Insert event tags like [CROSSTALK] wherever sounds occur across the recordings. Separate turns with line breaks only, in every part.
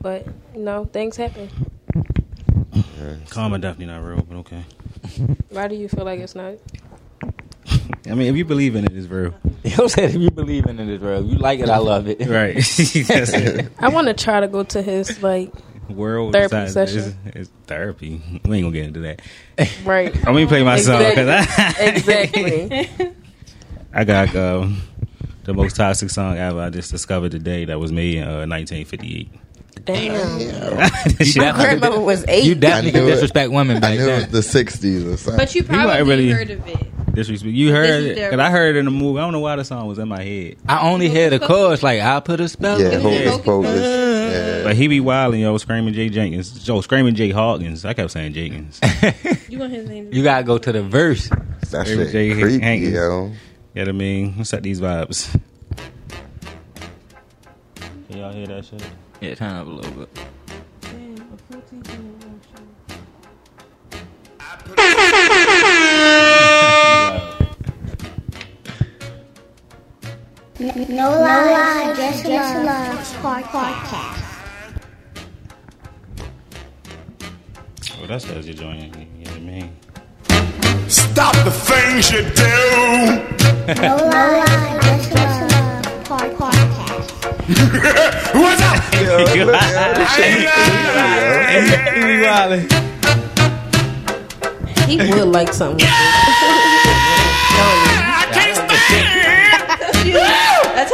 But you know, things happen.
Karma definitely not real, but okay.
Why do you feel like it's not?
[LAUGHS] I mean, if you believe in it, it's real.
You know what I'm saying? If you believe in it, bro, you like it, I love it.
[LAUGHS]
Right. [LAUGHS] That's it.
I want to try to go to his like
[LAUGHS] World
Therapy
besides-
session.
It's, it's therapy. We ain't gonna get into that.
right.
I'm gonna play my song 'cause I,
exactly.
[LAUGHS] I got um, the most toxic song ever. I just discovered today that was made in uh, 1958. [LAUGHS]
Damn.
Shit,
You
I
definitely-
heard-
grandmother was eight.
You definitely
I knew
could
it.
disrespect women
I
back
knew it was
then.
the sixties or
[LAUGHS]
something.
But you probably
really-
heard of
[LAUGHS]
it.
disrespect. You heard
This
it
is
'cause I hered it in the movie. I don't know why the song was in my head,
I only hear the chorus like I put a spell.
yeah,
It was
hocus
Hocus
pocus. Yeah.
but he be wilding, yo, screaming Jay Jenkins, yo, screaming Jay Hawkins. I kept saying Jenkins.
You want his name?
You gotta go to the verse.
that
Screaming
shit
Jay
creepy,
Hankins. [LAUGHS]
yo.
You know what I mean? What's up, these vibes? Y'all hear that shit?
Yeah, turn up a little bit.
No lies, just, love, podcast.
Oh, that's that's your joint. You know what I mean?
Stop the things you do.
No lies, just, love, podcast.
What's up?
Yo, look, yo, this shit
Hey,
creepy, yo.
He would like something.
I can't stand
I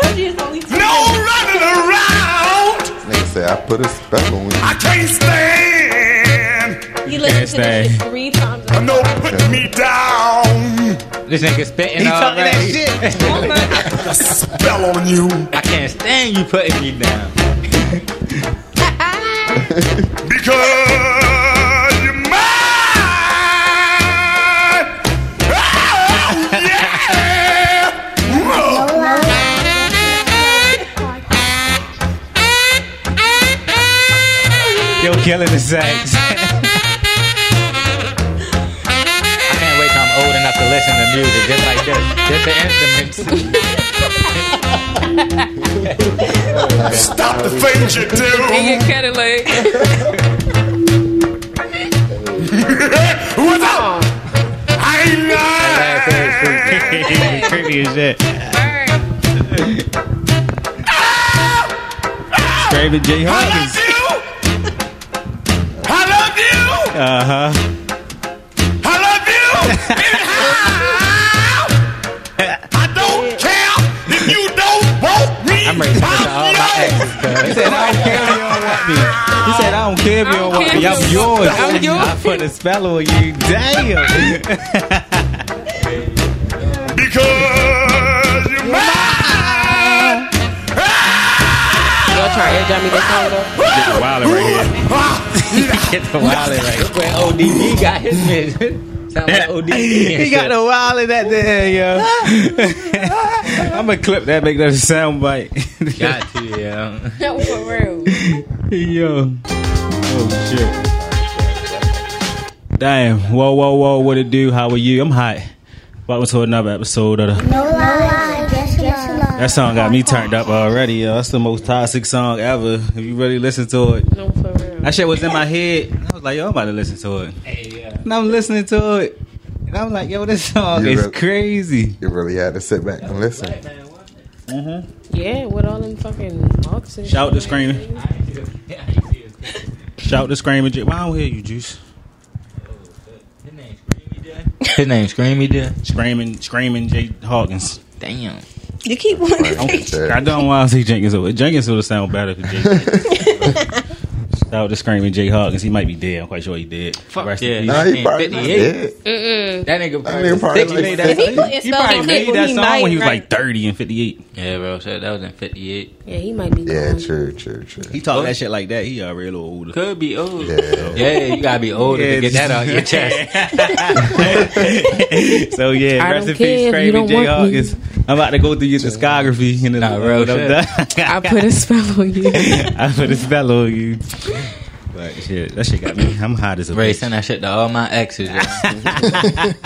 told you it's only two.
no running around.
Nigga said I put a spell on you.
I can't stand
He listened to
Can't stay.
this shit three times. a
no putting me down.
This nigga spitting
He talking
already.
that shit.
Spell on you
I can't stand you putting me down.
because you're mine. Oh yeah. Whoa.
No lies, just love, podcast.
Yo, killing the
[LAUGHS]
sax.
I can't wait till I'm old enough to listen to music just like this. Just the instruments.
Stop the things you
[LAUGHS]
do.
Cadillac.
What's up? I ain't
[LAUGHS]
lying.
Creepy as shit. Screaming Jay
I
Hawkins.
love you. I love you.
Uh huh.
I love you. Anyhow. I don't care if you don't want me.
I'm ready to
I
listen to all my
know.
exes. cuz.
He said, I don't care if you don't want me. He said, I don't care if you don't want me. I'm yours. I'm yours. I put a spell on you. Damn.
Because you're mine.
Y'all try to air me that song
Wilder right [LAUGHS] here. Get the wilder right here.
Look where ODB got his bitch. Sound like ODB. and
[LAUGHS] He got
shit.
the wilder at the end, [LAUGHS] yo. I'm going to clip that, make that a sound bite.
Got to, yeah.
though? No, for real.
yo. Oh, shit. Damn. Whoa, whoa, whoa. What it do? How are you? I'm hot. Welcome to another episode of the
No lies, just, love.
That song got me turned up already, yo. That's the most toxic song ever. If you really listen to it,
No, for real.
that shit was in my head. I was like, yo, I'm about to listen to it.
Hey, yeah.
And I'm listening to it. And I'm like, yo, this song
You
is
really-
crazy.
You really had to sit back and listen.
Yeah, with all them fucking marks and
Shout
shit.
the screaming.
[LAUGHS]
Shout the screaming. Ju- Why I don't hear you, Juice?
His name Screamy Dick.
Screaming, screaming Jay Hawkins.
Damn.
You keep wanting
Like you
I
said.
don't want to see Jenkins. over- Jenkins would sound better than Jay. [LAUGHS] Shout the screaming Jay Hawkins. He might be dead. I'm quite sure he dead.
Fuck
Rest in
yeah.
Nah,
peace.
he probably
58.
did.
That nigga
That nigga probably
Think he
like
made that-
If he putting
He
spells
probably
on
made
people,
that
he
song
might.
when he was
right?
like 30 and 58.
Yeah, bro. Shit, that was in 58.
Yeah, he might be.
Yeah,
gone.
true, true, true.
He talk that shit like that. He already a little older.
Could be old.
Yeah.
Yeah, you gotta be older to get
[LAUGHS]
that out your chest.
chest. so yeah,
I
rest
don't
in
care if
peace,
you
Craven
don't
J.
want
Hawkins. I'm about to go through your discography and then
Nah, real
when I'm
shit.
done. [LAUGHS]
I put a spell on you. [LAUGHS]
I put a spell on you. But shit, that shit got me. I'm hot as a
Ray
bitch.
sent that shit to all my exes. yo.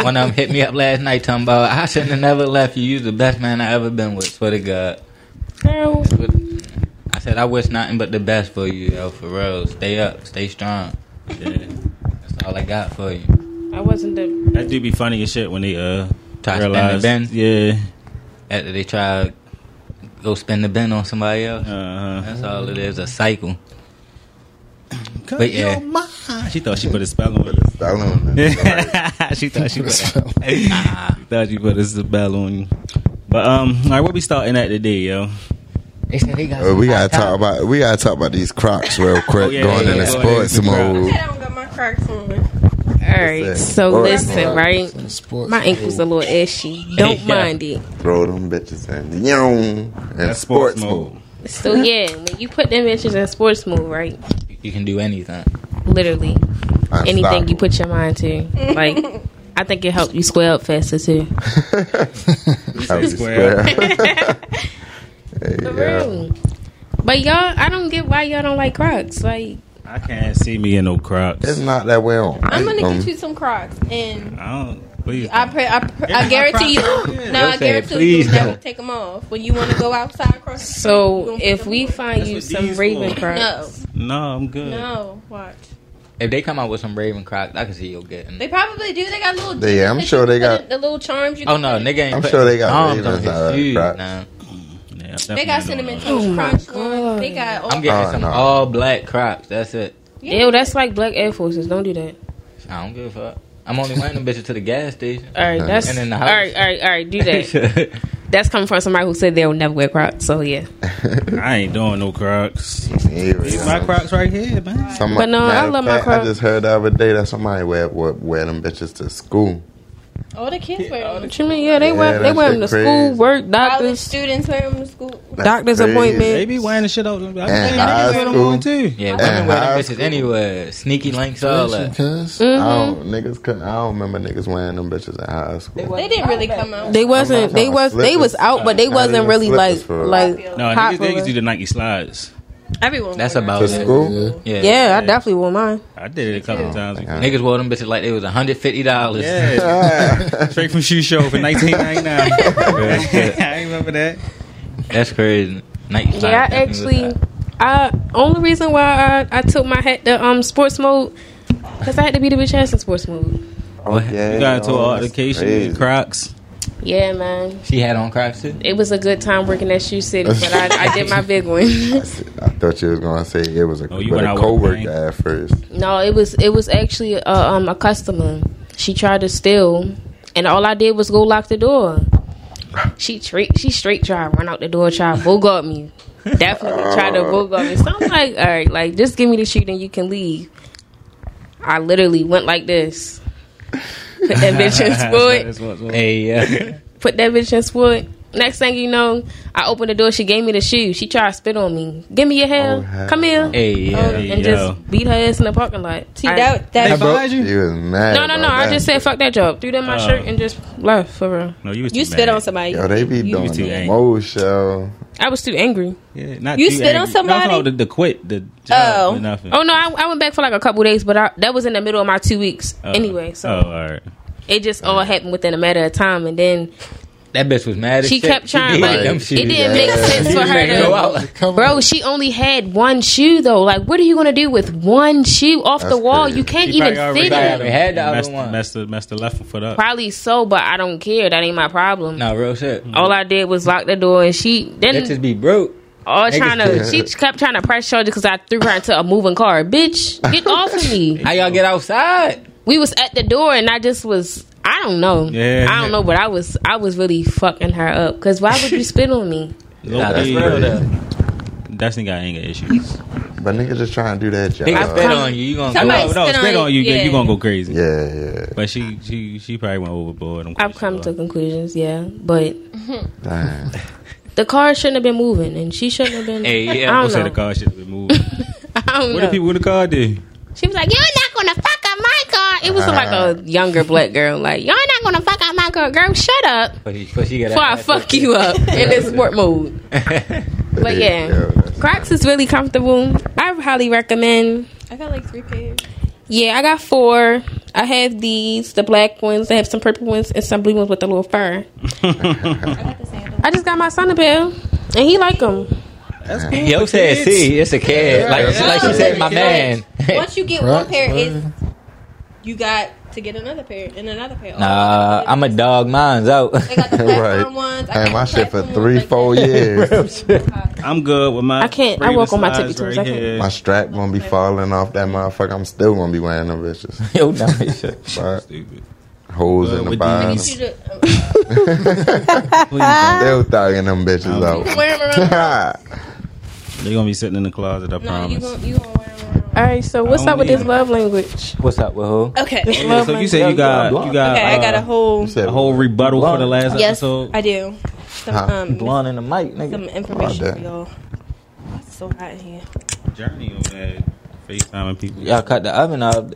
One of them hit me up last night talking about I shouldn't have never left you. You the best man I ever been with. Swear to God.
Girl,
I said I wish nothing but the best for you, yo. For real, stay up, stay strong.
Yeah.
That's all I got for you.
I wasn't the.
That do be funny as shit when they uh
Try to spin the
realize.
bin?
Yeah.
After they try to go spin the bin on somebody else,
Uh-huh.
that's all it is—a cycle.
Cut
But yeah.
your mind. She thought she put a spell on
It's down on
you.
that.
she thought she put
Spell.
[LAUGHS] she thought she put a spell on you. But um, all right, what we starting at today, yo?
They said they got.
Uh, we gotta talk about we gotta talk about these Crocs real quick.
Oh, yeah,
going
yeah,
in
yeah.
the sports
Go ahead.
mode.
I don't got my Crocs on.
All right,
Listen.
so
All right.
listen, right?
Sports.
My ankle's a little ashy. Don't
Yeah.
mind it.
Throw them bitches in. Yum. And
That's
sports mode.
So yeah, when you put them bitches in sports mode, right?
You can do anything.
Literally, anything
Unstoppable.
you put your mind to, [LAUGHS] like. I think it helped you square up faster too. [LAUGHS]
I'll be
Square.
square. [LAUGHS] Hey,
For
yeah.
real. But y'all, I don't get why y'all don't like Crocs. Like,
I can't see me in no crocs.
It's not that well.
I'm gonna
Um,
get you some Crocs, and
I don't. Please.
I pre- I, pre-
Yeah,
I guarantee you. [LAUGHS]
Crocs. Yeah.
No,
Yo
I
said,
guarantee
"Please
you will never
don't."
take them off when you want to go outside. Crocs.
so if we find
That's
you
what
some
these
Raven
for.
no,
Crocs,
no, I'm good.
no, watch.
If they come out with some Raven Crocs, I can see you getting.
They probably do. They got little.
They- I'm
that
sure
you
they
put
got-
in- the little charms. You
Oh
can
no,
put in.
nigga ain't.
I'm
put
sure they got
bombs on
Ravens
his
out of
shoes,
Crocs.
nah.
Yeah,
They got
definitely
cinnamon
don't.
toast
Oh, my
crunch
God.
one. They got all.
I'm getting
Oh,
some
no.
all black Crocs. That's it.
ew, that's like black Air Forces. Don't do that.
I don't give a fuck. I'm only wearing them bitches to the gas station.
All right, that's
And in the
all
house.
right, all right, all right. Do
[LAUGHS]
that. that's coming from somebody who said they'll never wear Crocs. So yeah,
I ain't doing no crocs.
[LAUGHS] Yeah, yeah.
My crocs right here, man.
Um, Some-
But no, I
matter of
love my
fact, I
Crocs.
just heard the other day that somebody wear, wear, wear them bitches to school.
All the kids wear them.
what you mean? Yeah, they wear
Yeah,
they
that
wear
shit
them to
crazy.
school, work,
College
doctors.
students wear them to school.
That's
Doctor's
crazy.
appointment.
They be wearing the shit out. I
And
think
high
niggas wear them
school.
on too.
[LAUGHS] Yeah,
And
women wear them
high
bitches
school.
anywhere. Sneaky links, all that.
Cuz.
Mm-hmm.
I don't niggas couldn't. I don't remember niggas wearing them bitches in high school.
They didn't really come out.
They wasn't. They was. They was out, but they
Not
wasn't
even
really
slippers
like
for-
like
No,
No, niggas,
popular.
niggas do the Nike slides.
Everyone.
That's
wore
about
To
it.
school,
Yeah.
Yeah, I definitely wore mine.
I did it a
Oh,
couple times.
Yeah. [LAUGHS]
Niggas wore them bitches like they was $150.
Yeah, straight from shoe show for [LAUGHS] 1999. I remember that.
That's crazy. Nike slides
Yeah, I
definitely was
actually,
hot.
I only reason why I, I took my hat to um sports mode because I had to be the bitch ass in sports mode.
Oh, yeah,
We got into an
oh, that's
altercation
crazy.
with Crocs.
Yeah, man,
She had on Crocs too.
it was a good time working at Shoe City, but I, I did my big one. [LAUGHS]
I s- I thought you was gonna say it was a,
Oh, you
but
went
a
out with a
coworker
bang.
at first.
no, it was it was actually a, um a customer. She tried to steal, and all I did was go lock the door. She straight she straight tried run out the door, tried bogart me. Definitely
[LAUGHS]
tried to bogart me. So I'm like, all right, like just give me the shoe, then you can leave. I literally went like this. Put that bitch in
[LAUGHS]
sport.
That's what- that's what-
Hey, yeah.
Put that bitch in sport. Next thing you know, I opened the door. She gave me the shoe. She tried to spit on me. Give me your
Oh,
hair.
hell.
Come here.
[LAUGHS] hey, Oh, yeah.
and
Yo.
just beat her ass in the parking lot.
See
I-
that
They
that
behind you?
He was mad.
No, no, no.
about
I
that.
just said fuck that job. Threw them my
Oh.
shirt and just left for real.
No, you was
you
too
spit
mad.
on somebody.
Yo, they be
You-
doing
too
the
angry.
most, yo.
I was too angry.
Yeah, not
You
too
spit on
angry. No, I'm talking
somebody?
about the, the quit the job
Oh.
or nothing.
Oh no, I, I went back for like a couple days, but I, that was in the middle of my two weeks anyway. So
oh, all right.
it just all happened within a matter of time, and then
That bitch was mad as
she
shit.
kept trying.
did
Like,
them
it
shoes.
didn't
yeah.
make sense for her
Go
to.
out.
Come
Bro, she only had one shoe though. Like, what are you gonna do with one shoe off the
That's
wall?
crazy.
You can't
She
even
probably already
fit
got
it.
it. Had the other
messed,
one.
Messed the messed the left foot up.
Probably so, but I don't care. That ain't my problem.
No, real shit.
All I did was lock the door, and she then
Bitches be broke.
all
Niggas
trying to. She kept trying to press charges because I threw her into a moving car. Bitch, get off of me!
How y'all get outside?
We was at the door, and I just was. I don't know.
Yeah.
I don't know, but I was. I was really fucking her up. Because why
[LAUGHS]
would you spit on me?
Low
Nah, that's
key,
real though.
Destiny got anger issues.
But niggas just trying to do that job.
Nigga
I've
spit
come-
on you. You gonna
Somebody
go
no,
spit on
spit
you,
on you, yeah.
yeah.
you gonna go crazy.
Yeah, yeah.
But she she she probably went overboard. I'm
I've
pretty
come to
sure.
conclusions. Yeah, but
Damn.
the car shouldn't have been moving, and she shouldn't have been.
Hey, yeah,
I
Who
don't
said
know.
the car should have been moved?
[LAUGHS] I don't
What
know.
did people in the car do?
she was like, "You're not gonna fuck up my car." It was like
Ah.
a younger black girl. Like, "You're not gonna fuck up my car, girl. Shut up."
But he, but she got
Before I fuck you
[LAUGHS]
up in this sport mode. But yeah, Crocs is really comfortable. I highly recommend.
I got like three pairs.
Yeah, I got four. I have these, the black ones. I have some purple ones and some blue ones with a little fur.
[LAUGHS]
I got the sandals.
I just got my son a pair, and he like them.
That's cool.
Yo
for
said,
kids.
"See, it's a kid." Like, like she said, "My man."
Once you get one
Right,
pair,
right.
it's you got to get another pair and another pair.
[LAUGHS]
Oh,
nah, I'm a dog. Mine's out.
They got
[LAUGHS]
the platform
[LAUGHS] Right.
ones. I
And
got
my
the
shit for
platform
three,
ones like
four
that.
years.
[LAUGHS]
I'm good with my.
I can't- I walk on my tippy toes. I can't.
My strap gonna be falling off that motherfucker. I'm still gonna be wearing them bitches.
Yo, no, shit.
But
Stupid.
holes
Good
in the
with
I
bottom.
need
these.
[LAUGHS] you to um,
Please
[LAUGHS] Still
don't.
thugging them bitches
wear them
[LAUGHS]
around.
out.
They're gonna be sitting in the closet. I
No, you
promise.
gonna, you gonna wear them around.
All right, so what's
don't
up with
need
this
it.
love language?
What's up with who? [LAUGHS]
Okay. Okay,
Yeah, so you said you got you got,
I got a
uh,
whole.
You said
a whole rebuttal for the last
Yes,
episode.
I do. Some,
Huh.
um,
Blonde in the mic, nigga.
some information
that.
for y'all. It's so hot in here.
Journey on that FaceTiming people.
Y'all cut the oven up.
and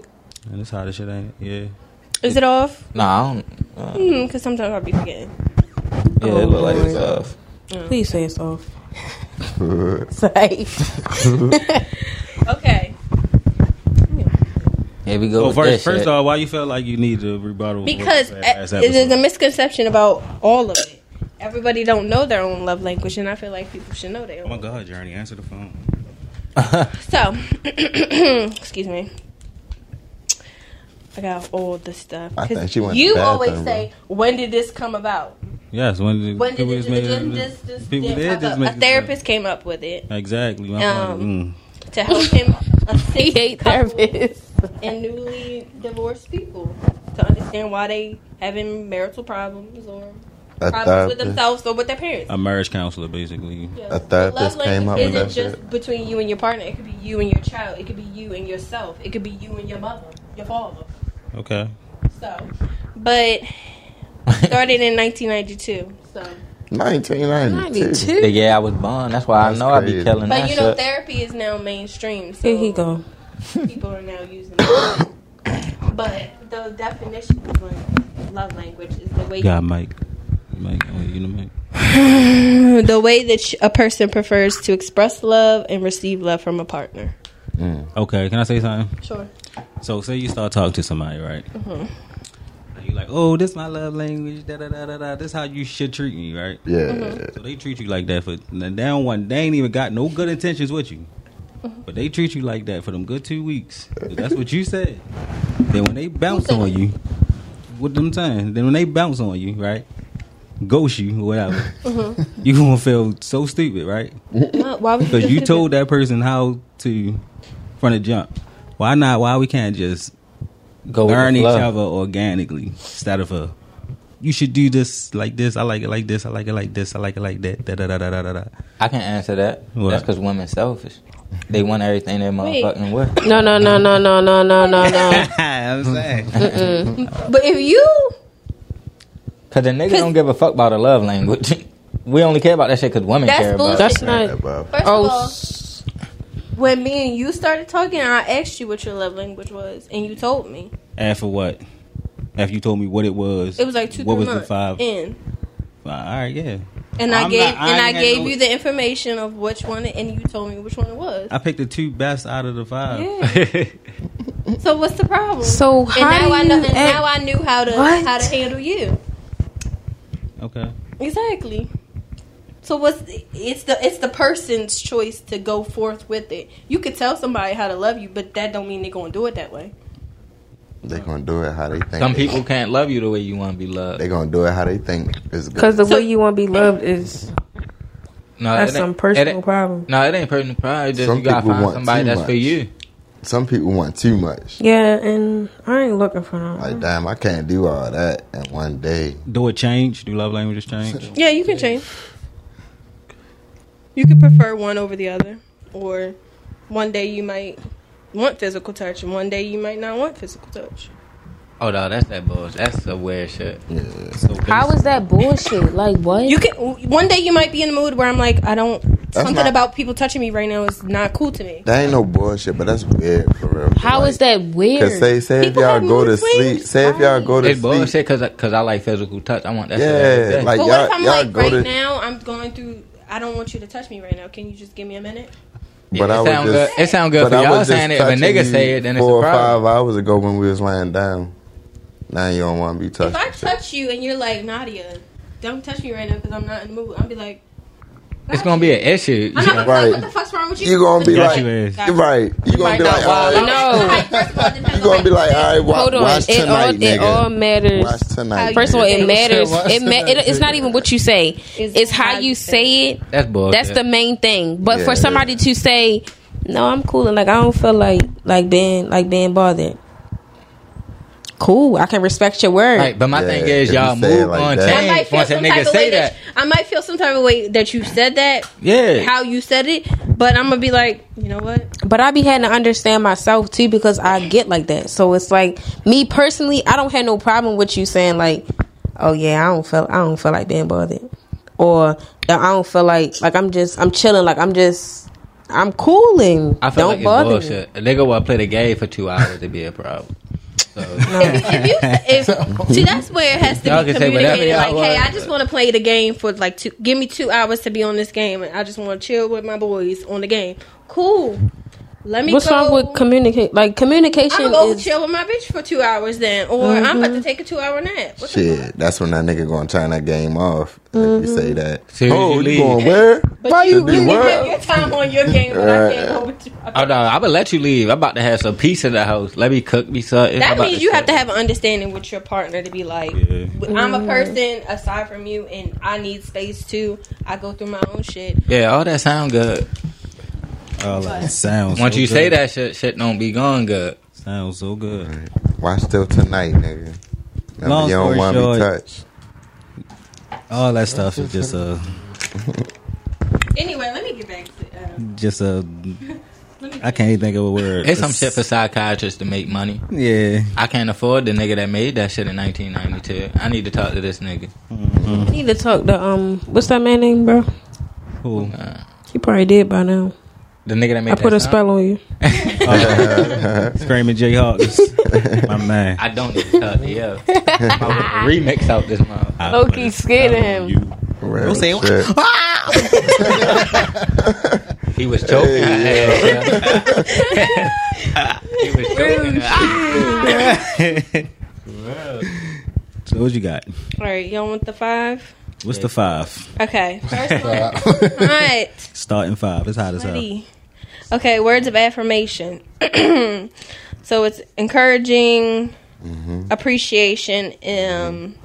that's how this shit ain't. Yeah,
Is it off?
Nah, I don't.
Hmm, cause sometimes I'll be forgetting.
Yeah, it look like it's off.
Please say it's off.
Okay.
Here we go.
Well,
with
first,
this
first
shit.
off, why you felt like you need a rebuttal? for
Because
that
uh,
last
there's a
episode?
misconception about all of it. Everybody don't know their own love language, and I feel like people should know their
Oh my
own.
God, Journey, answer the phone.
So, [CLEARS THROAT] excuse me. I got all the stuff.
I
'Cause
think she went to
you
the bathroom,
always
bro.
say, "When did this come about?"
Yes, when did
When did
people
this,
just made
this,
this-
this, this,
people
this
did
pop
just
up?
make
A
this-
therapist came up with it
Exactly. My
Um,
father, mm.
to help
[LAUGHS]
him assist
hate
couples
therapists.
and newly divorced people to understand why they having marital problems or
A
problems
therapist,
with themselves or with their parents.
a marriage counselor, basically.
Yeah.
a therapist
Love
came up
language
with that
isn't
shit.
just between you and your partner. It could be you and your child. It could be you and yourself. It could be you and your mother, your father.
Okay.
So, but
[LAUGHS]
started in 1992. So,
1992.
Nigga, yeah, I was born. That's why
That's
I know I be
crazy.
killing
but
that
you know,
shit.
therapy is now mainstream. So
Here he go.
people are now using it. but the definition of like love language is the way
You got Mike. Mike, oh, you know Mike.
the way that a person prefers to express love and receive love from a partner.
Okay, can I say something?
Sure.
So, say you start talking to somebody, right? And you like, oh, this my love language. Da da da da da. This how you should treat me, right?
Yeah.
Mm-hmm.
So they treat you like that for and they don't want. They ain't even got no good intentions with you, but they treat you like that for them good two weeks. 'Cause That's what you said. Then when they bounce on you, what them saying? Then when they bounce on you, right? Ghost you, or whatever. [LAUGHS] You gonna feel so stupid, right?
Why would
Because you told that person how to from the jump. Why not? Why we can't just
Go with
learn
the
each
flow.
other organically instead of a you should do this like this. I like it like this. I like it like this. I like it like that. Da da da da da
[LAUGHS]
da. da.
I can answer that.
What?
That's because women selfish. They want everything they
Wait.
motherfucking with.
No, no, no, no, no, no, no, no, [LAUGHS] no.
I'm saying. [LAUGHS]
But if you
Because the nigga don't give a fuck about the love language. [LAUGHS] we only care about that shit because women
That's
care about
That's
it.
Yeah,
not.
bro.
First
Oh,
of all, when me and you started talking, I asked you what your love language was, and you told me
After what? After you told me what it was.
it was like two,
What
three
was
months
the five?
in,
Uh, all right, yeah.
and I
I'm
gave
not- I
and I
ain't had
gave
no-
you the information of which one, and you told me which one it was.
I picked the two best out of the five.
Yeah. so what's the problem?
So
and
how
now
do
I know,
you
and
act-
now I knew how to
What?
how to handle you
[LAUGHS] Okay.
exactly. So what's it's the it's the person's choice to go forth with it. You could tell somebody how to love you, but that don't mean they're gonna do it that way.
They gonna do it how they think.
Some
they-
people can't love you the way you want to be loved.
They gonna do it how they think is
Because
good.
the way you want to be loved is
No,
that's
it ain't-
some
Uh, it
personal
ain't-
problem.
No, it ain't personal pride. It's Just
Some
you gotta
people
find
want
somebody
too
that's for
much.
you.
Some people want too much.
Yeah, and I ain't looking for
Like,
no.
damn, I can't do all that in one day.
Do it change? Do love languages
[LAUGHS]
change?
Yeah, you can change. You could prefer one over the other, or one day you might want physical touch, and one day you might not want physical touch.
Oh no, that's that bullshit. That's some weird shit.
Yeah.
So
How is that bullshit? Like what?
You can. One day you might be in the mood where I'm like, I don't. something
not-
about people touching me right now is not cool to me.
That ain't no bullshit, but that's weird for real.
How is that
Because
weird?
say, say if
People
y'all
have
go to
mood swings.
sleep, say if y'all go to
It's
sleep,
bullshit because because I like physical touch. I want that. shit
Yeah,
every day.
like-
But what if
y'all-
I'm
y'all
like
go
right
to-
now I'm going through. I don't want you to touch me right now. Can you just give me a minute?
but
it
I was
sound good.
just-
It sound good
But
for
I
y'all
was just
saying it. If a
touching
nigga
you
say it, then it's a
four or
problem.
five hours ago when we was laying down. Now you don't want to be
If
touched.
I
and shit.
touch you and you're like Nadia, don't touch me right now because I'm not in the mood. I'll be like,
It's gonna be an
[LAUGHS]
issue.
I'm not
Right.
right. what the fuck's wrong with you?
You gonna be
Got
like,
you is.
you right? You gonna be like, all right.
No.
[LAUGHS] You gonna be like, all right, wa-
Hold on.
watch
it, all,
tonight,
it all
nigga.
matters.
Watch tonight.
First of all,
nigga.
it matters.
Why
It,
should
ma-
I
it it's not
say
even what you say. It's how you say it.
That's bullshit.
That's the main thing. But
Yeah.
for somebody to say, "No, I'm cool," and like I don't feel like like being like being bothered. Cool, I can respect your word.
Right, but my
Yeah,
thing
if
is
you
y'all
say it
move
like
on,
that.
I might
change
feel
once a
some type
nigga
of
say
way
that.
that I might feel some type of way that you said that,
Yeah.
how you said it, but I'm gonna be like, you know what?
But I be having to understand myself too because I get like that. So it's like me personally, I don't have no problem with you saying like, "Oh yeah, I don't feel I don't feel like being bothered," or "I don't feel like like I'm just I'm chilling like I'm just I'm cooling."
I
don't
feel like it's
bother me.
bullshit. A nigga will play the game for two hours to be a problem. So
If you if, [LAUGHS] see, that's where it has to
Y'all
be
can say whatever
communicated. Like,
y'all
hey,
want,
I just
but-
want to play the game for like two. Give me two hours to be on this game, and I just want to chill with my boys on the game. Cool. Let me.
What's
go.
wrong with communicate? Like
I'm
communication
gonna go
is Mm-hmm.
chill with my bitch for two hours then, or I'm about to take a two hour nap. What the fuck? Mm-hmm.
Shit, that's when that nigga gonna turn that game off. If you say that.
Soon as
oh,
you
you
leave.
going where?
But you,
Be
you can
where?
put your time on your game, but I can't go with you.
Oh no, I'm gonna let you leave. I'm about to have some peace in the house. Let me cook me something. I'm
That
about
means you have to
cook.
have an understanding with your partner to be like,
Yeah.
I'm a person aside from you, and I need space too. I go through my own shit.
Yeah, all that sound good.
Oh, like, sounds.
Once
so
you say
good.
that shit, shit don't be gone good.
sounds so good.
Watch till tonight, nigga. Remember,
Long
you don't
story
want me
short.
touched. [LAUGHS]
All that stuff is just a
Anyway, let me get back to. Uh,
just a.
let me
I can't even think of a word.
It's some shit for psychiatrists to make money.
Yeah.
I can't afford the nigga that made that shit in 1992. I need to talk to this nigga.
I need to talk to um. What's that man name, bro?
Cool.
Uh,
He probably did by now.
the nigga that made
I put
that
a
sound?
spell on you.
[LAUGHS]
Screaming Jay Hawkins. My man.
I don't need to
[LAUGHS]
talk to you. I'm going remix out this month.
I
Low key
put a
scared
spell
him.
on you.
Real
say-
shit.
Ah! He was choking. her ass, yo. [LAUGHS] he was choking. her.
[LAUGHS] So what you got?
All right, y'all want the five?
What's the five?
Okay. First one.
Wow.
All right.
Starting five. It's hot as hell.
Ready. Okay, words of affirmation. [CLEARS THROAT] so it's encouraging, appreciation. Um,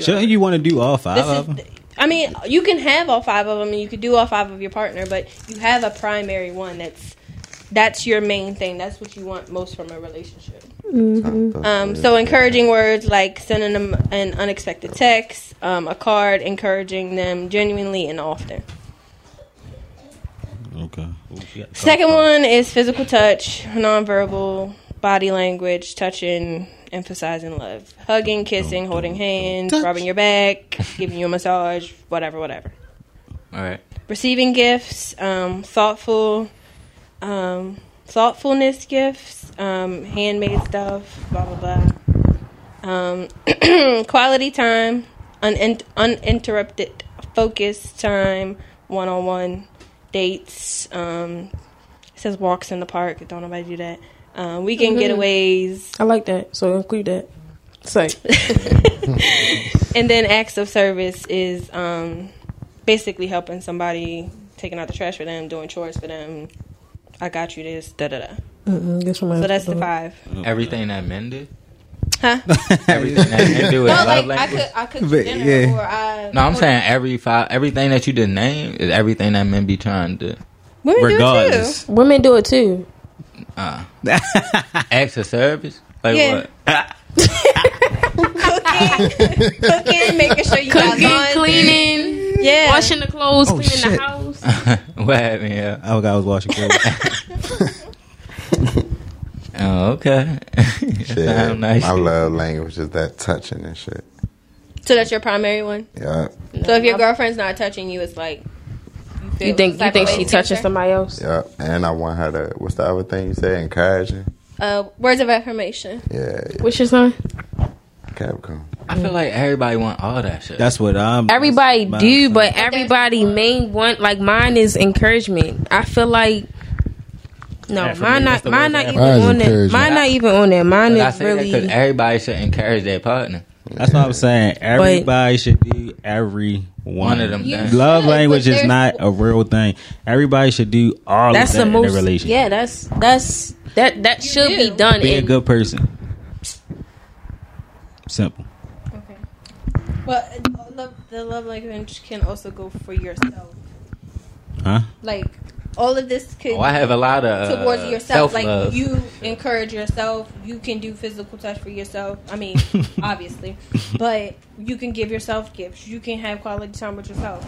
Sure, you want to do all five
this
of
is.
them?
I mean, you can have all five of them, and you could do all five of your partner, but you have a primary one that's that's your main thing. That's what you want most from a relationship.
[LAUGHS]
Um, so
Mm-hmm.
encouraging words like sending them an unexpected text, um, a card, encouraging them genuinely and often.
Okay. What you got?
Second one is physical touch, nonverbal body language, touching, emphasizing love, hugging, kissing, holding hands, rubbing your back, giving you a massage, whatever, whatever.
All right.
Receiving gifts, um, thoughtful, um, thoughtfulness gifts, um, handmade stuff, blah blah blah. Um, [CLEARS THROAT] quality time, unin- uninterrupted focus time, one on one dates. Um, it says walks in the park. Don't nobody do that. Um, weekend getaways,
[LAUGHS] I like that. So include that. Say
[LAUGHS] and then acts of service is um, basically helping somebody, taking out the trash for them, doing chores for them. I got you this, da da da.
Mm-mm, this reminds
So that's
me of-
the five,
Everything that men did.
huh?
Everything that men
[LAUGHS]
do is
Well,
love
like I
language.
could, I could
But,
cook dinner
yeah.
or I.
No, I'm saying every five, everything that you just named is everything that men be trying to
women
Regardless.
[LAUGHS]
Women do it too.
ask for service. Like
Yeah.
what? [LAUGHS]
do it too. Cooking, cooking, making sure you got laundry.
cleaning,
Yeah,
the clothes,
Oh, cleaning the shit.
house.
what happened? Yeah.
[LAUGHS] I forgot I was washing clothes.
Oh, okay. [LAUGHS]
Shit.
Sound nice.
My love language is that touching and shit.
so that's your primary one.
Yeah,
So if your girlfriend's not touching you, it's like feel
You think you
type
think
of
she
way
touching
to her?
somebody else?
yeah. And I want her to. What's the other thing you say? Encouraging.
Uh, words of affirmation.
Yeah, yeah.
What's your son?
Capcom.
I feel like everybody want all that shit.
That's what I'm.
Everybody
that's
do,
mine.
but everybody main one like mine is encouragement. I feel like no,
Yeah, for
mine
me,
not
that's the
mine
word
not even
Mine's
on that.
encouragement.
Mine not even on that. Mine
But I
is
say that because
really
everybody should encourage their partner.
That's what I'm saying. Everybody should do every one,
One of them You things.
Love
should, but
language is
there's-
not a real thing. Everybody should do all
That's
of that
the
in
most.
a relationship.
Yeah, that's that's that that should
do.
be done.
Be a
in-
good person. Simple.
But uh, love, the love language can also go for yourself.
Huh?
Like all of this could
Oh, I have a lot of uh,
towards yourself.
self-love.
Like you encourage yourself. You can do physical touch for yourself.
[LAUGHS]
I mean, obviously, but you can give yourself gifts. You can have quality time with yourself.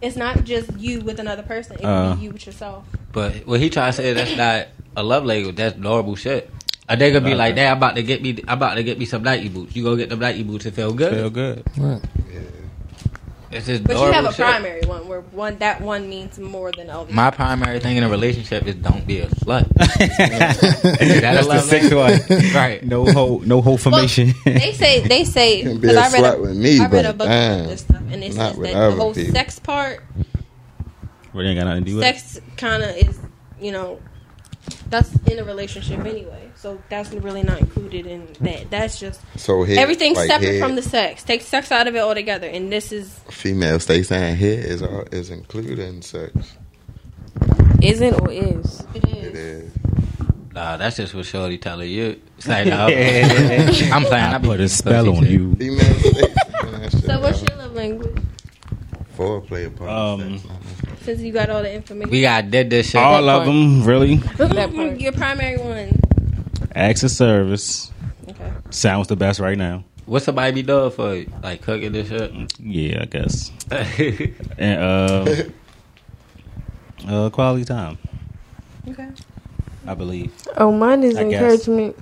It's not just you with another person. It can
Uh.
be you with yourself.
But what he trying to say that's not a love language. That's normal shit. A nigga be like, "Damn, I'm about to get me, I'm about to get me some Nike boots." You go get the Nike boots and feel good.
Feel good.
It's just
But you
normal
have a
shit.
primary one where one that one means more than all.
My primary thing in a relationship is don't be a
[LAUGHS]
slut. That's
That's the sixth one.
[LAUGHS] right?
[LAUGHS] No whole no whole formation. [LAUGHS]
they say they say
Can [LAUGHS] be
'cause
a
I read
slut with me,
I read a
but
book
damn,
about this stuff, and it
not
says
with
that the
other
whole
people.
sex part,
Really ain't got nothing to do with it.
sex kind of is, you know, that's in a relationship anyway. So that's really not included in that. That's just
So head,
everything's
like
separate
head,
from the sex. Take sex out of it altogether, and this is
female. Stay saying head is all, is including sex.
Isn't or is?
it
It
is.
is.
Nah, that's just what Shorty telling you. It's
[LAUGHS]
like, nah, I'm playing. I,
I put a spell on you.
Female. Stay saying that shit,
[LAUGHS] So what's
yo.
your love language?
foreplay a part of
Um,
sex?
Since you got all the information,
We got did this shit.
All of them, really.
that part.
your primary one.
Acts of service
Okay.
sounds the best right now.
What somebody be doing for you? Like cooking this shit?
Yeah, I guess.
[LAUGHS]
[LAUGHS]
And uh, uh, quality time,
Okay.
I believe.
Oh, mine is
I guess.
encouragement.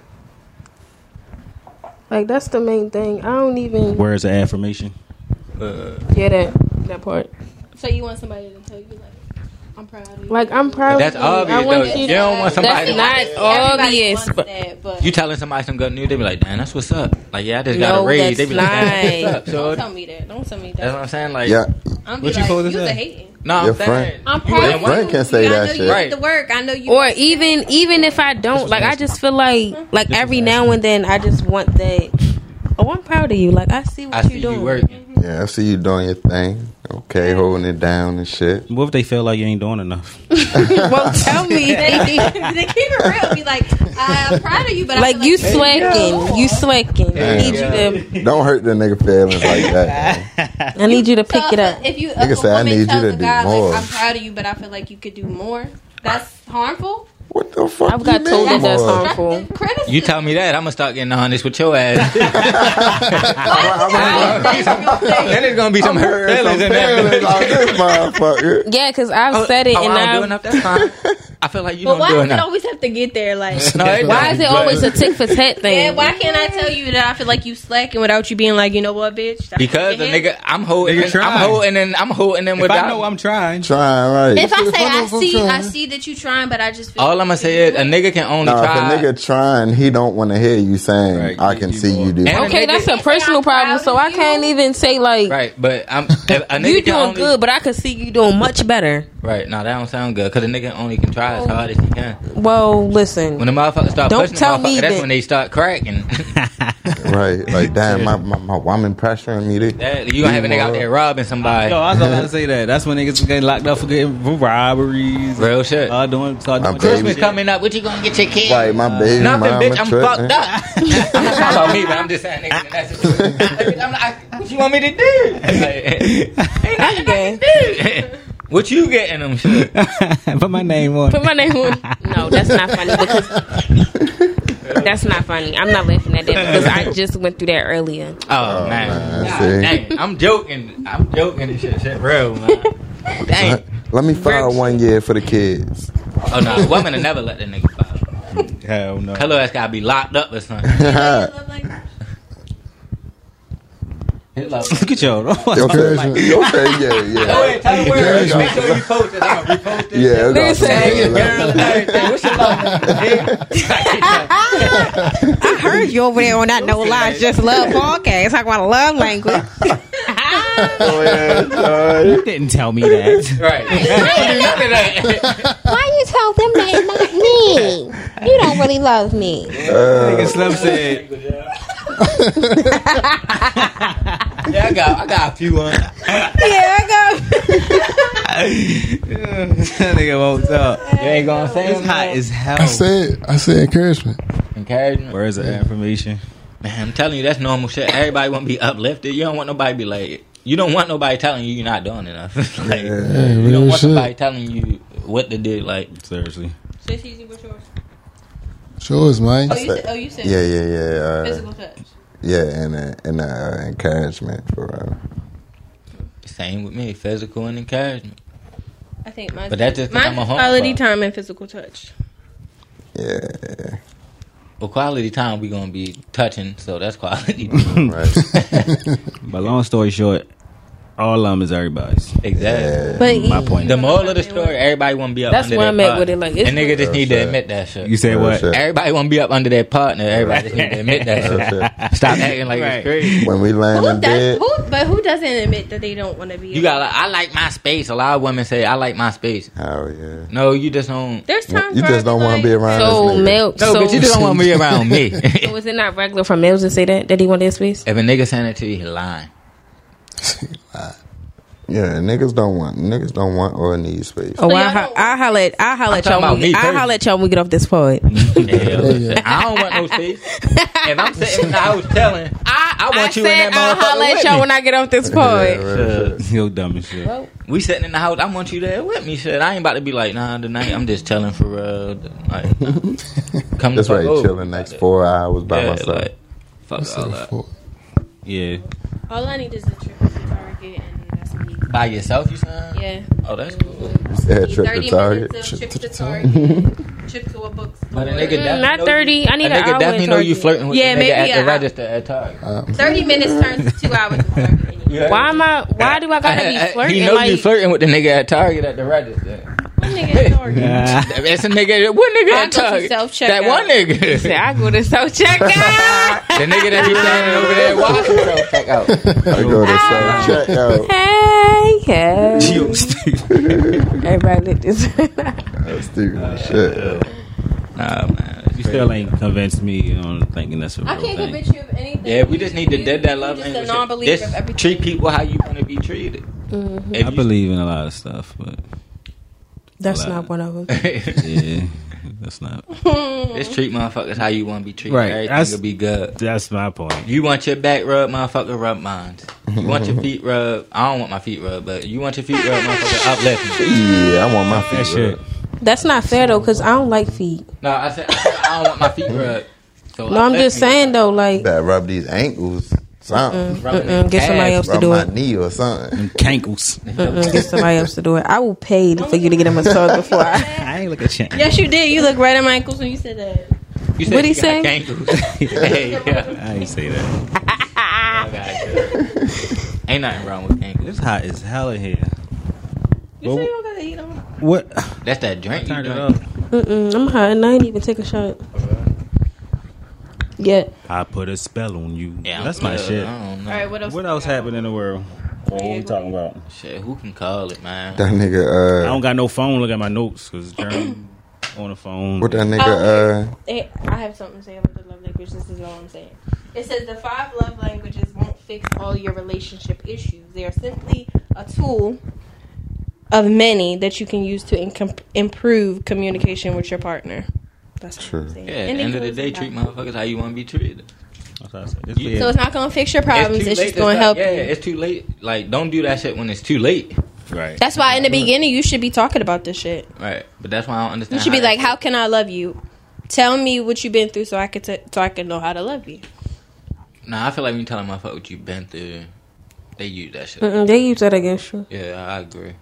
Like that's the main thing. I don't even
Words of affirmation.
Uh,
get that that part.
So you want somebody to tell you like, I'm proud of you.
Like I'm proud.
that's
of you. I
obvious
want
though.
you-
You don't want somebody.
That's not
Everybody
obvious,
wants
but-
that, but
You telling somebody some good news, they be like, "Damn, that's what's up." Like, yeah, I just got
No,
a raise.
that's
They be like, "Damn,
not.
that's what's
Don't
up."
tell
So
me that. Don't tell me
that's what
that.
I'm saying. Like,
Yeah,
I'm
What
be
you
like,
supposed to
you was
say?
hating.
no, I'm
Your
saying.
friend.
I'm
You
proud.
ain't
of
Frank
working.
you.
can say
I know
that
you
shit.
did
Right.
The work. I know you.
or even even if I don't like, I just feel like like every now and then I just want that. Oh, I'm proud of you. Like I see
I
what
see
you
you
doing.
working.
yeah. I see you doing your thing. Okay, holding it down and
[LAUGHS]
shit.
What if they feel like you ain't doing [LAUGHS] enough?
well, tell
[LAUGHS]
me.
they, [LAUGHS] they keep it real. Be like, I'm proud of you, but I
like
feel
you
like
slacking. You slacking. I
Yeah.
need you to.
Don't hurt the nigga feelings like that. yo.
I need you to pick
So
it up.
If you, if
Nigga
a
say, I
woman
need you
tells
to
a
do
guy, like,
more.
I'm proud of you, but I feel like you could do more. That's harmful.
What the fuck?
I've
you
got
mean,
told that that's
boy?
harmful.
Constructive Criticism.
You tell me that, I'm gonna start getting honest with your
[LAUGHS]
ass.
[LAUGHS]
That's
[LAUGHS]
a real thing.
then there's gonna be some hurt feelings in there.
Feelings like this
[LAUGHS]
motherfucker.
Yeah, because I've [LAUGHS] said it,
oh,
and
I don't do
I've
enough. That's fine. I feel
[LAUGHS]
like you
But
don't
why
do
does it
enough.
always have to get there? Like,
[LAUGHS] No, it
Why
don't.
is it always a tick for tat
yeah,
thing?
why can't I tell you that I feel like you slacking without you being like, you know what, bitch? I
Because the
fucking hate
nigga, I'm holding,
Nigga try.
I'm holding, and I'm holding them
If
without.
I know I'm trying,
Trying right.
If I say I
Motherfucker
see, I
trying.
see that you trying, but I just feel
all I'm gonna say is a nigga can only
Nah,
try.
if a nigga trying, he don't want to hear you saying,
Right,
"I
you-
can
you
see
more.
you do."
And-
Okay, that's a personal problem, so I can't even say like
right, but I'm if a nigga
you
can
doing
only-
good, but I could see you doing much better.
Right, no, that don't sound good. Cause a nigga only can try as hard as he can.
Well, listen,
When the motherfuckers start
Oh. Don't
pushing
tell
the
me
motherfucker, that's
that-
when they start cracking. [LAUGHS]
Right? Like, damn, my, my, my woman pressuring me to.
That- you gonna have a nigga out there robbing somebody.
no, I was about to say that. That's when niggas getting locked up for getting for robberies.
Real shit.
Uh, doing, start
My
doing
baby-
Christmas coming up. What you gonna get your kid?
Like my baby
Nothing,
mama
bitch. I'm
tripping.
fucked up. [LAUGHS] I'm not talking about me, but I'm just saying, nigga, that's just, [LAUGHS] I'm like, what you want me to do? Like, ain't nothing I can do. [LAUGHS] What you getting them shit?
[LAUGHS] Put my name on.
put my name on. [LAUGHS] No, that's not funny because that's not funny. I'm not laughing at that because I just went through that earlier.
Oh, man.
man,
God
see?
dang, I'm joking. I'm joking. This shit, shit real, man. Dang.
[LAUGHS] Let me file one year for the kids. [LAUGHS]
Oh, no. A woman will never let that nigga file.
Hell no.
Hello, ass gotta be locked up or something.
Your
[LAUGHS] Look at y'all.
cousin, okay, yeah,
Go
yeah,
ahead, tell the world. Make sure you post it. I'm gonna repost it.
yeah. I got
Listen.
something like
Girl,
that.
everything. What's your love language?
I heard you over there on that no lies, just love podcast. Talk about love [LAUGHS] language.
Oh, yeah, sorry.
didn't tell me [LAUGHS] that.
[LAUGHS] right. None of that.
Why you tell them that and not me? You don't really love me.
Nigga Slim said,
Yeah, I got, I got a few on.
Yeah, I go.
that [LAUGHS] nigga won't talk.
You ain't gonna say
It's
them,
hot
though?
as
I
hell.
said, I said encouragement.
encouragement.
Where's the affirmation?
Man, I'm telling you, that's normal shit. Everybody want to be uplifted. You don't want nobody to be like. You don't want nobody telling you you're not doing enough. [LAUGHS] like, you
real
don't want
shit.
nobody telling you what to do. Like,
Seriously.
So it's easy with yours.
Sure is mine.
Oh, you said. Oh, you said.
Yeah, yeah, yeah. Uh,
Physical touch.
yeah, and uh, and uh, encouragement for uh, real.
same with me, physical and encouragement.
I think mine's,
But that just 'cause
mine's
I'm a home
quality
fuck.
time and physical touch.
Yeah,
Well, quality time we gonna be touching, so that's quality. [LAUGHS]
right.
[LAUGHS] But long story short, all um is everybody's.
exactly.
But
My point.
The moral of the story: everybody want to be up.
That's
under
where
their
I'm at
partner.
with it, like, it's
and niggas just
real
need
shit.
to admit that shit.
You say
Real
what? [LAUGHS]
shit.
everybody want to be up under their partner. Everybody just need to admit that shit.
Real shit.
[LAUGHS] Stop acting like it's crazy.
when we land
Who
in bed,
does? Who? But who doesn't admit that they don't want to be?
You got. Like, I like my space. A lot of women say I like my space.
hell yeah.
No, you just don't.
There's times
You
where I
just don't
be
want to
like,
be around
So
Oh,
this nigga.
male,
No,
so,
but you just don't want [LAUGHS] to be around me. if
so is it not regular for males to say that that he want their space?
a nigga saying that to you, he lying.
Yeah, niggas don't want niggas don't want or need space.
Oh,
So
I,
y'all
ho-
don't-
I holler at I holler at
talking about
y'all. When we,
me
I
first.
holler at y'all. When we get off this pod.
yeah.
[LAUGHS] I don't want no space. If I'm sitting, I was telling. I, I want you in that
I'll holler at
motherfucker
y'all
with
when I get off this
Yeah,
pod.
real shit.
Yo, dumb as shit.
me. We sitting in the house. I want you there with me. Shit, I ain't about to be like, nah, tonight I'm just telling for real.
[LAUGHS]
Like, nah. come
That's
the fuck
right.
over.
Chilling next four hours by
oh. Yeah,
myself.
like, uh, fuck all that.
[LAUGHS] Yeah.
All I need is a trip to Target, and that's me.
By yourself, you saying?
Yeah.
Oh, that's cool.
yeah, trip to
30
Target.
minutes of
Trip [LAUGHS]
Trip
to
to Target. Trip [LAUGHS] to a
But a nigga
bookstore.
definitely
Mm-hmm. not
know
30.
You,
I need
a
an
nigga
hour
definitely
in
know you
Target.
flirting with
Yeah,
the nigga at
maybe
the
a-
register at Target.
Thirty minutes turns to two hours. in Target anyway.
[LAUGHS] Yeah.
Why am I? Why do I gotta be flirting?
[LAUGHS] He know
like,
you flirting with the nigga at Target at the register.
One nigga at Target.
That's a nigga. What nigga
I
at
go to
Target?
self-checkout.
That one nigga.
Say, I go to self checkout.
[LAUGHS] the nigga that be standing over there watching
[LAUGHS]
self checkout.
I go to
Ah.
self checkout.
hey, hey,
Yo, stupid.
everybody, lit
[LAUGHS]
this.
That's stupid
Ah,
as shit.
Nah, man.
You still ain't convinced me on thinking that's a real
I can't
thing.
convince you of anything.
Yeah, we just need to dead that love
you
language.
Just a non-believer
Just
of everything.
treat people how you want to be treated. If
I
you- [LAUGHS]
believe in a lot of stuff, but
That's not one of them.
yeah, [LAUGHS] that's not.
just treat motherfuckers how you want to be treated.
Right,
Everything
that's-
will be good.
That's my point.
You want your back rub, motherfucker, rub mine. You want your feet rub. I don't want my feet rub, but you want your feet rub, motherfucker, uplift me.
Yeah, I want my
That
feet.
shit.
rubbed.
[LAUGHS] That's not fair though, cause I don't like feet.
No, I said, I said I don't want my feet rubbed. So
No, I'm
uplift
just
me.
saying though, like
That rub these ankles, something.
Rubbing
mm, get
ass,
somebody else to
Rub
do
my
it.
knee or
[LAUGHS]
something.
[LAUGHS]
Cankles.
Mm, Get somebody else to do it. I will pay for you to get a massage before I.
I ain't look at you.
Yes, you did. You look right at my ankles when you said that.
You said
What'd
you
he
got
say? [LAUGHS]
Cankles. hey, yeah.
I ain't say that.
I got you. Ain't nothing wrong with cankles.
It's hot as hell in here.
You
Well,
said you don't gotta eat them.
What?
That's that drink.
Turn
you
it
drink.
up.
Mm-mm, I'm hot and I ain't even take a shot. Yeah.
I put a spell on you.
Yeah,
that's my
yeah,
shit.
I don't know.
All right, what else?
What else happened in the world? What we talking about?
Shit, who can call it, man?
That
I
nigga,
don't
uh,
got no phone. Look at my notes because
[COUGHS]
Jeremy on the phone.
what that nigga, uh,
Hey, I have something to say about the love language. This is all I'm saying. It says the five love languages won't fix all your relationship issues. They are simply a tool of many that you can use to incom- improve communication with your partner. That's all
True.
I'm saying.
Yeah, at the end of the day, treat motherfuckers how you want to be treated.
That's what I said. This
You-
bed-
So it's not gonna fix your problems. It's,
too late
just
to
gonna
stop-
help
Yeah,
you.
it's too late. Like, don't do that shit when it's too late.
[LAUGHS] right.
That's why in the
Mm-hmm.
beginning you should be talking about this shit.
Right. But that's why I don't understand.
You should be
that-
like, "How can I love you? Tell me what you've been through, so I could t- so I can know how to love you."
Nah, I feel like when you tell a motherfucker what you've been through, they use that shit.
Mm-mm, they use that against you.
Yeah, I agree.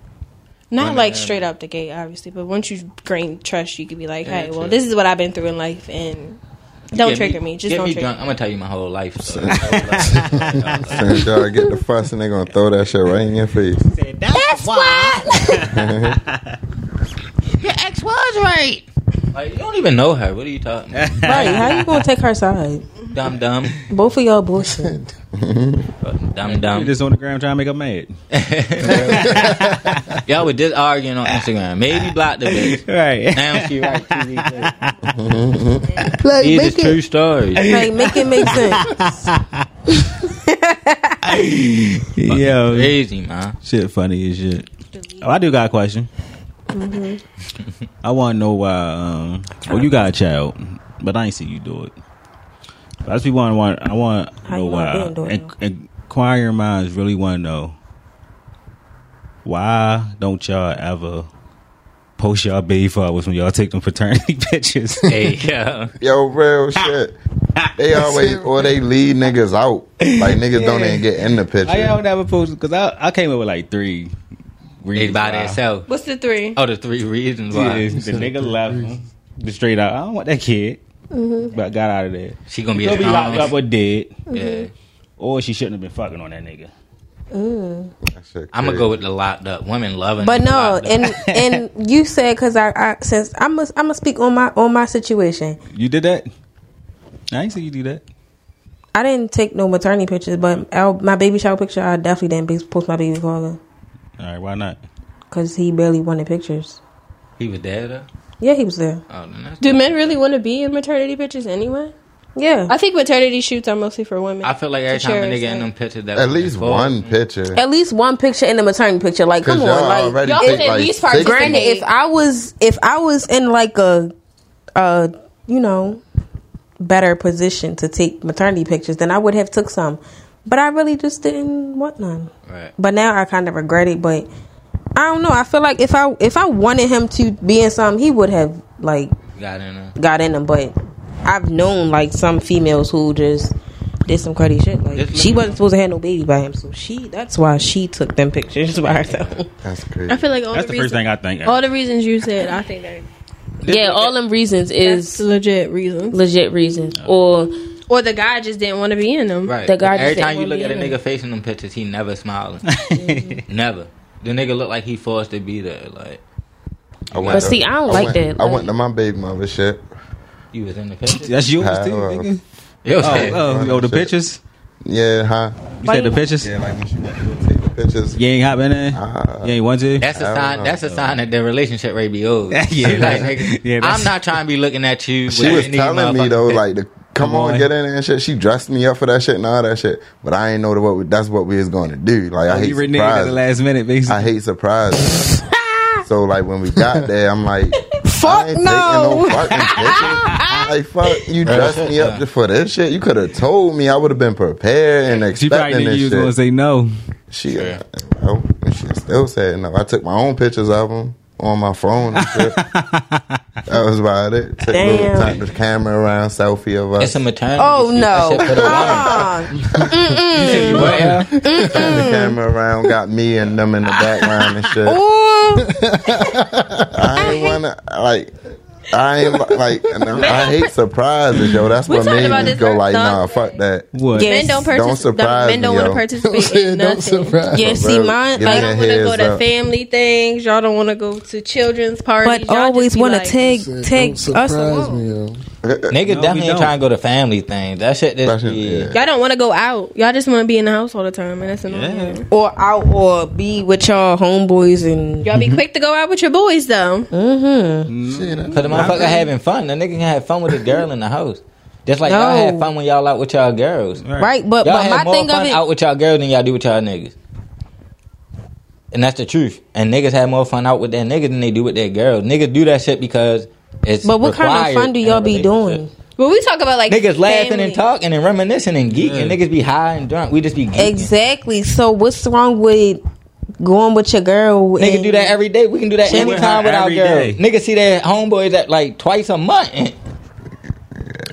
Not
Right.
like straight out the gate, obviously, but once you gain trust, you could be like,
Yeah,
"Hey, well,
true.
this is what I've been through in life, and don't
Get
trigger me. Just
get
don't
me
trigger."
drunk. I'm gonna tell you my whole
[LAUGHS]
life. So.
since y'all get the fuss and they gonna throw that shit right in your face.
Your ex was right. Like you don't even
[LAUGHS]
know her. What are you talking? about?
Right? How you gonna take her side?
dumb, dumb.
[LAUGHS] Both of y'all bullshit.
Dumb
You
dumb.
just on the ground trying to make her mad.
[LAUGHS] Y'all were just arguing on Instagram. Maybe block the
[LAUGHS]
bitch.
right.
Damn, she right. Two weeks later.
[LAUGHS]
Like,
These
make
is true
it,
stories.
like, make it make sense.
Yo,
Crazy, man.
shit funny as shit. Oh, I do got a question.
Mm-hmm.
I want to know why. Um, well, you got a child, but I ain't see you do it. But I just be want want I want to
How
know
you want
why.
them doing
In- inquiring minds really want to know why don't y'all ever post y'all baby fathers when y'all take them paternity [LAUGHS] pictures?
[LAUGHS] Hey, yeah.
[LAUGHS] Yo, real shit. They always or they lead niggas out. Like niggas don't even get in the
I
picture.
don't ever post because I I came up with like three.
They
reasons
by
why.
themselves.
What's the three?
Oh, the three reasons
Yeah,
why
the nigga left him. Just straight out. I don't want that kid.
Mm-hmm.
But I got out of there.
she gonna be
She'll
a
be locked up
strong.
or dead,
Yeah.
or she shouldn't have been fucking on that nigga.
I'm gonna go with the locked up women loving.
But
the
no,
locked up.
and and you said because I, I since I must I must speak on my on my situation.
[LAUGHS] You did that? I ain't see you do that.
I didn't take no maternity pictures, but I, my baby shower picture I definitely didn't be- post my baby father
All right, why not?
because he barely wanted pictures.
he was dead. Though.
Yeah, he was there.
Oh, then that's
Do men really want to be in maternity pictures anyway?
Yeah,
I think maternity shoots are mostly for women.
I feel like every
To
time a
cherish
nigga in
that.
them pictures, that
At
was
least
before,
one picture.
at least one picture in the maternity picture. Like,
Cause
come
y'all
on, like
already
y'all
take
said
like
these
six-
parts-
granted
Hey.
if i was if i was in like a uh you know better position to take maternity pictures then i would have took some but i really just didn't want none
Right.
but now i kind of regret it but i don't know i feel like if i if i wanted him to be in some he would have like
Got in a,
got in them but i've known like some females who just did some crazy shit like
Just let
she
me
wasn't supposed to have no baby by him so she that's why she took them pictures [LAUGHS] by herself
That's
I
crazy.
feel like all
That's
the,
the first
reason-
thing I think.
all
Of.
the reasons you said, I think that
Yeah, all them reasons is
is legit reasons.
legit reasons. Or
Or the guy just didn't want to be in them.
right.
The guy
every
just said
time you
one
look at a
being.
nigga face in them pictures, he
[LAUGHS]
never smiling. never. The nigga look like he forced to be there. Like
I went
But see, I don't like
went-
that,
I
like-
went to my baby mother shit.
you was in the picture.
[LAUGHS] That's yours
How- [LAUGHS]
too, nigga.
Yo,
Oh,
shit.
oh, yo, the
uh, Shit.
pictures.
Yeah, huh?
You said the pictures.
Yeah, like when she went to take the pictures.
You ain't hopping in.
Uh,
you ain't want to.
That's a
I
sign.
don't
That's a sign that the relationship rate
[LAUGHS]
be old.
Yeah,
like,
that's-
nigga,
yeah, that's-
I'm not trying to be looking at you.
She
with
was
any
telling me though,
motherfucking
like, to come on,
on.
get in there and shit. She dressed me up for that shit and all that shit, but I ain't know that what we- that's what we was going to do. Like, I hate
Oh, you reneged at the
surprises.
last minute, basically.
I hate
[LAUGHS]
surprises. so like when we got there, I'm like, I
Fuck
ain't taking
no.
no fucking pictures. like fuck, you dressed me up just for this shit. You could have told me. I would have been prepared and
she probably
expecting
knew
this
you was gonna
shit.
say
[LAUGHS]
no.
she, well, she still said no. I took my own pictures of them on my phone. And
[LAUGHS]
shit. that was about it. Took a little
Damn.
time, the camera around, selfie of us.
It's a maternity.
Oh
suit. That shit for the
no!
woman.
[LAUGHS] Uh-uh.
You wearing-
turned the camera around, got me and them in the background and shit.
Ooh,
I ain't wanna like. I ain't li- like and I'm- I hate surprises, yo. That's what
talked
made
about
me
this
go
last
like, nah,
Thursday.
fuck that.
What?
Yeah.
Men don't
Don't
participate.
surprise
men don't
me,
want to
yo. [LAUGHS]
participate in
Don't
nothing.
surprise
Yeah,
me,
see,
bro.
mine,
Give me the
Y'all don't
like,
want to
heads
go to
up.
family things. Y'all don't want to go to children's parties.
but
Y'all
always want
want
to tag
Said,
tag
don't
us
surprise
along.
me, yo.
Nigga
No, we
definitely
don't.
trying to go to family things. That shit
That
just
shit,
be.
yeah.
Y'all don't want to go out. Y'all just want to be in the house all the time, and that's annoying.
Yeah.
or out or be with y'all homeboys and
Y'all be
Mm-hmm.
quick to go out with your boys though.
mm-hmm.
[LAUGHS]
Shit, I-
Cause the motherfucker having fun. The nigga can have fun with a girl in the house. Just like y'all
No.
had fun when y'all out with y'all girls. Y'all
right. But but
have
my
more
thing
fun
of it,
out with y'all girls than y'all do with y'all niggas. And that's the truth. And niggas have more fun out with their niggas than they do with their girls. Niggas do that shit because it's.
but what kind of
required
fun do
in a
y'all be
relationship.
doing?
Well, we talk about like
Niggas laughing
family.
and talking and reminiscing and geeking.
Yeah.
Niggas be high and drunk. We just be geeking.
Exactly. So what's wrong with going with your girl?
Nigga
and-
do that every day. We can do that
Shit with
anytime
her
with our
every
girls.
day.
Niggas see their homeboys at like twice a month. [LAUGHS]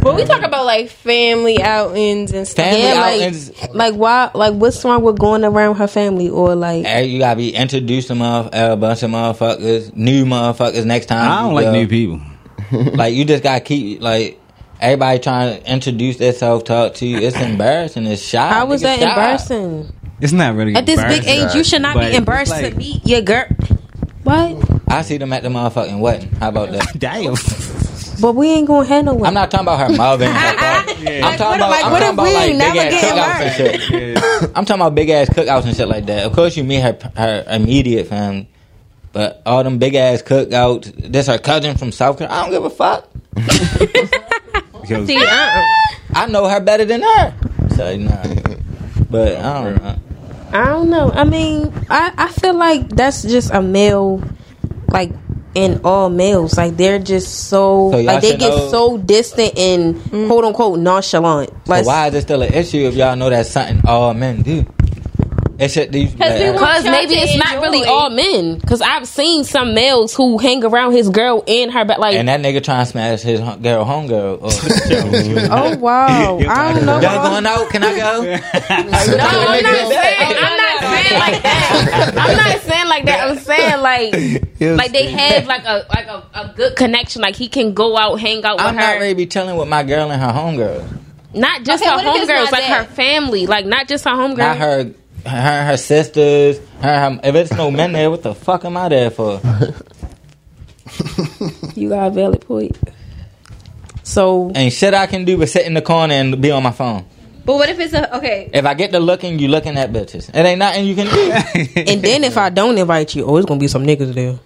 But we talk about like family outings and stuff.
Family
Yeah,
out and just-
like, like why? Like what's wrong with going around her family or like?
Hey, eh, you gotta be introduced to motherf- eh, a bunch of motherfuckers, new motherfuckers next time.
I don't
you
like
go.
new people.
Like you just gotta keep like everybody trying to introduce themselves, talk to you. It's embarrassing. It's shy.
How was
Niggas
that
shy.
embarrassing?
It's not really
At this big
embarrassing.
age, you should not
But
be
it's
embarrassed
like-
to meet your girl. What?
I see them at the
[LAUGHS]
motherfucking wedding. How about that?
Damn.
But we ain't gonna have no one.
I'm not talking about her mother. And her father. I'm talking
what-
about,
like,
I'm
what
talking
if
about
we
like
never
big ass
get
cookouts and
invited?
shit. I'm talking about big ass cookouts and shit like that. Of course, you meet her her immediate fam, but all them big ass cookouts. This her cousin from South Carolina. I don't give a fuck.
Because
See, uh-uh.
I know her better than her. So [LAUGHS] nah. But I don't know.
I don't know. I mean, I, I feel like that's just a male, like in all males, like they're just so,
So y'all
like they
should
get
know-
so distant and quote unquote nonchalant. Like
So why is it still an issue if y'all know that's something all men do? It's shit these.
Because we want-
Because
y'all
maybe
to
it's not really
enjoy.
all men. Because I've seen some males who hang around his girl and her, but like,
and that nigga trying to smash his hom- girl, [LAUGHS] homegirl. Or
oh
[LAUGHS]
wow, I don't know.
y'all going out? Can I [LAUGHS] go?
No, I'm not
[LAUGHS]
saying. I'm not saying like
[LAUGHS]
that. I'm not saying like that. I'm saying like. Like they have like a like a, a good connection. Like he can go out, hang out with
I'm
her.
not ready to be chilling with my girl and her homegirl.
Not just
Okay,
her
what if it's
homegirls,
not
like her
that?
family, like not just her homegirls.
Not her, her, and her sisters. Her, her- if it's no men there, what the fuck am I there for?
You got a valid point. So
Ain't shit I can do but sit in the corner and be on my phone.
But what if it's a okay?
If I get to looking, you looking at bitches. It ain't nothing you can [LAUGHS] do.
and [LAUGHS] then if I don't invite you, oh, it's gonna be some niggas there.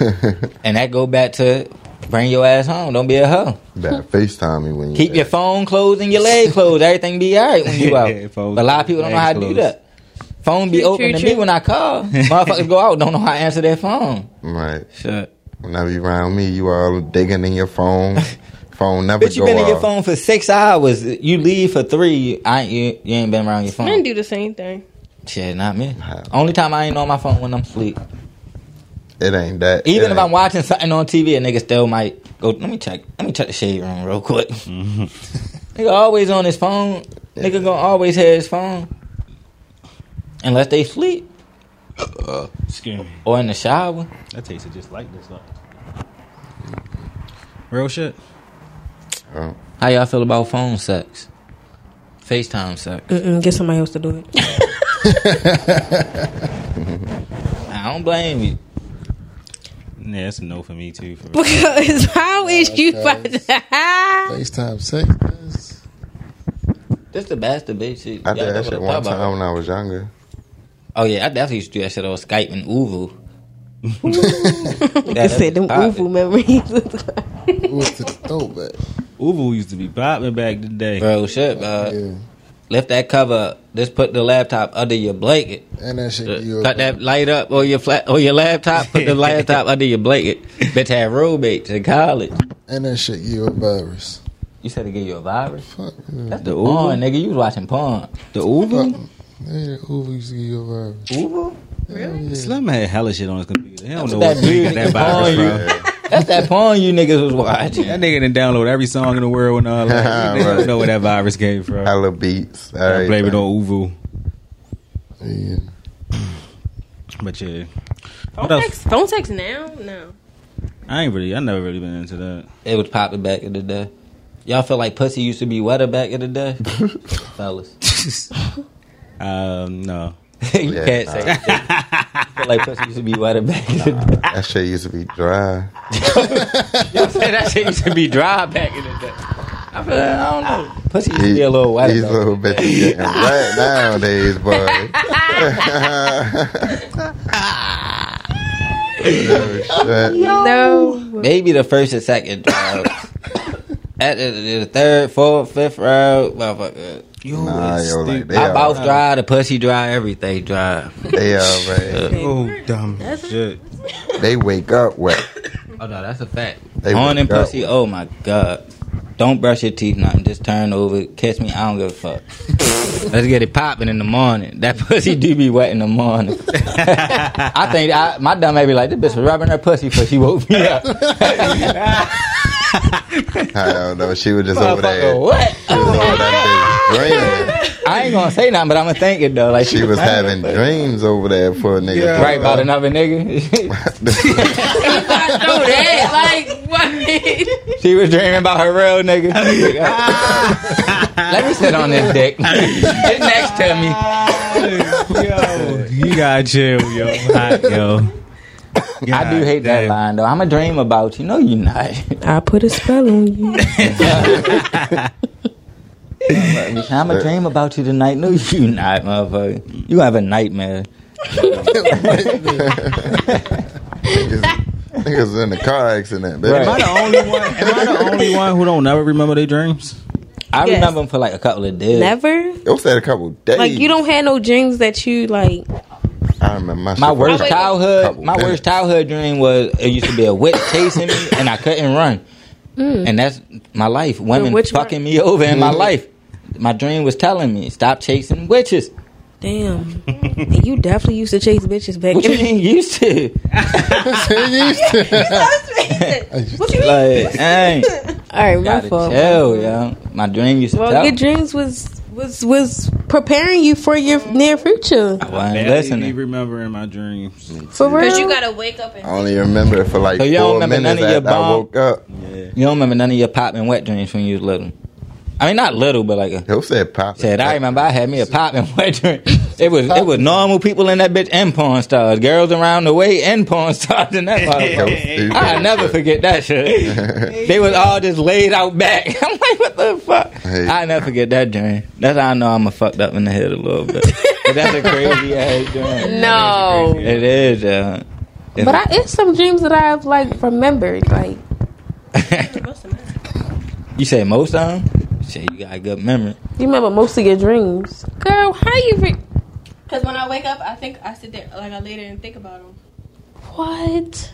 [LAUGHS] and that go back to bring your ass home. Don't be a hoe.
That FaceTime me when you
Keep your phone closed and your [LAUGHS] leg closed. Everything be all right when you out. [LAUGHS]
Yeah, phone
but a lot of people don't know how to do
closed.
that. Phone be
True,
open
true,
to
true.
me when I [LAUGHS] call. Motherfuckers go out, don't know how to answer their phone.
right.
Shit.
Whenever you around me, you all digging in your
[LAUGHS]
phone. phone never
Bitch, you
go
been
off.
in your phone for six hours. You leave for three. I ain't, you, you ain't been around your phone.
Men do the same [LAUGHS] thing.
Shit, not me. Only time I ain't on my phone when I'm asleep.
It ain't that.
Even
it
if I'm watching something on TV, a nigga still might go. Let me check. Let me check the shade room real quick.
Mm-hmm.
[LAUGHS] nigga always on his phone. Nigga gonna always have his phone, unless they sleep
Excuse me.
or in the shower.
That tasted just like this though. Real shit.
Oh.
How y'all feel about phone sex? FaceTime sex.
Mm-mm, get somebody else to do it.
[LAUGHS] I don't blame you.
Yeah, that's a no for me too. For
because how is you that?
FaceTime sex. that's-
This the best debate shit.
I did
y'all
that
ever
shit
thought
one
about.
time when I was younger.
Oh yeah, I definitely used to do that shit on Skype and
[LAUGHS]
Uvu.
I said them awful memories.
[LAUGHS]
Ooh, to the throwback.
Ubu used to be popping back today.
Bro, shit, bro.
Yeah.
Lift that cover up. Just put the laptop under your blanket.
And that shit you
Cut that light up or your flat or your laptop.
[LAUGHS]
Put the laptop under your blanket. Bitch had roommates in college.
and that shit you a virus.
You said to give you a virus.
Fuck yeah.
That's the porn, nigga. You was watching porn. The Uber.
Yeah, Uber used to give you a virus.
Uber.
Slim had hella shit on his computer. He don't know
That
what he got
music
that
is
virus
on you.
from.
That's that porn you niggas was watching.
That nigga didn't download every song in the world and all
[LAUGHS]
that. He
Right.
don't know where that virus came from. I
Hella beats.
blame it
everything.
on Uvu.
Yeah.
But yeah. What else?
Text, phone text now? No.
I ain't really I never really been into that.
It was popping back in the day. Y'all feel like pussy used to be wetter back in the
[LAUGHS]
day, fellas.
Um no.
you
Yeah,
can't
nah.
say. That. I feel like pussy used to be wetter back in the day.
That shit used to be dry.
Man, that shit used to be dry back in the day. I, feel, like- I don't know. Pussy used to be a little wet.
These little bitches
[LAUGHS]
getting wet nowadays, boy. [LAUGHS] oh, shit.
no,
Maybe the first and second round. At the, the third, fourth, fifth round, motherfucker.
Yo,
Nah,
it's
yo,
stupid.
like, they
My mouth
all,
dry, the pussy dry, everything dry.
they all right.
Oh dumb shit.
They wake up wet.
Oh no, that's a fact.
They
Horn and
wake up
pussy, oh my god. Don't brush your teeth, nothing. Just turn over, catch me. I don't give a
[LAUGHS]
fuck. Let's get it popping in the morning. That [LAUGHS] pussy do be wet in the morning. I think I, my dumb baby like this bitch was rubbing her pussy before she woke me up.
[LAUGHS] I don't know. She was just over there.
Motherfucker, what?
She was over that bitch dreaming.
I ain't gonna say nothing, but I'm gonna think it though. Like
She was having dreams over there for a nigga.
[LAUGHS] right about another nigga. [LAUGHS]
like what?
she was dreaming about her real nigga. Let me sit on this dick. Get next to me.
yo, [LAUGHS] you gotta chill, yo. [LAUGHS] Hot, yo.
I do hate that line though. I'm
[LAUGHS]
a [LAUGHS] dream about you. No, you not.
I put a spell on you.
I'm a dream about you tonight. No, you not, motherfucker. You have a nightmare.
Niggas, niggas in the car accident, baby.
Right.
Am I the only one? Am I the only one who don't never remember their dreams?
I
Yes.
remember him for like a couple of days.
Never.
It was at a couple days.
Like you don't have no dreams that you like.
I remember my,
My
shit
worst
was-
childhood,
Couple
my
days.
worst childhood dream was it used to be a witch chasing me, and I couldn't run,
Mm.
and that's my life. Women
witch run-
fucking me over in my life. My dream was telling me stop chasing witches.
Damn. and you definitely used to chase bitches back.
What
[LAUGHS]
you
then.
mean used to? [LAUGHS]
what you mean?
Like, dang,
All right, [LAUGHS] my
gotta
fault.
chill, yo. My dream used to
Well,
tell.
your dreams was was was preparing you for your near future.
I wasn't
Barely be
listening.
remembering my dreams.
For real.
Cause you gotta wake up
Oh.
and
I only remember it for like
So you don't
four
remember none
minutes
of your
after I
bomb-
woke up.
Yeah.
You don't remember none of your popping wet dreams when you was little. I mean, not little, but like a
Who said pop?
Said I remember I had me a pop [LAUGHS] and wet drink. It was it was normal people in that bitch and porn stars, girls around the way and porn stars in that
[LAUGHS]
motherfucker. I never forget that shit. They was all just laid out back. [LAUGHS] I'm like, what the fuck?
Hey.
I never forget that dream. That's how I know I'm a fucked up in the head a little bit. [LAUGHS] But that's a crazy ass dream.
no.
It is. Uh, it's-
But I, it's some dreams that I've like remembered. Like
[LAUGHS] you say most of them. Shit, you got a good memory.
you remember most of your dreams, girl. How you? Re-
Cause when I wake up, I think I sit there like I lay there and think about them.
what?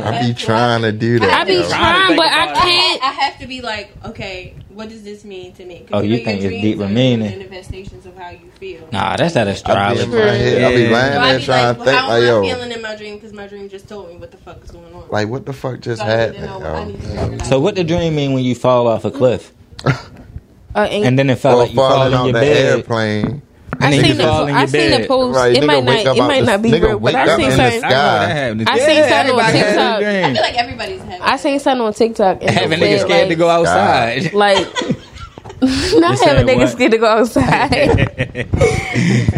I be trying to do that.
I be
yo.
trying, but I can't.
I have to be like, okay, what does this mean to me? 'Cause
Oh, you
know
think
your
it's
dreams
deeper
are
meaning.
Manifestations of how you feel.
Nah, that's that
I be in my
astrology.
head. I be lying
Yeah.
So I
there
be
trying
like,
to
well,
think
how am
like,
I
yo,
feeling in my dream? Because my dream just told me what the fuck is going on.
like what the fuck just
so I need to
happened?
know. I
Yo?
need to figure it out.
So what the dream mean when you fall off a cliff?
Uh, and
and then it felt
Or
like you fall
falling
in
on
your
the
bed.
airplane.
And
I
then you
seen the
fall in
I
your
seen the
bed.
post.
Right,
it
nigga wake
might not
up
it
out
might
the-
not be
nigga
real, but
wake
I
up
seen
in the
certain
sky.
I know that happened.
I seen something on
everybody has a
TikTok.
I
dream.
feel like everybody's having.
I seen something on TikTok and
Having
it
niggas
said,
scared to
like,
Oh,
go outside. [LAUGHS]
Like, [LAUGHS] not
said
having niggas
what?
scared to go
[LAUGHS]
outside.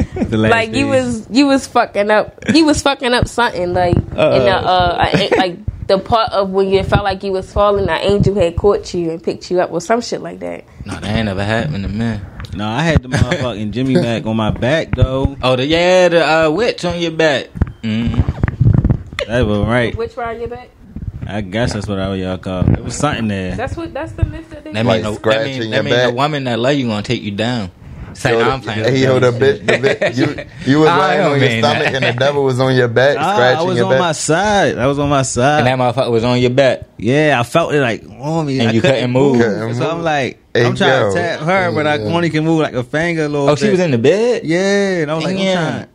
[LAUGHS]
The last
like you
days.
was you was fucking up. You was fucking up something like in the uh, a- like the part of when you felt like you was falling. An angel had caught you and picked you up or some shit like that.
No, that ain't never happened to me.
No, I had the motherfucking Jimmy Mac on my back though.
Oh, the yeah, the uh, witch on your back. Mm.
That was right.
Which ride your back?
I guess that's what I would y'all call. It It was something there.
That's what. That's the myth that they.
That
Like
mean, the, that
scratching
mean,
your
that mean the
back.
woman that love you gonna take you down. Say,
Yo,
no, I'm playing.
Hey, yo, the bitch, the
[LAUGHS]
bitch, you, you was
I
lying
don't
on your
mean
stomach
that.
and the devil was on your back,
[LAUGHS] Ah, I
scratching
was
your
on my
back.
side. I was on my side.
[LAUGHS] And that motherfucker was on
[LAUGHS]
your back.
yeah, I felt it like on me,
And
I
you couldn't move.
Couldn't
So I'm
move.
like,
Hey,
I'm trying
yo.
to tap her, but I
Yeah.
only can move like a finger. A little
Oh, she
bit.
was in the bed.
Yeah, and I was like,
Damn.
I'm trying.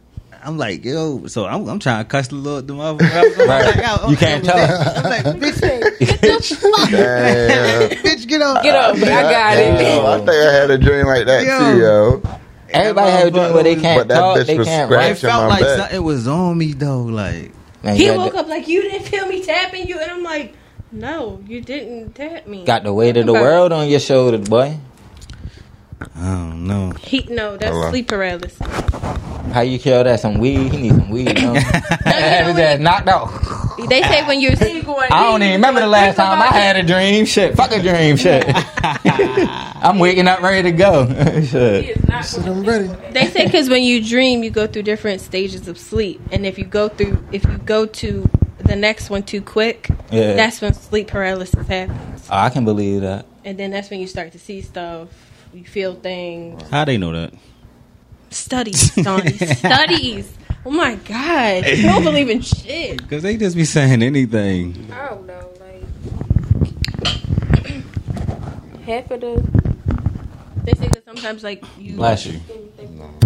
I'm like, yo, so I'm, I'm trying to cuss the little the motherfucker.
Right. You can't
tell.
tell.
oh, I'm like, bitch,
Damn.
[LAUGHS] bitch, get up.
Get up! I got it.
Yo, I think I had a dream like that
Yo.
too, yo.
Everybody have a dream where they
But
can't
that
talk,
bitch
they
was
can't
It
write.
scratched.
felt
my
like
back.
something was on me though. Like
Man,
He
you got
woke
the-
up like you didn't feel me tapping you, and I'm like, no, you didn't tap me.
Got the weight of the
Okay.
world on your shoulders, boy.
I don't
[LAUGHS]
know.
He no, that's
Hello.
sleep paralysis.
How you kill that? Some weed. He need some weed. You know? [LAUGHS] Have his ass knocked out.
They say when you're sleep
[LAUGHS]
going,
I don't even remember the last time I had a dream. Shit, fuck a dream. Shit, [LAUGHS] I'm waking up ready to go. [LAUGHS] Shit.
Shit, I'm ready.
They say because when you dream, you go through different stages of sleep, and if you go through, if you go to the next one too quick,
Yeah.
that's when sleep paralysis happens,
Oh, I can believe that.
and then that's when you start to see stuff, you feel things.
How they know that?
[LAUGHS]
Studies, Donnie, studies. Oh my God, you don't believe in shit.
Because they just be saying anything.
I don't know, like half of the
They say that sometimes, like you,
Bless you.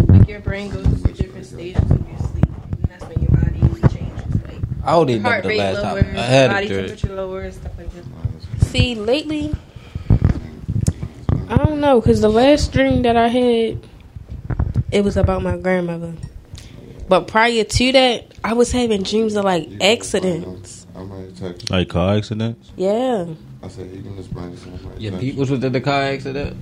like your brain goes through different stages of your sleep, and that's when your body changes, like.
I don't even remember
Heart
the
rate
last
lowers,
time I had
body
a dream.
temperature lowers, stuff like that.
see lately. I don't know, cause the last dream that I had, it was about my grandmother. But prior to that, I was having dreams of like accidents.
I might text you.
Like car accidents.
Yeah,
I said, you can just bring this in, I might
Your
text
peoples was in the car accident.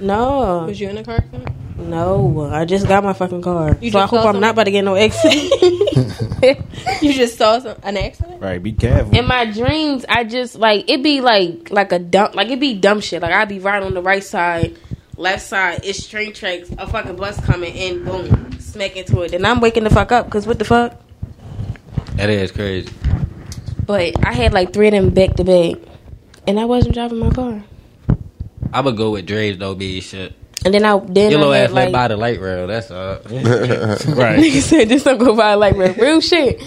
no,
Was you in a car
[LAUGHS]
accident?
no. I just got my fucking car,
You
so I
just
hope
saw
I'm not about to get no accident.
[LAUGHS] You just saw some, an accident?
Right. Be careful.
in my dreams, I just like it be like like a dumb like it be dumb shit. Like I'd be right on the right side
left side, it's train tracks, a fucking bus coming in, boom, smack into it. Then I'm waking the fuck up because what the fuck?
That is crazy.
But I had like three of them back to back, and I wasn't driving my car.
I would go with Dre's though, be shit.
And then I then
Your little
I
ass
had,
left
like,
by the light rail. That's [LAUGHS] all.
right.
[LAUGHS] Nigga said this don't go by like real, [LAUGHS] real shit.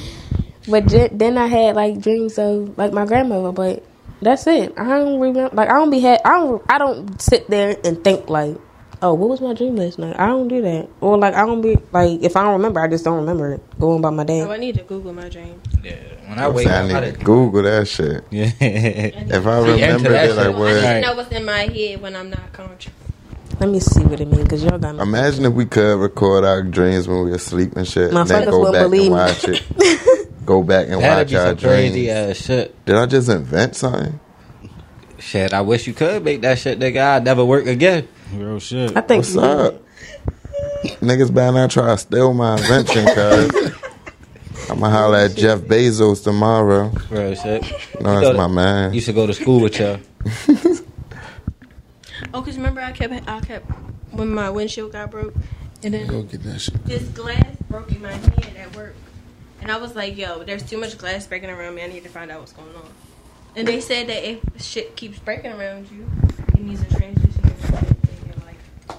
But j- then I had like dreams of like my grandmother, but that's it. I don't remember. Like I don't be had. I don't. I don't sit there and think like, oh, what was my dream last night? I don't do that. Or like I don't be like if I don't remember, I just don't remember it. Going by my day.
Oh, I need to Google my dream.
Yeah. When I wake
I
up,
need
I
to
did-
Google that shit.
Yeah.
If I
See,
remember
that's
that, like,
it.
I need
what?
to know what's in my head when I'm not conscious.
Let me see what it means because y'all got me.
Imagine if we could record our dreams when we were asleep and shit, and
Motherfuckers
then go
will
back
believe
and
me.
watch it.
[LAUGHS]
Go back and
[LAUGHS] that'd
watch
be
our
some crazy
dreams.
ass shit.
Did I just invent something?
Shit, I wish you could make that shit, nigga. I'd never work again.
Real shit.
I think
What's up? Niggas better not try to steal
[LAUGHS]
my invention, cuz. I'ma holler at Jeff Bezos tomorrow.
Real shit.
No, that's my man.
You should go to school with y'all.
Oh, cause remember I kept I kept when my windshield got broke, and then
Go get that shit.
this glass broke in my hand at work. And I was like, yo, there's too much glass breaking around me. I need to find out what's going on. And they said that if shit keeps breaking around you, it needs a transition in your life.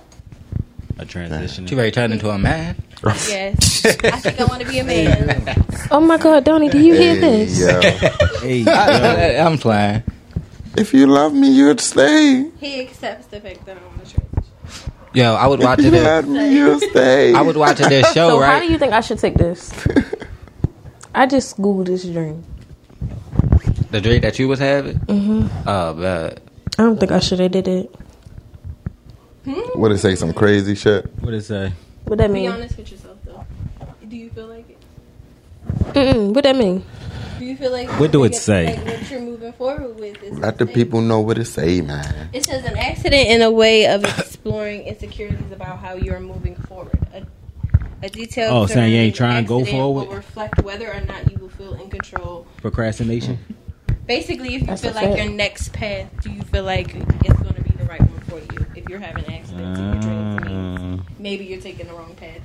A transition.
She already turned into a [LAUGHS] man.
[LAUGHS]
Yes. I think I want to be a man.
Oh my God, Donnie, do you hear
Hey,
this?
yo.
Hey,
I, am playing.
If you love me, you'd stay.
He accepts the fact that I want to transition.
Yo, I would watch
If you
this.
love me, you'd stay.
I was watching this show,
[LAUGHS] so how
right?
do you think I should take this? I just googled this dream.
the drink that you was having. Mm-hmm. Oh man,
I don't think I should have did it.
[LAUGHS] What it say? Some crazy shit.
what it say?
What that
Mm.
Be
mean?
honest with yourself, though. Do you feel like it?
Mm-mm, what that mean?
Do you feel like
What do it say?
Like what you're moving forward with is
Let the
insane.
people know what it say, man.
It says an accident in a way of exploring insecurities about how you are moving forward. A, a detailed
Oh, saying you ain't trying
surrounding
to go
accident
forward?
Will reflect whether or not you will feel in control.
Procrastination.
Basically, if you
That's
feel
a
like
fact.
your next path, do you feel like it's going to be the right one for you? If you're having accidents in your dreams, means
Mm.
Uh,
maybe you're taking the wrong path,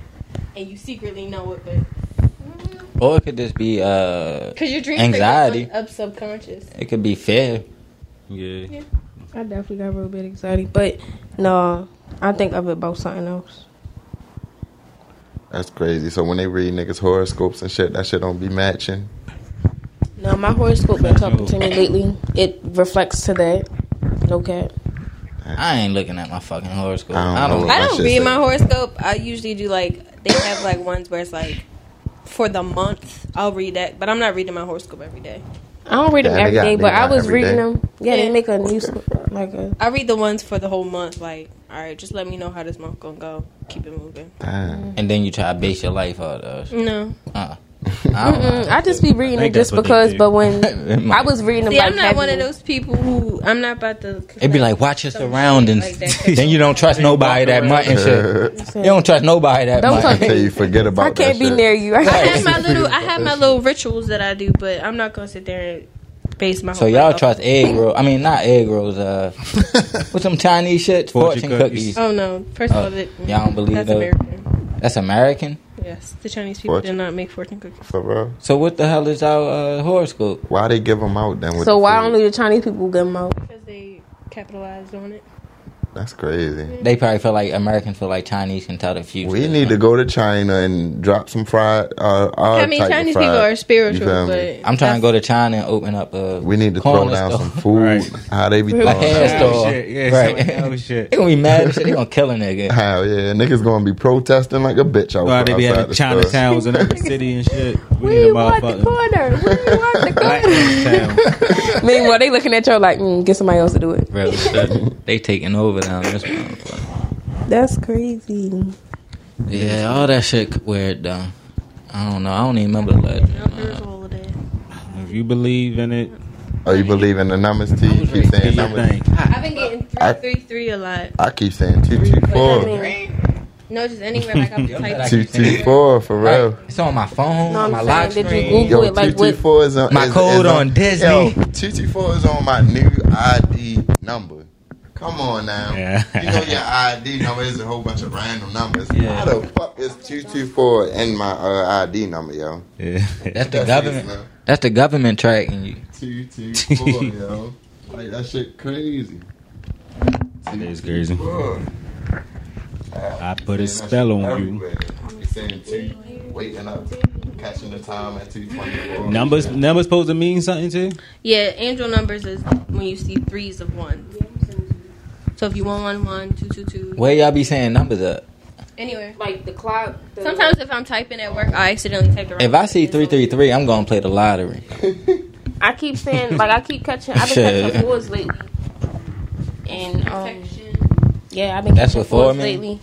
and you secretly know it, but
or it could just be uh,
because your dreams
Anxiety.
are up subconscious.
it could be fear.
yeah.
I definitely got a little bit excited, but no, I think of it about something else.
That's crazy. So when they read niggas horoscopes and shit, that shit don't be matching.
No, my horoscope been talking to me lately. It reflects to that. No cap.
I ain't looking at my fucking horoscope.
I don't
I don't.
know.
I
That
don't
shit
read
sick.
my horoscope. I usually do like they have like ones where it's like for the month. I'll read that, but I'm not reading my horoscope every day.
I don't read them
Yeah, they
every
got-
day,
they
but I
got
was
every
reading
day.
them. Yeah,
Yeah.
they make a new sc- like a.
I read the ones for the whole month. Like, all right, just let me know how this month gonna go. Keep it moving.
Damn.
And then you try to base your life on us.
No,
Uh,
[LAUGHS]
I don't
Mm, I just be reading it
think
just
that's what they
because.
do.
But when
It
I was reading them,
see,
like,
I'm not one of
happy-
those people who I'm not about to.
It'd be like watch your
Some shit
surroundings.
like that.
then you don't trust nobody that much
[LAUGHS]
and shit. You don't trust nobody that
Don't
much.
talk-
[LAUGHS]
Until you forget about
I can't
that
be
shit. [LAUGHS]
near you. I
I
can't.
have my little, I have my little rituals that I do, but I'm not gonna sit there and base my.
So
Oh,
whole
y'all
life off-
trust egg rolls? I mean, not egg rolls. Uh, with some Chinese shit, fortune,
Fortune
cookies.
cookies.
Oh no! First of
Oh,
all, that,
y'all don't believe
that's
those?
American.
That's American.
Yes, the Chinese people did
Fortune-
not make fortune cookies.
For real.
So what the hell is our uh, horoscope?
Why they give them out then? With
So
the
why
food?
only the Chinese people get them out?
Because they capitalized on it.
That's crazy.
They probably feel like Americans feel like Chinese can tell the future.
We need to go to China and drop some fried. Uh, our
I mean,
type of
Chinese
fried.
people are
You feel
spiritual,
me?
but
I'm trying to go to China and open up a.
We need to
corner
throw down
store. [LAUGHS]
some food.
Right.
How they be
A
throwing
[LAUGHS]
hair
Oh,
down.
store. Right.
Oh
[LAUGHS] They
shit.
gonna be mad. as shit. They gonna kill
[LAUGHS]
a nigga.
Hell yeah, niggas gonna be protesting like a bitch out
Why they be
outside
having
the store.
Chinatowns in every
[LAUGHS]
city and shit? We
We want the corner. We
[LAUGHS]
want the [LAUGHS]
black
corner.
[LAUGHS]
town.
Meanwhile, they looking at you like, mm, get somebody else to do it.
Real shit. They taking over down this motherfucker.
That's crazy.
Yeah, all that shit could wear it down. I don't know. I don't even remember that.
there's all of that.
If you believe in it,
Oh, you believe in the numbers? T, you keep
do
saying
your
numbers.
[LAUGHS]
thing.
I've been getting three,
I-
three, three a lot.
I keep saying two two four,
No, just anywhere like
[LAUGHS]
I'm typing.
two two four for real.
Right? It's on my phone,
No, I'm
my
saying,
lock
did you
screen.
Google-
Yo,
Wait, like,
two two four is on
My
is-
code
is
on Disney.
Yo, two two four is on my new ID number. Come on now.
Yeah.
You know your ID number is a whole bunch of random numbers.
Yeah.
How the fuck is 224 in my uh, ID number, yo?
That's the
That's
government.
it, man.
That's the government tracking you. [LAUGHS]
224, yo. Like, that shit crazy.
That is crazy.
224.
I put a spell on you.
Everywhere. They saying two, waiting up, catching the time at 224.
Numbers numbers supposed to mean something too?
Yeah, angel numbers is when you see threes of ones. So if you want one, one, two, two, two.
Where y'all be saying numbers up?
Anywhere.
Like the clock. The,
Sometimes if I'm typing at work, I accidentally type the wrong
If I see
thing.
three three three, I'm gonna play the lottery.
I keep saying, like I keep catching. I've been
Shit.
catching fours lately. And um, yeah, I've been
That's
catching
what four
fours
mean?
lately.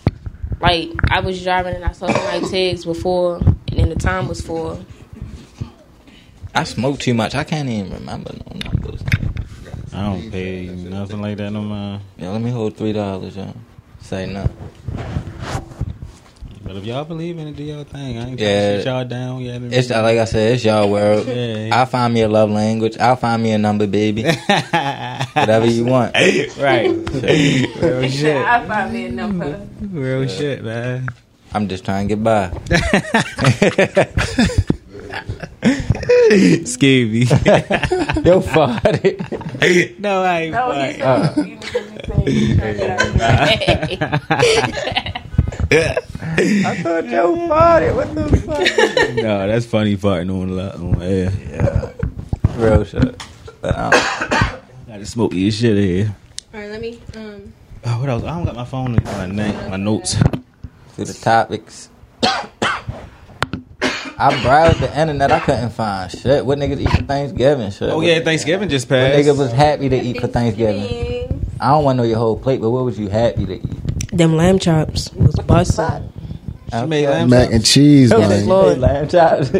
Like I was driving and I saw somebody tags before, and then the time was four.
I smoke too much. I can't even remember no numbers.
I don't pay nothing like that no more.
Yo, let me hold three dollars, yo. Say no.
But if y'all believe in it, do y'all thing. I ain't trying
Yeah.
to shut y'all down yet. [LAUGHS]
It's like I said, it's y'all world.
Yeah.
I'll find me a love language. I'll find me a number, baby.
[LAUGHS]
Whatever you want. [LAUGHS]
right. Real shit.
I find me a number.
Real shit, man.
I'm just trying to get by.
[LAUGHS]
[LAUGHS]
Scabby.
Yo, farted.
no, I ain't. fine.
[LAUGHS] I thought Joe farted. What the fuck?
no, that's funny farting on la- on air.
Yeah. [LAUGHS] Real shit. But um, I don't-
Got to smoke your shit here.
All right, let me. Um,
Oh, what else? I don't got my phone in my neck, my notes.
through the topics. I browsed the internet. I couldn't find shit. What niggas eat for Thanksgiving? Shit.
Oh
What-
yeah, Thanksgiving just
What
passed.
nigga was happy to eat for Thanksgiving? I don't want to know your whole plate, but what was you happy to eat?
Them lamb chops was busting.
She made
Okay.
lamb
Mac
chops.
and cheese,
They
man.
Lord.
lamb chops. [LAUGHS]
I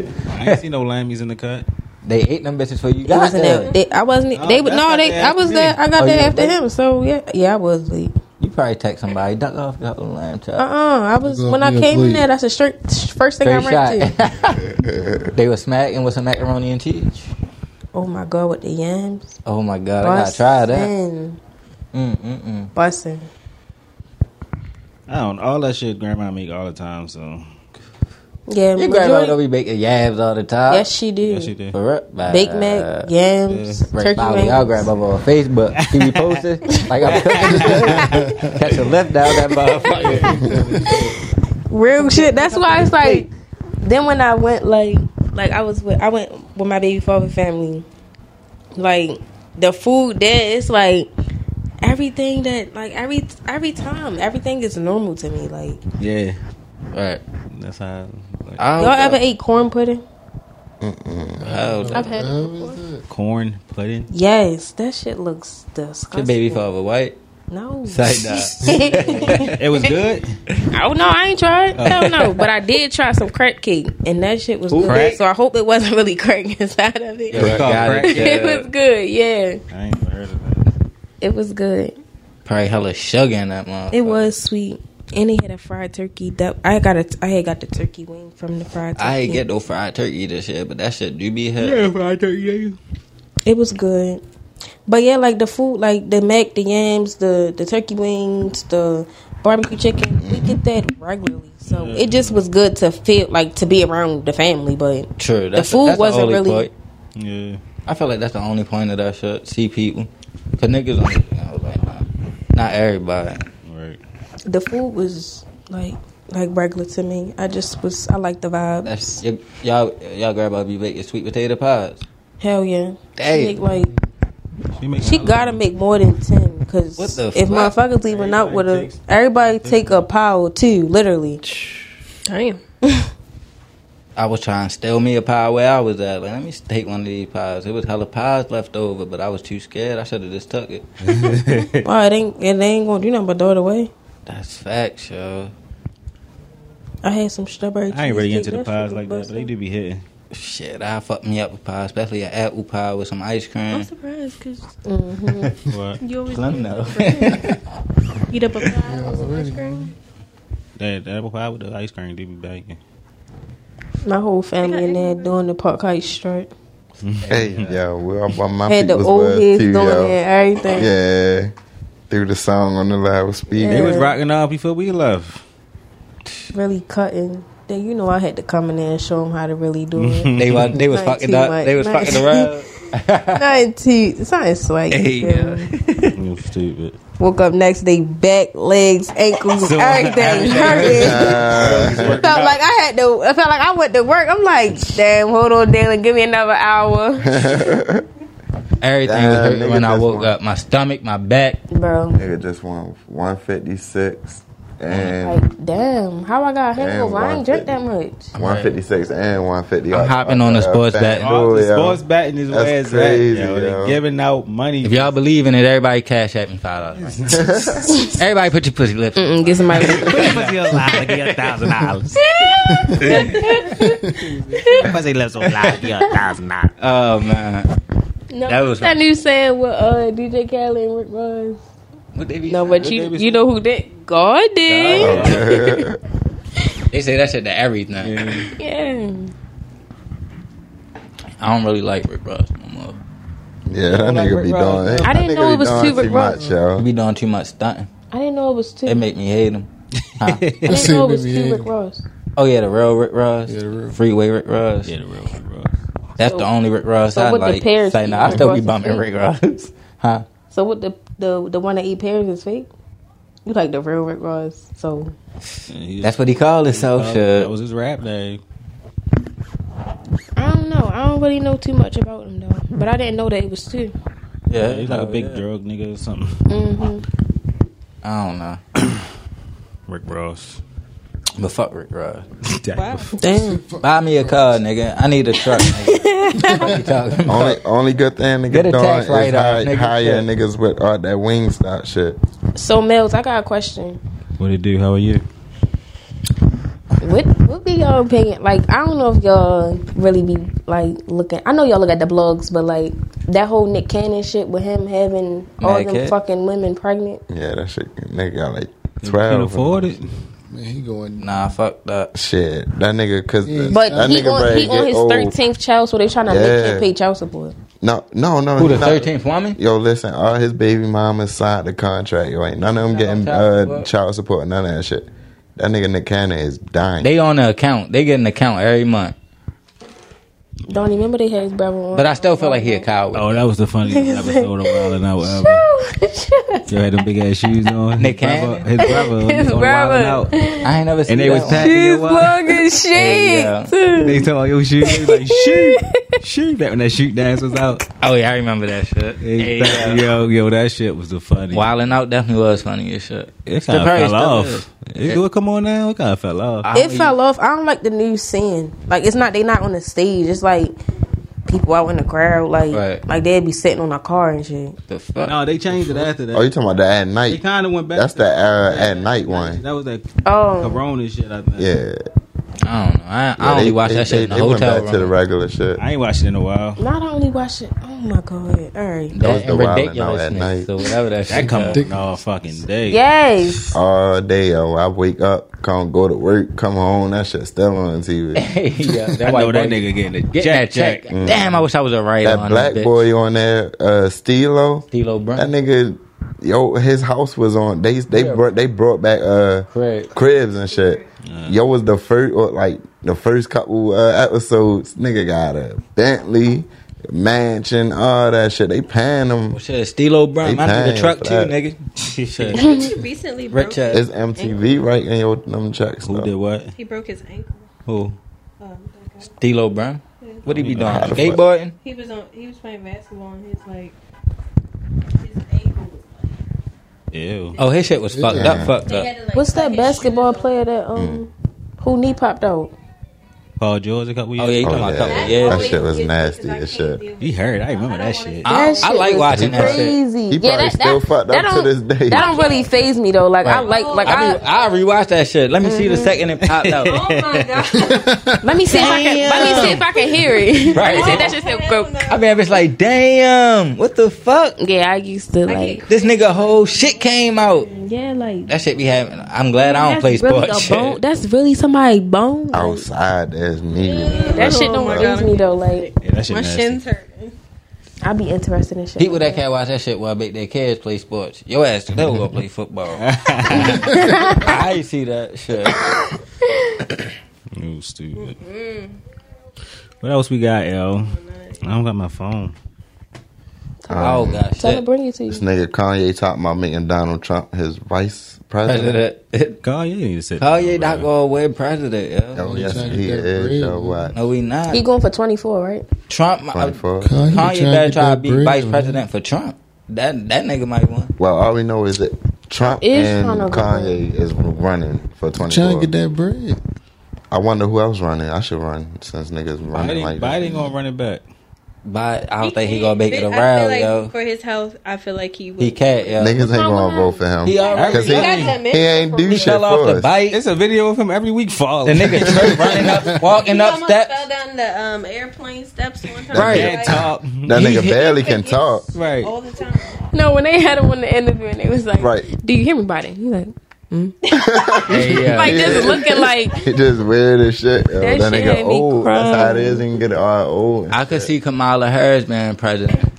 ain't see no lambies in the cut.
they ate them bitches for you.
It
Got
wasn't
them.
that, they, I wasn't. e,
No,
they would
Oh,
no.
that's not
They.
there
I
after
was
me.
there. I got
Oh,
there
you
after
were late?
him. So yeah, yeah, I was late.
You probably text somebody. Duck off, got them lamb chops.
Uh uh I was
Look,
when I
yeah,
came
please.
in there. That's the straight first thing Oh, I
Straight
ran
[LAUGHS]
to.
shot. [LAUGHS] they were smacking with some macaroni and cheese.
Oh my god, with the yams.
Oh my god, I gotta try that.
Bussin',
Mm mm mm.
bussin'.
I don't. know. All that shit grandma make all the time. So
Yeah,
Your grandma
majority-
don't be baking yabs all the time.
Yes, she
yeah,
did.
she did.
For real?
Big
Uh,
Mac, yams,
yeah.
Right
turkey
now, y'all grab
wings.
up on Facebook. She be posting like I'm cooking this stuff. [LAUGHS] Catch a lift down that motherfucker.
Real shit. That's why it's like. Then when I went like like I was with I went with my baby father family. Like the food there, it's like everything that like every every time everything is normal to me. Like
Yeah,
Right.
that's how. Like,
I
y'all ever ate corn pudding?
I've
had
How is that?
corn pudding.
Yes, that shit looks disgusting.
Your baby father white.
No.
Say
[LAUGHS]
that.
It was good.
Oh no, I ain't tried. Hell no, but I did try some crack cake, and that shit was good.
Crack?
So I hope it wasn't really crack inside of it.
Yeah.
[LAUGHS] It was good, yeah.
[LAUGHS] I ain't never heard of [LAUGHS] that.
It was good.
Probably hella sugar in that motherfucker.
It was sweet, and they had a fried turkey. That I got a, I had got the turkey wing from the fried. turkey.
I ain't get no fried turkey this year, but that shit do be hell.
I tell you.
It was good, but yeah, like the food, like the mac, the yams, the the turkey wings, the barbecue chicken. We get that regularly, so it just was good to feel like to be around the family, but.
True. That's
food
that's
wasn't
only
really-
Point.
Yeah.
I feel like that's the only point of that shit. See people. Cause niggas, I was like, nah, not everybody.
Right.
the food was like like regular to me. I just was I like the vibe.
That's y- y'all. Y'all grandma be making sweet potato pies.
Hell yeah.
Damn.
She make like
She, make
she gotta make more than ten because
What the
if
fuck?
motherfuckers leaving out with
Everybody
a
takes-
everybody take a pile too, literally.
Damn.
I was trying to steal me a pie where I was at. Like, let me take one of these pies. It was hella pies left over, but I was too scared. I should have just took it.
[LAUGHS]
Wow, it ain't it ain't gonna do nothing but throw it away.
That's facts, yo.
I had some strawberry.
I ain't really
cheesecake.
into the
That
pies
shit
like that,
was
but they do be hitting.
Shit, I fucked me up with pie, especially an apple pie with some ice
I'm
cream.
surprised because
What?
you always
Slim though.
[LAUGHS] eat up a pie.
Already.
That that apple pie with the ice cream do be banging.
busting. My whole family in there doing the park height strut.
Hey, yo, where all my
Had the
peoples
old
was
heads
too,
doing
yo.
it, everything.
Yeah. through the song on the live with speed.
They was rocking out before we left.
really cutting. Then you know I had to come in there and show them how to really
[LAUGHS]
do it.
[LAUGHS] They was they was
Not
fucking
too
up.
much.
They was
Not-
fucking
[LAUGHS]
around.
Nothing too, it's not swag. you
Hey,
feel
yeah.
me?
[LAUGHS] You stupid.
[LAUGHS] Woke up next day, back, legs, ankles,
So,
everything
everything.
hurting.
[LAUGHS] Uh,
Felt like I had to. I felt like I went to work. I'm like, damn, hold on, Dylan, give me another hour,
Everything
Damn,
was hurting
nigga,
when I
that's
woke
one.
up. My stomach, my back.
bro.
nigga just won 156 and
Like, damn, how I got a hangover? I ain't drink that much.
156 and 150.
I'm hopping on the sports bet.
All
Oh,
the
yeah.
sports betting is where
That's
it's at.
crazy,
Yo.
yo.
They giving out money.
If y'all believe in it, everybody cash at me five dollars.
[LAUGHS]
everybody put your pussy lips.
Mm-mm, Mm, get somebody.
pussy alive, [LAUGHS] give a
[LAUGHS]
thousand dollars. Pussy lips alive, give a thousand dollars.
Oh man,
[LAUGHS] no,
That was-
that new saying with uh, DJ Khaled and Rick Ross.
what they be?
No, but you you know who did? God
Oh.
[LAUGHS] did.
yeah.
They say that shit to everything.
Yeah.
I don't really like Rick Ross no more.
[LAUGHS] yeah, that nigga be doing. that
I didn't
nigga
know
be
it was
doing
Cuba
too
Rose.
much,
He
yo.
be doing too much stunting.
I didn't know it was two.
It make me hate him.
[LAUGHS]
Huh?
I didn't know it was
Maybe
two Rick
him.
Ross.
oh yeah, the real Rick Ross,
Yeah, the real.
freeway Rick Ross.
Yeah, the real bro.
That's the only Rick Ross
so
I
what the
like.
pears
Say,
be
nah, I
Rick
still be
Ross's
bumping Rick
favorite?
Ross. Huh?
So what the the the one that eat pears is fake? You like the real Rick Ross, so
That's what he called himself.
that
Shit.
was his rap name.
I don't know. I don't really know too much about him though. But I didn't know that it was two.
Yeah,
He's like a
oh,
big
yeah.
drug nigga or something.
Mm-hmm.
I don't know,
Rick Ross.
but fuck Rick Ross.
Wow.
Damn.
Buy me a car, nigga. I need a truck.
[LAUGHS]
Nigga. what you talking about?
Only, only good thing nigga
Get a
doing
tax
is
write-off,
hire,
nigga.
hire niggas with all that wing stop shit.
So Mills, I got a question.
What it do? How are you?
What what be your opinion? Like I don't know if y'all really be like looking. I know y'all look at the blogs, but like that whole Nick Cannon shit with him having all
Mad
them
Cat?
fucking women pregnant.
Yeah, that shit. Nigga got like
Can
12.
afford it?
Man, he going.
Nah, fuck that.
Shit. That nigga, cause.
Yeah.
Mm. But
that
he
nigga
on,
ready
he
to
on
get
his
old.
thirteenth child, so they trying to make
Yeah.
him pay child support.
No, no, no.
Who the
no.
thirteenth woman?
Yo, listen, all his baby mamas signed the contract. Yo, ain't none of them getting
child
uh,
support.
child support, none of that shit. That nigga Nick Cannon is dying.
They on the account. They get an account every month.
Don't even remember they had his brother on.
But I still feel like he a coward.
Oh, that was the funniest episode of Wild and Out with Ever.
[LAUGHS]
Yo had them big ass shoes on.
Nick
his brother,
Cannon.
his brother, on
His
Wild
brother.
and Out.
I ain't never seen
And they
that
was
one.
packing your wallet.
[LAUGHS]
fucking
Yeah.
They talking about your shoes. They was like shoot, shoot. That when that shoot dance was out.
Oh yeah, I remember that shit.
Hey,
Yeah.
Yo, yo, that shit was the funny.
Wilding out definitely was funny as shit.
It
Still
kind of
probably
fell
still
off.
is.
It, do it come on now. It kind of fell off.
I
It
don't
fell off. I don't like the new scene. Like it's not they not on the stage. It's like people out in the crowd. Like
Right.
like they'd be sitting on a car and shit.
even- The fuck?
no, they changed it after that.
oh, you talking about that at
They
night?
kind of went back.
That's
to
the uh, at night one.
That was that
Oh,
Corona shit. I think.
Yeah.
I don't know. I, I
Yeah,
only
they-
watch
they-
that shit
they-
in the
they went
hotel
back to the
room.
regular shit.
I ain't watched it in a while.
not only watch it. Oh my god. All right.
That was
That
the Wildin' Out at
ridiculousness
night.
or whatever that shit.
That come
called.
on all fucking day.
Yes.
All day, yo. I wake up, come go to work, come home. That shit still on
[LAUGHS]
TV.
[LAUGHS] yeah, that
I
white
know that
boy
nigga getting a
Get
jack
that check.
jack.
Damn, I wish I was a writer
Mm. That
on
black
that bitch.
boy on there, uh, Stilo.
D'Lo Brown.
That nigga, yo, his house was on. They they
Yeah.
brought they brought back uh
Correct.
cribs and shit. Yo was the first or like the first couple uh, episodes. Nigga got a Bentley mansion, all that shit. They paying him.
Well, shit, Stilo Brown.
They
I need
paying
a truck
for
too,
that.
nigga. Shit.
[LAUGHS]
He recently broke.
Rich ass.
It's MTV right in your them checks.
Who
though.
did what?
He broke his ankle.
Who?
Um, that guy.
D'Lo Brown. What he be doing?
How the fuck?
Skateboarding?
he was on. He was playing basketball, and his like his ankle. was-
Ew.
Oh, his shit was fucked
Yeah.
up, fucked
They
up.
had to, like,
What's
cut
that
his
basketball
shoes off.
player that
Mm.
um who knee popped out?
Paul George a couple years.
Oh, yeah, you
Oh,
talking about a
yeah.
couple?
That
Yeah.
That shit was
always gets me
nasty as
'cause I can't
shit.
deal with
He
it.
heard. I
I
remember
don't
that
[LAUGHS]
wanna
shit.
see-
I,
That
I
shit
like
was
watching that shit.
Crazy.
He probably still fucked
that
up to
don't-
this day.
That don't really phase me though. Like I
Right.
like like Mm-hmm.
I,
I,
re- I rewatched that shit. Let me see the second
[LAUGHS]
it popped
[LAUGHS]
out.
Oh my god!
let me see if I can let me see if I can hear
[LAUGHS]
it.
Right.
Let me see if that shit still go.
I mean, it's like, damn, what the fuck?
Yeah, I used to like
This nigga whole shit came out.
yeah like
That shit be having. I'm glad I don't play
really
[LAUGHS] sports.
a bone.
shit.
That's really somebody bone.
Oh,
Outside as me.
That shit don't
my
phase
God.
me though. Like
Yeah, that shit
My
nasty.
shins hurt.
I be interested in shit.
People that can't watch that shit while make their kids play sports. Your ass, they will go play football.
[LAUGHS]
I see that shit.
You stupid.
Mm-hmm.
What else we got, L? I don't got my phone.
oh gosh,
Tell her bring it to
This
you.
nigga Kanye talking about making Donald Trump his vice president.
president. [LAUGHS]
Kanye need to sit.
Oh
down,
yeah, not
bro.
gonna win president. yo.
Oh,
He
yes,
trying to
he
get
is.
bread,
Yo,
man.
what?
No, we not.
He going for twenty four, right?
Trump, my-
Like, for-
Kanye trying
Kanye
to
better
get
try to
that
be
bread,
vice
man.
president for Trump. That that nigga might win.
Well, all we know is that Trump
Is
and
trying to-
Kanye is running for
Trying to get
24.
that bread.
I wonder who else running. I should run since niggas running
Biden,
like
Biden
that.
gonna run it back.
But I don't
He
think he
can't.
gonna make it
I feel
around,
like
yo.
For his health, I feel like he would.
He can't, yo.
Niggas ain't gonna vote for him.
He already-
Cause
He
he,
got that
he
mental
ain't do
He
He
shit
fell off
for
the
us.
bike.
It's a video of him every week
The
falling. [LAUGHS]
nigga [LAUGHS] Trump running up, walking
He
up
almost
steps.
fell down the um, airplane steps one time.
Right.
Can't
Like,
talk.
That nigga barely can
He-
talk.
Right.
all the time.
No, when they had him on the interview and they was like,
Right.
"Do you hear me, Biden?" He like,
Hey, yo.
like
Yeah.
just looking like
He just weird as shit. Yo,
That
that
shit
nigga
made me
old. That's how it
cry.
is. He can get all old.
I could see Kamala Harris being president.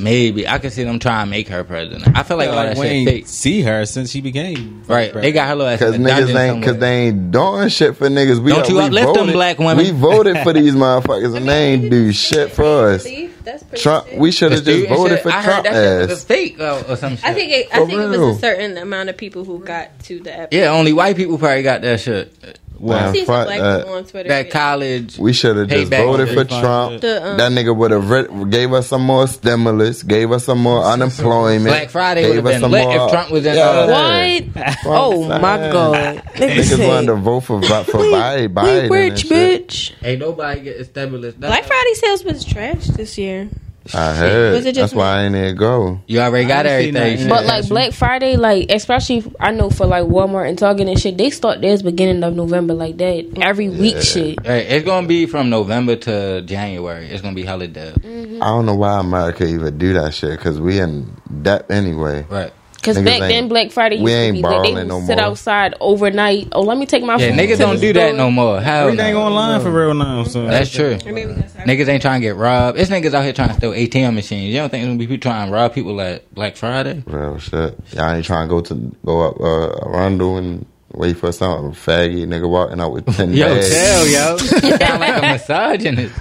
Maybe I could see them trying to make her president. I feel like all
Like,
that
we
shit
ain't
fake.
see her since she became
Right? They got her little ass
Cause
in the
niggas ain't, cause
somewhere.
they ain't doing shit for niggas. We,
Don't you
we
uplift them
voted,
black women.
We voted for
[LAUGHS]
these motherfuckers and they ain't do shit for us.
Leave. That's pretty
Trump,
shit.
we should have
Dude,
just voted
shit,
for
I heard
Trump
that shit was
ass.
a fake or, or some shit.
I think it, I
For
think it was
real.
a certain amount of people who got to the episode.
yeah, only white people probably got that shit.
Wow,
I see some
fuck
black
that.
people on Twitter.
That college.
uh, We should have just
Payback.
voted for
They find
Trump.
it.
The, um,
that nigga would have re- gave us some more stimulus, gave us some more unemployment.
Black Friday
gave
would've
us
been
some
lit if Trump was in, uh, [LAUGHS]
what?
Fuck
Oh
that.
my god,
Niggas wanted
[LAUGHS]
to
said,
vote for for Biden.
we
Biden and
rich,
shit.
bitch.
Ain't nobody get stimulus. That's-
Black Friday sales was trash this year.
I heard.
Was
That's
it just
why I ain't there go.
You already got
I ain't seen
everything.
nothing.
shit.
But like Black Friday, like especially if- I know for like Walmart and Target and shit, they start theirs beginning of November like that every week. Shit,
Hey, it's gonna be from November to January. It's gonna be hella dead.
Mm.
Mm-hmm.
I don't know why America even do that shit because we in debt anyway.
Right.
because
Niggas
back then
ain't-
Black Friday used
we
to
ain't
be like they
balling
would
no
sit
more.
outside overnight. Oh, let me take my
Yeah,
food
niggas
to
don't
the
do that
store.
no more. Hell no.
Everything online for real now. So
That's true.
Maybe that's how-
Niggas ain't trying to get robbed. It's niggas out here trying to steal ATM machines. You don't think it's gonna be people trying to rob people like Black Friday?
Real shit. Y'all ain't trying to go to go up uh, Rondo and wait for something. Faggy nigga walking out
[LAUGHS]
with ten
Yo,
bags.
tell yo.
[LAUGHS]
You sound like a misogynist.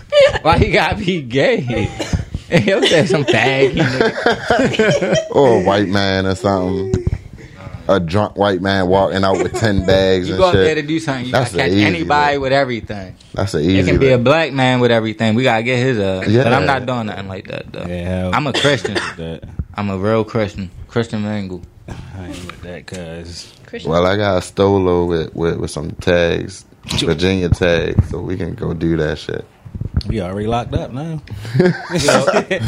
Why you gotta be gay? [LAUGHS] Yo said some baggy nigga.
or a white man or something. A drunk white man walking out with ten bags
You
and
go out there to
shit.
do something, you
That's
gotta catch
an easy
anybody
look.
with everything.
That's an
It
easy.
can be a
look.
black man with everything. We gotta get his uh
Yeah.
but I'm not doing nothing like that though.
Yeah, hell.
I'm
[LAUGHS]
a Christian.
that.
I'm a real Christian. Christian Mangle.
I ain't with that cuz.
Christian.
well, I got a stolo with, with with some tags, Virginia tags, so we can go do that shit.
We already locked up
[LAUGHS]
now. [LAUGHS]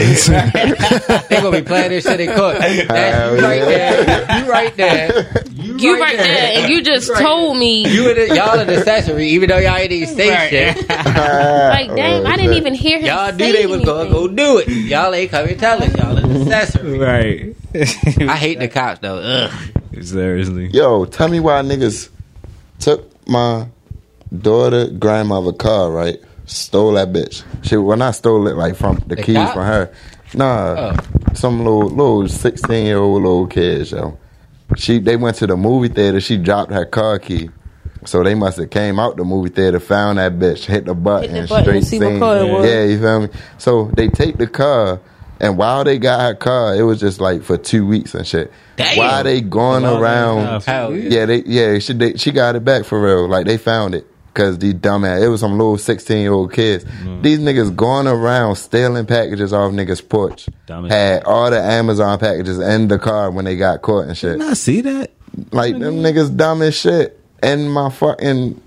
They gonna be playing this shit at court. That's you
Hell
right
yeah.
there. You right there. You,
You right there, and you just told me.
You are the, y'all are the accessory, even though y'all ain't even say shit.
like, damn, I didn't even hear him.
Y'all
say
knew they was gonna
anything.
go do it. Y'all ain't coming tell us. Y'all are the accessory.
Right.
I hate the cops though. Ugh.
Seriously.
Yo, tell me why niggas took my daughter grandmother car, right? Stole that bitch. She when I stole it like from the,
The
keys
cop?
from her.
Oh.
Nah. Some little little sixteen year old little kid, yo. She they went to the movie theater, she dropped her car key. So they must have came out the movie theater, found that bitch, hit the button,
the button
straight
and see what
scene.
car it was.
Yeah, you feel me? So they take the car and while they got her car, it was just like for two weeks and shit.
Damn.
Why they going
Long
around?
enough.
Hell yeah.
Yeah, they yeah she they, she got it back for real. Like they found it because these dumbass. It was some little sixteen year old kids.
Mm.
These niggas going around stealing packages off niggas' porch.
Dumbass.
Had all the Amazon packages in the car when they got caught and shit.
Didn't I see that?
Like them niggas dumb as shit. And my fucking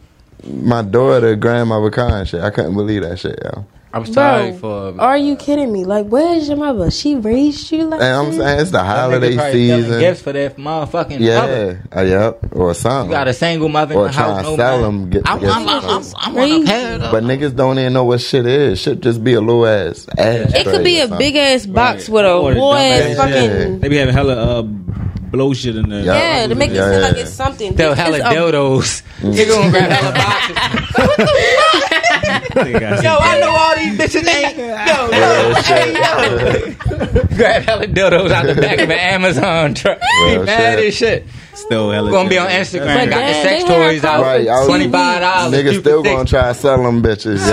my daughter, grandmother car and shit. I couldn't believe that shit, yo.
I'm sorry
Bro,
for.
are you kidding me? Like, where's your mother? She raised you like
And I'm
that?
saying it's the
That nigga
holiday
probably selling
season.
Gifts for that motherfucking mother.
Yeah, uh, yep, or something.
You got a single mother in
Or
the
trying
house. no
to sell
man.
them. Get,
I'm,
get-
I'm, I'm, I'm, I'm on
Crazy.
a pair.
But niggas don't even know what shit is. Shit just be a little ass. ass
It could be a big ass box with
Oh,
a
Or the
boy
dumbass
ass fucking.
shit.
They be having hella uh, blow shit in there.
Yeah.
Yeah, to make it
Yeah,
sound like
yeah.
it's something.
They'll
It's
hella
a-
dildos. They gonna grab hella boxes. [LAUGHS] Yo, I know all these bitches ain't. Yo, yo, [LAUGHS] hey,
[LAUGHS]
yo. Grab hella dildos out the back of an Amazon
[LAUGHS]
truck. Be
Real
mad
shit.
as shit.
Still hella
Gonna be
good.
on Instagram.
That's
Got the
then
sex
they have
toys out.
Right, I was-
Twenty five dollars.
Niggas still gonna try to sell them bitches.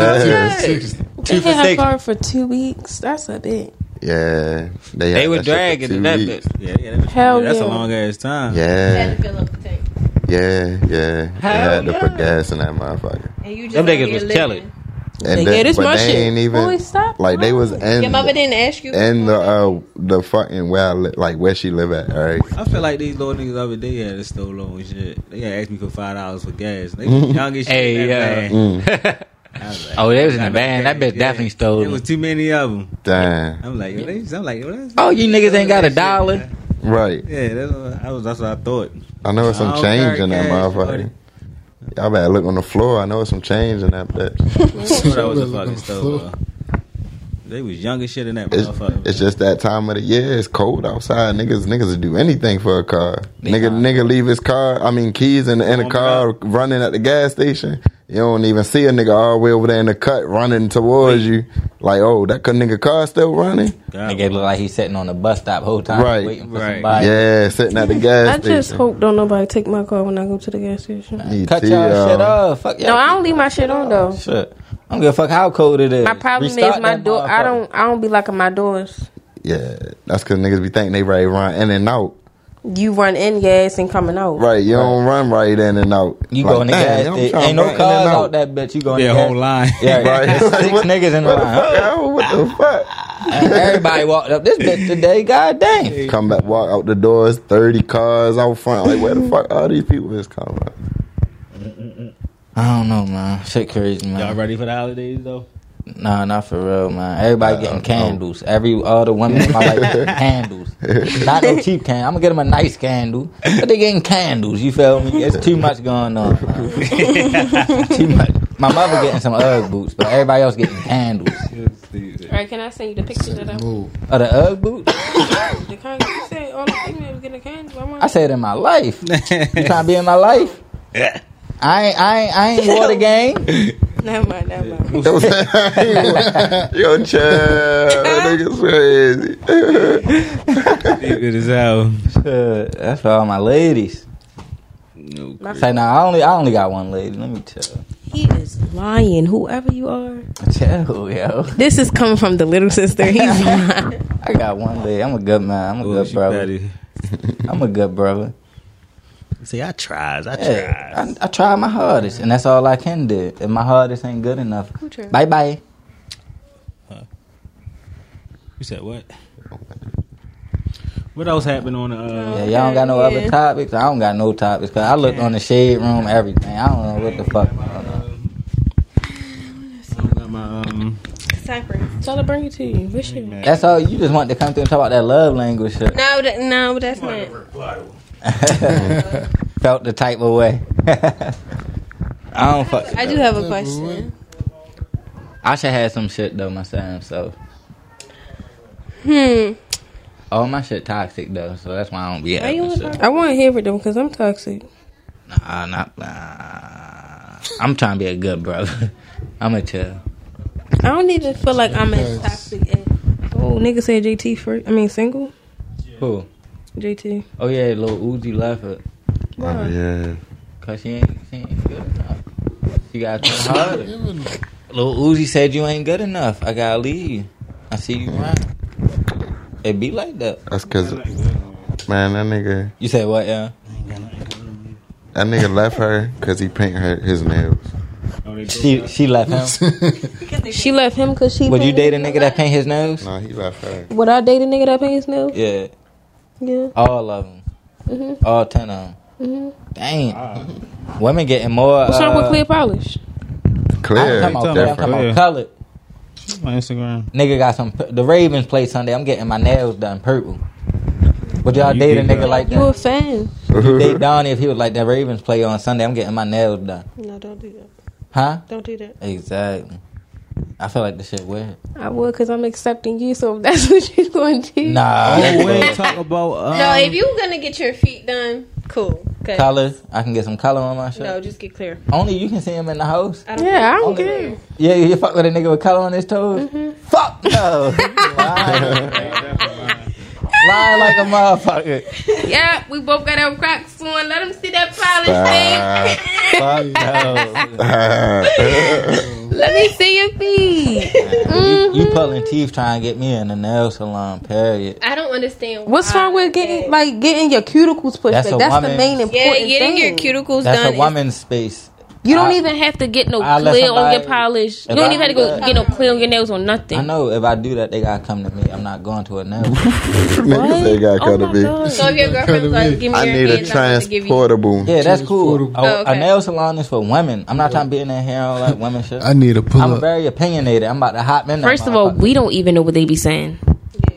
Yeah,
two for
They had
six.
her for two weeks. That's a bit.
yeah. They,
They
had
were
that shit for
dragging
two
to that
weeks.
bitch.
Yeah, yeah, that's,
Hell
that's a
yeah.
long ass time.
Yeah,
Philip tank.
yeah, yeah. They
Hell
had to
yeah.
put gas in that motherfucker.
And you just
Them
out
niggas
here
was
living.
killing.
And
Like, yeah,
then-
this
but
my
they
shit.
ain't even
Boy, stop
like they was in
Your mother didn't ask you.
in the uh, the fucking where I li- like where she live at. All right,
I feel like these little niggas over there had a stole on shit. They had asked me for five dollars for gas. They was young as shit.
Hey,
in that
yeah.
van.
Mm.
I like,
[LAUGHS] Oh, they was in the
I'm
van. That
okay,
bitch definitely
It
stole.
was too many of them.
damn.
I'm like, yo, they, I'm like, yo, that's,
Oh, you niggas ain't got a dollar.
Right.
yeah, that's what I was. That's what I thought.
I know it's some
Oh,
change in that
okay,
motherfucker.
shorty.
Y'all better look on the floor. I know it's some change in that bitch.
I thought I was
Look
a
on
fucking
the
stole.
floor.
uh, They was young as shit in that
It's,
motherfucker.
it's just that time of the year. It's cold outside. Niggas niggas will do anything for a car.
They
nigga
not.
nigga leave his car. I mean keys in the, in the
Warm it
car
up.
running at the gas station. You don't even see a nigga all the way over there in the cut running towards you. Like oh that good nigga car still running.
God,
Nigga look like he's sitting on the bus stop whole time,
Right,
waiting for
right.
somebody.
Yeah, sitting
[LAUGHS]
at the
I
gas station.
just hope don't nobody take my car when I go to the gas station.
Me
Cut
too,
y'all
y'all.
shit off. Fuck y'all.
No, I don't leave my shit on though.
Shit. I don't give a fuck how cold it is.
My problem
Restart
is my
that
door. I
motherfucker.
don't. I don't be locking my doors.
Yeah, that's because niggas be thinking they ready to run in and out.
You run in gas and coming out.
Right, you don't run right in and out.
You
Like,
go in the
damn,
gas
I'm
station.
tryna
Ain't
run
no
in
cars
and
out that bitch. You go in
yeah,
the gas-
whole line.
Yeah,
Right.
right.
Like, [LAUGHS]
Six
what-
niggas in the
What the
line.
fuck? yo? What the fuck?
Uh, Everybody walked up this bitch today. God damn.
Come back, walk out the doors, 30 cars out front. Like, where the fuck all these people is coming from? [LAUGHS]
I don't know, man. Shit crazy,
[LAUGHS]
man.
Y'all ready for the holidays [LAUGHS] though?
Nah, not for real, man. Everybody getting candles. Every all the women in my life [LAUGHS] getting candles. Not no cheap candle. I'm gonna get them a nice candle, but they getting candles. You feel me? It's too much going on. man. too much. My mother getting some UGG boots, but everybody else getting candles.
All right. Can I send you the picture that I?
Move.
Are the UGG boots?
The kind you said all the females get a candle. I want.
I said in my life. You trying to be in my life? I ain't, I ain't, I ain't wore the game.
Never mind. Never mind.
That was- Yo, chill. Niggas crazy.
It is out.
Shit, [LAUGHS] That's for all my ladies.
No,
My
Say, nah, I only, I only got one lady. Let me
[LAUGHS]
tell.
He is lying. Whoever you are.
Tell yo.
This is coming from the
[LAUGHS]
little sister. He's lying.
[LAUGHS] I got one leg. I'm a good man. I'm a
oh,
good
she
brother.
petty.
I'm a
[LAUGHS]
good brother.
See, I tries. I
Hey, I, I tried my hardest, and that's all I can do. If my hardest ain't good enough,
tried?
bye bye.
You said what? What else happened on the? Uh,
Yeah, y'all don't got no
Okay, yeah.
other topics. I don't got no topics because I looked on the shade room, everything. I don't know what the fuck. going on.
I don't got my um.
So I'll bring it to you. What's your
That's all. You just want to come through and talk about that love language
[LAUGHS]
shit. [LAUGHS]
No, that, no, that's not.
Felt the type of way. [LAUGHS] I don't fuck.
I do have a question.
I should have some shit though myself. So
Hmm.
all my shit toxic though, so that's why I don't be
Why you
having
look
shit.
I want to hear with them because I'm toxic.
Nah, not. Uh, I'm trying to be a good brother. [LAUGHS] I'm a chill.
I don't even feel like I'm as toxic as. Oh, nigga said JT first. I mean, single?
Who?
JT.
Oh yeah, little Uzi left her
Oh, yeah.
cause she ain't she ain't good enough. She got to try harder.
Give it a-
Lil Uzi said you ain't good enough. I gotta leave you. I see you around. It be like that.
That's because, man, that nigga,
You say what? Yeah.
that nigga left her because he painted her his nails.
Oh, they
She she left him.
She left him because she.
Would you date a nigga that paint his nose?
No, he left her.
Would I date a nigga that pays nails?
Yeah,
Yeah.
all of them.
Mhm.
All ten of them.
hmm
Damn. Mm-hmm. Women getting more.
What's wrong with
uh,
clear polish?
Clear.
I'm talking about, I'm
different.
talking about
Clear.
colored.
my Instagram.
Nigga got some. The Ravens play Sunday. I'm getting my nails done purple. Would y'all
You
date a
big
nigga
guy.
like
You a
that?
fan?
You
[LAUGHS]
date Donnie if he was like that Ravens play on Sunday. I'm getting my nails done.
No, don't do that.
Huh?
Don't do that.
Exactly. I feel like this shit weird.
I would because I'm accepting you. So
[LAUGHS]
if that's what you're going to do.
Nah.
Oh, we
that's-
ain't talk about. Um,
No, if you gonna get your feet done, cool. 'Cause-
collar. I can get some collar on my shirt.
No, just get clear.
Only you can see him in the house.
I don't
Yeah, I don't
think-
care.
Yeah, you fuck with a nigga with collar on his toes. Fuck no. Lying. Lying like a motherfucker.
Yeah, we both got our Crocs on. Let them see that
Stop.
polish thing.
Fuck no.
Let me see your feet.
You, you pulling teeth trying to get me in the nail salon. Period.
I don't understand.
What's
why
wrong with getting
that-
like getting your cuticles pushed?
That's
That's,
a
back? That's the
woman.
main important
Yeah, getting
thing.
your cuticles
That's
done.
a woman's space.
You don't
I-
even have to get no
I let
clear on
somebody-
your polish. You
if
don't
I-
even have to go get no clear on your nails or nothing.
I know if I do that, they gotta come to me. I'm not going to a nail.
[LAUGHS]
salon.
Niggas ain't got
Oh
cut to
my
be.
God.
So if your girlfriend's like, give me
I
your
need a
hands, I'm about to give you-
transportable.
Yeah, that's cool.
affordable.
A,
Oh, okay.
a nail salon is for women. I'm not trying to be in there hearing all that women shit.
I need a pull
I'm
up.
very opinionated. I'm about to hop in. that
First of all,
motherfucker.
we don't even know what they be saying.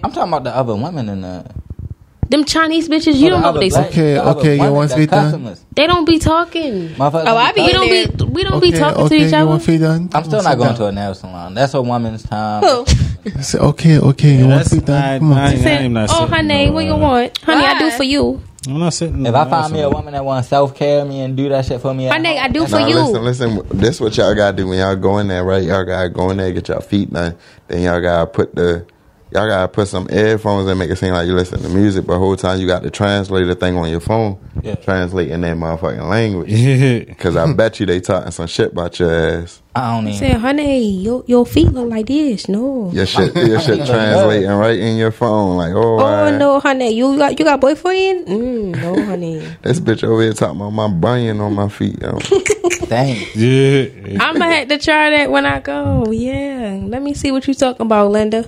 I'm talking about the other women in the.
Them Chinese bitches, you don't know what they say.
Okay, okay, you want to be done?
They don't be talking.
Oh,
Oh, I be
We
in
don't
there.
be we don't
okay,
be talking
okay,
to each
you
other.
Want feet done?
I'm still not going to a nail salon. That's a woman's time.
Who?
He said, okay, okay, you want
That's
feet done?
not,
Come
I,
on.
ain't- I am not
oh,
sitting
honey,
no,
what you
uh,
want? Honey, I do
Why?
for you.
I'm not sitting.
If
no,
I find me a
so-
woman that want to self care me and do that shit for me, at
Honey,
home,
I do for
Nah,
you.
listen, listen. This what y'all gotta do when y'all go in there, right? Y'all gotta go in there, get y'all feet done. Then y'all gotta put the, y'all gotta put some earphones and make it seem like you listen to music, but the whole time you got to translate the thing on your phone,
Yeah.
translate in that motherfucking language. [LAUGHS]
Yeah.
Cause I bet you they talking some shit about your ass.
I don't even.
Say, honey, your your feet look like this. No.
Your shit, your shit translating right in your phone. Like,
Oh
oh, alright.
no, honey, you got you got boyfriend? Mm, no, honey.
this bitch over here talking about my bunion on my feet. Yo. [LAUGHS]
Dang.
Yeah.
I'ma have to try that when I go. Yeah. Let me see what you talking about, Linda.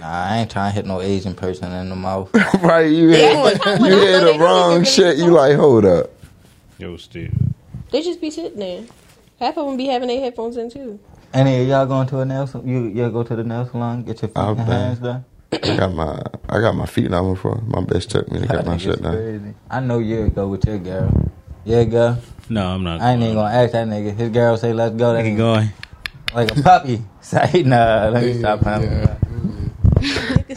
Nah, I ain't trying to hit no Asian person in the mouth.
right? You hear, you hear the wrong shit. You like, hold up.
[LAUGHS] Yo, Steve.
They just be sitting there. Half of them be having their headphones in too.
Any of y'all going to a nail salon? You, you go to the nail salon, get your feet
I've been.
and hands done?
I got my I got my feet done before. My bitch took me to
I
get my
think
shit
it's
done.
crazy. I know you go with your girl. Yeah, girl.
No, I'm not.
I ain't even gonna ask that nigga. His girl say, "Let's go." That
Keep
nigga
going.
like a puppy. [LAUGHS] Say, "Nah, let me stop him."
Yeah.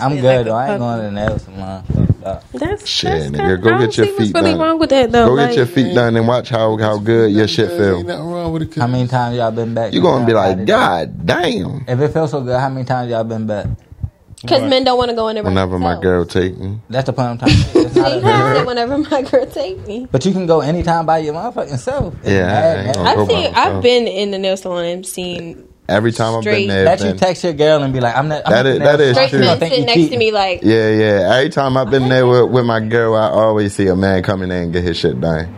I'm good though. I ain't going to the nail salon. Fuck that.
That's
Shit,
that's
nigga,
not-
go
I don't
get your
see what's
feet
really
done.
wrong with that though.
Go
like,
get your feet done and watch how how good your shit
Ain't
feel.
nothing wrong with it.
How many times y'all been back?
You
to
gonna be
y'all
like,
body?
God damn.
If it feels so good, how many times y'all been back?
Because men don't want to go in there. by
Whenever my
themselves.
girl take me,
That's the point
[LAUGHS]
I'm trying to make. It's not
They
a-
have said whenever my girl take me.
But you can go anytime by your motherfucking self. It's
Yeah,
mad,
I ain't
man.
gonna-
I've
go by
seen.
myself.
I've been in the nail salon and seen
every time I've been
Straight.
there,
That
it's
you
been,
text your girl and be like, I'm not. I'm
That
at the
is-
nail
that is
salon.
straight
true.
She gonna
men
think
sitting
you
next to
cheating.
me like.
yeah, yeah. Every time I've been there with, with my girl, I always see a man coming there and get his shit done.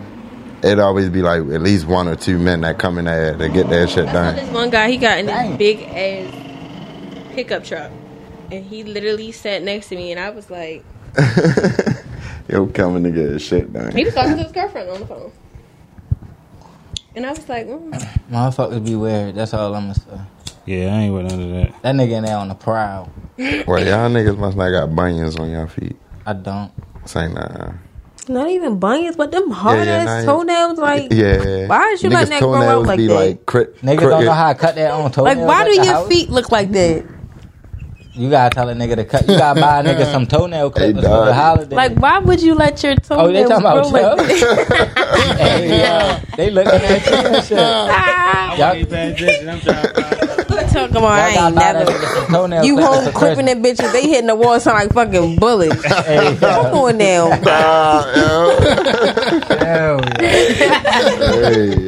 It'd always be like at least one or two men that come in there to get their shit
I saw
done.
this one guy. He got in
Dang.
this big ass pickup truck, and he literally sat next to me, and I was like,
[LAUGHS] Yo, coming to get his shit
he
done.
was talking to his girlfriend on the phone, and I was like, mm.
Motherfuckers be weird. That's all I'm gonna say.
Yeah, I ain't with none of that.
That nigga in there on the prowl.
Well, y'all niggas must not got bunions on y'all feet.
I don't.
Say nah.
Not even bunions, but them hard
uh, yeah,
ass
nah, yeah.
toenails. Like,
Yeah.
Why is you letting that grow out
toenails
like
be
that?
like crit,
Niggas
crooked.
don't
[LAUGHS]
know how to cut their own toenails.
like why
at
do
the
your
house.
feet look like that?
You gotta tell a nigga to cut. You gotta buy a
[LAUGHS]
nigga some toenail
Hey,
clippers for
dog.
the holiday.
Like, why would you let your
oh, they
toenails
talking
grow
about
like
Joe?
[LAUGHS]
that?
hey, yo, they looking at you and shit.
[LAUGHS] Ah,
Y'all, y'all
talking about I
gotta
ain't
buy that
never.
nigga some toenail
You
clippers
home
for
clipping
Christmas.
them bitches. They hitting the wall sound like fucking bullets.
Hey,
Come on now.
Ah,
[LAUGHS] yo, yo.
yo. hey,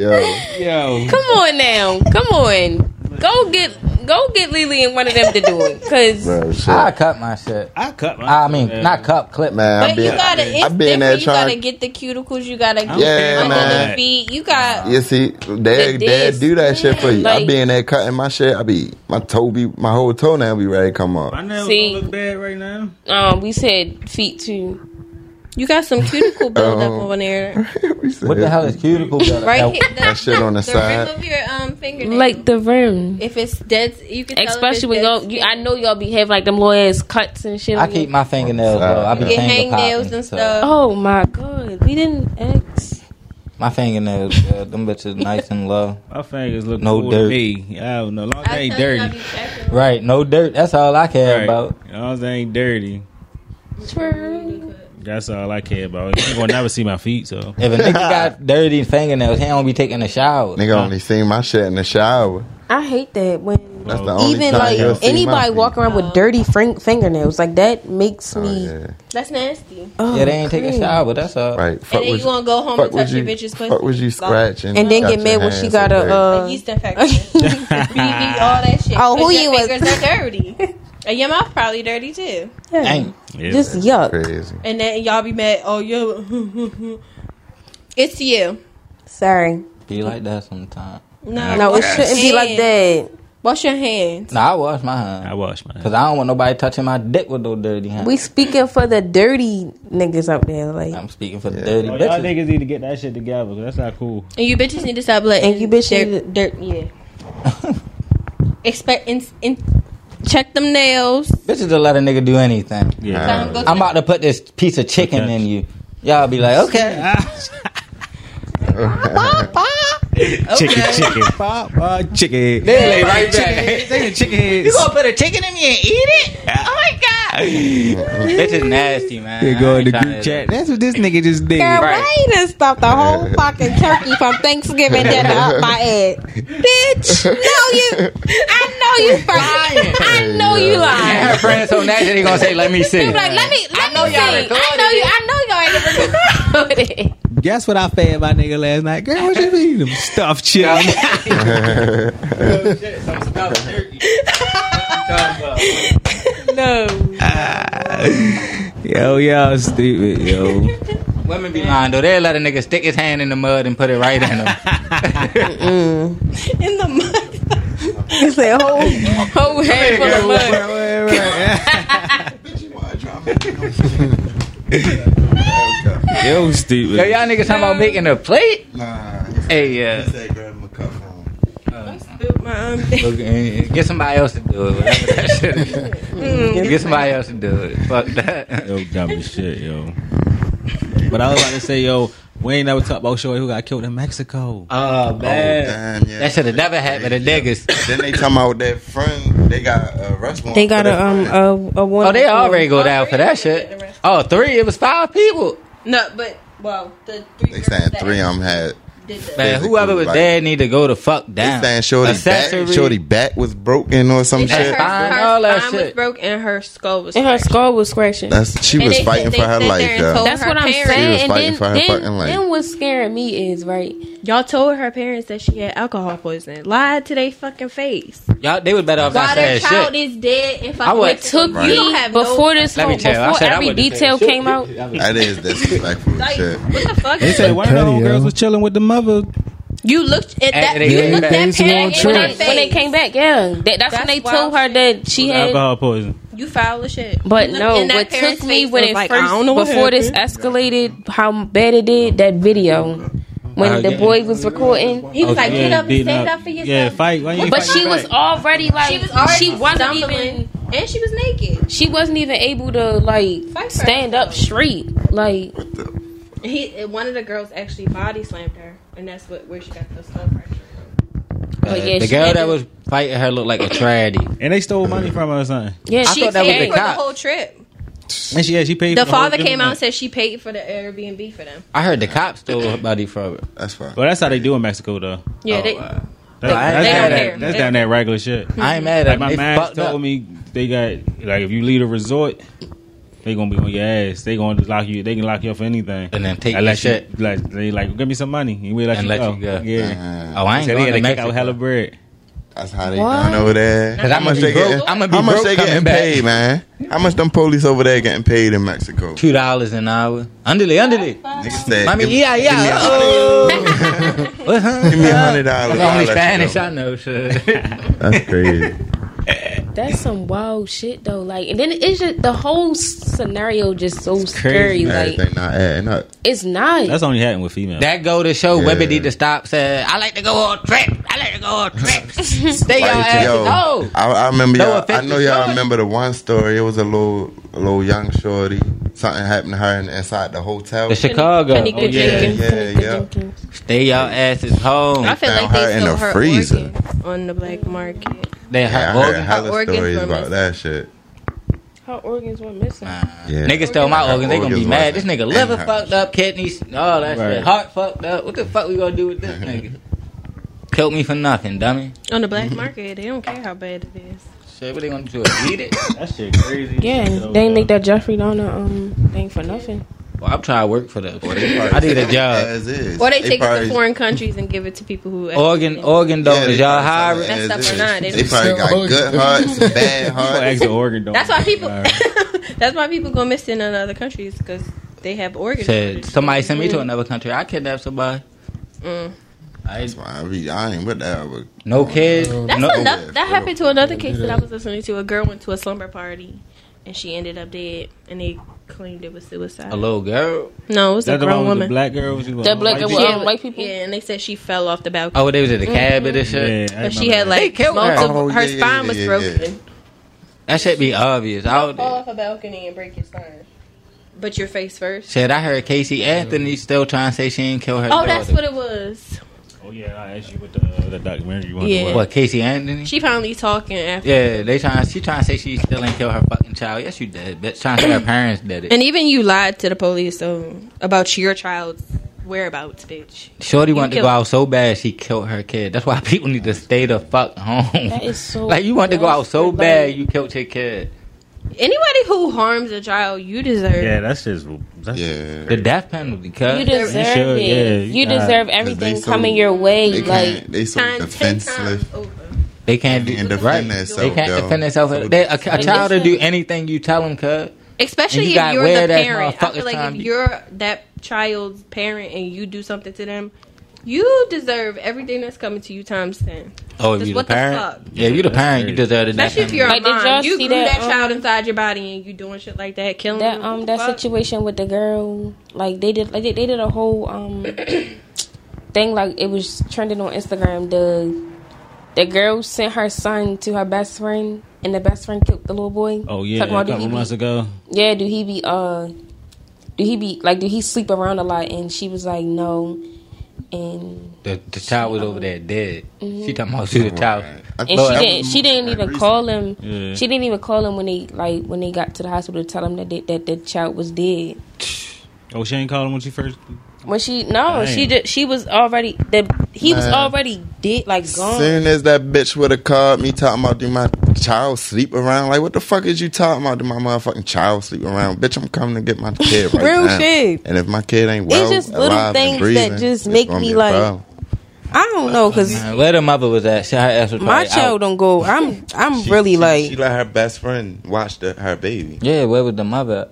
yo.
Yo.
Come on now. Come on. Go get go get Lily and one of them to do it. Cause
Bro, shit.
Ah,
I cut my shit.
I cut my.
I mean, not cut, clip.
man,
but
I've been,
you gotta, it's
I've been there
different. You gotta
trying.
get the cuticles. You gotta get
Yeah,
under
man.
the feet. You got.
You see, they
The
they
disc.
do that shit for you. I
Like-
be in there cutting my shit. I be my toe be my whole toenail be ready to come
My
off.
nails
See.
don't look bad right now.
um we said feet too.
You got some
[LAUGHS]
cuticle buildup
Oh.
over there,
What the hell is cuticle? builder?
right?
That-
here, the,
That shit on the
the
side.
rim of your um fingernail.
Like the rim.
if it's dead, you can.
Especially
tell
when y'all
if it's dead
you, I know y'all be having like them little ass cuts and shit.
I
on
keep
your-
my fingernails though. I be
Get
finger
hangnails
popping,
and
so
stuff.
[LAUGHS] Oh my god. We didn't ask
My fingernails, uh, them bitches nice and low.
My fingers look
No
no cool
dirt.
to me. I don't know. As long as
I
they ain't
tell you, I
dirty.
be checking.
Right, no dirt. That's all I care
Right.
about.
As long as they ain't dirty.
True.
That's all I care about. You ain't gonna never see my feet, so
If a nigga
[LAUGHS]
got dirty fingernails, he don't be taking a shower.
Nigga only seen my shit in the shower.
I hate that when
That's the only
Um, even
time you'll
like
see my
anybody
feet.
walking around with dirty fring- fingernails like that makes
Oh,
me.
yeah.
That's nasty.
oh,
Yeah, they ain't taking a
cream.
shower. That's all.
Right.
and then you gonna go home and
fuck would
touch
you-
your bitch's pussy.
Fuck was you scratching?
And then
got
get
your
mad when she
hands
got
so dirty.
a.
a
Uh,
[LAUGHS]
yeast infection. BV, all that shit.
Oh, who
'cause
you
your
was-
fingers are dirty.
[LAUGHS]
and your mouth probably dirty too.
yeah,
Dang.
yeah.
just uh, yuck. [LAUGHS]
Crazy.
And then y'all be mad. Oh, you. it's you.
Sorry,
Be like that sometimes.
No,
no, it
wash your
shouldn't be like
hands.
that.
Wash your hands.
Nah, I wash my hands.
I wash my
Cause I don't want nobody touching my dick with those dirty hands.
We speaking for the dirty niggas out there, like
I'm speaking for the
Yeah.
dirty
Oh, y'all
bitches.
niggas need to get that shit together. 'cause That's not cool.
And you bitches need to stop letting
And you
dirt,
bitches
dirt yeah. Expect in, in, check them nails.
bitches will let a nigga do anything.
Yeah,
Let 'em go
Uh, I'm about to put this piece of chicken
Okay.
in you. Y'all be like, okay,
chicken, chicken.
Pop, uh, chicken.
They lay right back.
They the chicken heads.
you gonna put a chicken in me and eat it? Oh my god, bitches nasty man.
They
I
go in
ain't
the
tryna-
group chat. That's what this nigga just did.
Girl,
Right.
right. done stopped the whole fucking turkey from Thanksgiving dinner
[LAUGHS]
up my ass.
[LAUGHS]
Bitch, no you, I [LAUGHS] know you fucking, I know you lying.
And her friends so nasty they gonna say, let me see.
Be like, let me, let
know
me
y'all
see. I
recorded
know you,
it.
I know y'all ain't recorded it.
Guess what I fed my nigga last night? Girl, what you mean? Them stuffed
[LAUGHS]
chicken.
No.
yo, y'all stupid,
[LAUGHS]
yo.
Women be lying though. They'll let a nigga stick his hand in the mud and put it right in
[LAUGHS]
him. [LAUGHS]
[LAUGHS] In the mud.
It's a whole, whole head full of mud.
[LAUGHS] yo, stupid.
Yo, y'all niggas talking about making a plate?
Nah.
Hey, uh, [LAUGHS]
Spilled my own thing.
Okay, Get somebody else to do it. Whatever that shit is. Get somebody else to do it. Fuck that.
Yo, dumb as shit, yo.
But I was about to say, yo, we ain't never talked about Shorty who got killed in Mexico.
[LAUGHS] Oh man,
Damn, yeah.
that should have never happened to niggas.
Then they talking about that friend. They got a restaurant.
They got
for
a
their
um
friend.
a, a one.
Oh, they already go down for that shit. Oh, three. It was five people.
No, but well, the three.
They saying
girls
three
that
um,
of them had.
did that.
Man, whoever was there need to go to fuck down.
They saying shorty
Accessory.
back, shorty back was broken or some
They said
shit.
her,
Fine,
her
all that
spine was
shit.
broke and her skull was.
And her
cracked.
skull was scratching.
That's she
And
was
they-
fighting
they
for her uh,
sit there
life,
and
though.
told-
That's
her
what I'm
parents.
She was
saying. And
fighting
then,
for her fucking
then,
life.
then what's scaring me is right.
Y'all told her parents that she had alcohol poisoning. Lied to their fucking face.
Y'all, they was better off
While
not
their
saying
child
shit.
is dead and
I would-
fucking with
Took
Right.
You
me
don't have no-
before this
Let me
whole,
tell you, I
before
said I
every
wouldn't
detail
say shit.
came out.
That is disrespectful as
Like,
shit.
what the fuck?
They said one of the
Petty,
homegirls
yo.
girls was chilling with the mother.
you looked at that.
And they
you
came
looked
back.
that
Things going
parent
true.
in
When
her
they,
face.
when they came back, yeah, that, that's,
That's
when they
wild
told her
shit.
that she had.
Alcohol poison.
you foul as shit.
But
You
no,
looked in that
what
parent's
took me
face
when
and
it
was like, I
first
don't know what
before this
happened.
escalated how bad it did that video when
Oh,
the
yeah.
boy was recording.
He was like,
Yeah,
get up and
beating
stand up for yourself.
Yeah, fight. Why you
But
fight
she was already like
She was already
she wasn't
stumbling,
even
and she was naked.
she wasn't even able to like
Fight for
stand up
herself.
straight. Like
He, one of the girls actually body slammed her, and that's what where she got the skull fracture.
Uh,
yeah,
the
she
girl
had
that
to-
was fighting her looked like a tragedy.
and they stole money from her or something.
yeah,
I
she
thought that was
paid
the
Paid for the
cop.
whole trip.
And she, yeah, she paid.
The
for
father
whole
came out and
dinner.
said she paid for the Airbnb for them.
I heard the cops stole her body from her.
That's fine.
Well, that's how they do in Mexico, though.
Yeah,
Oh,
they,
wow.
That's,
I-
that's
they
down
don't
that-
care.
that's
They
down that regular shit.
I ain't
Like
mad at them.
my
They
man
fucked
told
up.
me, they got like if you leave a resort, they gonna be on your ass. They gonna lock you. They can lock you up for anything.
And then take your
Unless you-
shit.
Like they like give me some money. And we let,
And
you,
let
go.
you go.
Yeah.
Uh,
Oh, I ain't
So they
going
had to
to
kick out
Mexico.
hella bread.
That's how they done over there.
Cause I'm
How much
gonna be
they
broke.
getting?
I'm gonna be
How much
broke
they
coming
getting
back.
paid, man? How much them police over there getting paid in Mexico?
Two dollars an hour. Underly, underly.
Nigga said,
Mommy,
give,
yeah, yeah. Oh.
give me a hundred dollars.
That's
I'll let
only
you
Spanish
go.
I
[LAUGHS]
know, shit.
That's crazy.
That's some wild shit though. Like, and then it's just the whole scenario just so scary. Like,
Everything not adding up.
it's not.
That's only happening with females.
That go to show
Yeah.
women need to stop saying, I like to go on trips. I like to go
[LAUGHS]
on
[LAUGHS]
trips. Stay your
Right,
ass
yo,
home.
I, I remember
No
y'all. I
offense
know
to
y'all
Shorty.
remember the one story. It was a little, a little young shorty. Something happened to her in- inside the hotel.
To Chicago.
Penny
Oh, yeah.
Jenkins.
yeah, yeah.
Stay your asses home.
I feel like
Found her
they
in
stole
the
her
freezer.
organs on the black market.
They
Yeah,
her
I heard
organ-
hella
organs
stories
were
about
missing.
that shit.
Her organs were missing.
Yeah.
Niggas stole my organs. They gonna be
Organs
mad. This
wasn't
nigga
in
liver
her.
fucked up, kidneys, all that
Right.
shit. Heart fucked up. What the fuck we gonna do with this nigga?
[LAUGHS]
Killed me for nothing, dummy.
On the black market, they don't care how bad it is.
Shit, what they gonna do? Eat it? [COUGHS]
That shit crazy.
Yeah, they ain't make that Jeffrey Dahmer um thing for nothing.
Well, I'm trying to work for them.
Or they probably
I did a
sell it
job.
As is.
Or they, take it
probably-
to foreign countries and give it to people who
Organ, organ
Yeah, they
donors. y'all
probably sell it
hiring?
as
Messed up or
is.
not, they
They probably got good hearts, bad
You gonna ask
hearts.
the organ donor.
That's why people.
All right.
[LAUGHS] that's why people go missing in other countries because they have organ.
Said
donors.
somebody sent me to another country. I kidnapped somebody.
Mm.
I
That's why I, be, I ain't with that. But
no kids.
That's
no,
another.
Yeah,
That
for
happened to another case that I was listening to. A girl went to a slumber party, and she ended up dead, and they claimed it was suicide.
a little girl.
No, it was a
That's the one
grown
with the
woman.
black girl. What you want?
That black
White
girl
bitch?
was-
yeah,
Um, white people?
Yeah, and they said she fell off the balcony.
Oh, they was at the cabin and
Yeah, I
shit.
But
remember
she had
that.
They
like
killed her.
multiple,
Oh,
her
yeah, yeah,
spine was
yeah, yeah.
broken.
That shit be obvious. I would,
Fall off a balcony and break your spine, but your face first.
Shit, I heard Casey Anthony still trying to say she didn't kill her.
Oh, that's
daughter.
what it was.
Oh yeah, I asked you what the, uh, the documentary you wanted
Yeah.
to watch.
What Casey Anthony?
She finally talking after.
yeah, they trying. She trying to say she still ain't kill her fucking child. Yes, you did. Bitch, trying to say her parents did it.
And even you lied to the police so, about your child's whereabouts, bitch.
Shorty
You
wanted to
killed-
go out so bad she killed her kid. That's why [LAUGHS] people need to stay the fuck home.
That is so.
like you wanted to go out so
that's
bad
like-
you killed your kid.
Anybody who harms a child, you deserve.
Yeah, that's just that's
yeah,
The death penalty. Cause
You deserve
should,
it.
yeah, you
you
got-
deserve
Because
everything
they so-
coming your way.
they
like
can't. They so
Time, ten times
defenseless.
over.
they can't do
And defend
right.
themselves.
They can't
though.
defend themselves. They, a, a child will do anything you tell them. Cause And
Especially
you
if
got
you're the
weird-ass
parent. I feel
motherfuckers
like
trying
if
to-
you're that child's parent and you do something to them, you deserve everything that's coming to you times ten.
oh, if
Just
you the
what the
parent,
fuck?
yeah, if you the
That's
parent, you
crazy.
deserve the death
Especially if
penalty.
you're a
Like, did
mom.
y'all
you
see
grew
that,
that,
um,
child inside your body and you doing shit like that, killing
that
them.
um
What
that
the fuck?
situation with the girl. Like they did like they, they did a
[COUGHS]
whole um thing like it was trending on Instagram. The the girl sent her son to her best friend and the best friend killed the little boy.
Oh yeah, a
Talking about do
couple
he be-
months ago.
yeah, do he be uh do he be like do he sleep around a lot and she was like no and
the, the child was over there dead. She talking about
Oh,
she the child.
I
and
thought
she
that
didn't
was
she didn't
more
even
recent.
call him
Yeah.
she didn't even call him when they like when they got to the hospital to tell him that they, that the child was dead
Oh, she ain't called him when she first.
When she no,
Damn.
she just she was already the he was
Man.
already dead like gone.
Soon as that bitch would have called me talking about do my child sleep around, like what the fuck is you talking about? Do my motherfucking child sleep around? Bitch, I'm coming to get my kid
[LAUGHS]
right
Real
now.
shit.
And if my kid ain't well,
just little
alive and
things that
breathing,
just
it's
make
gonna
me
be a
like-
problem.
I don't know because
Man, Uh, where the mother was at? She, her ass was
my
probably
child
out.
don't go. I'm I'm
[LAUGHS] She-
really
she-
like
she let her best friend watch the, her baby.
Yeah, where was the mother?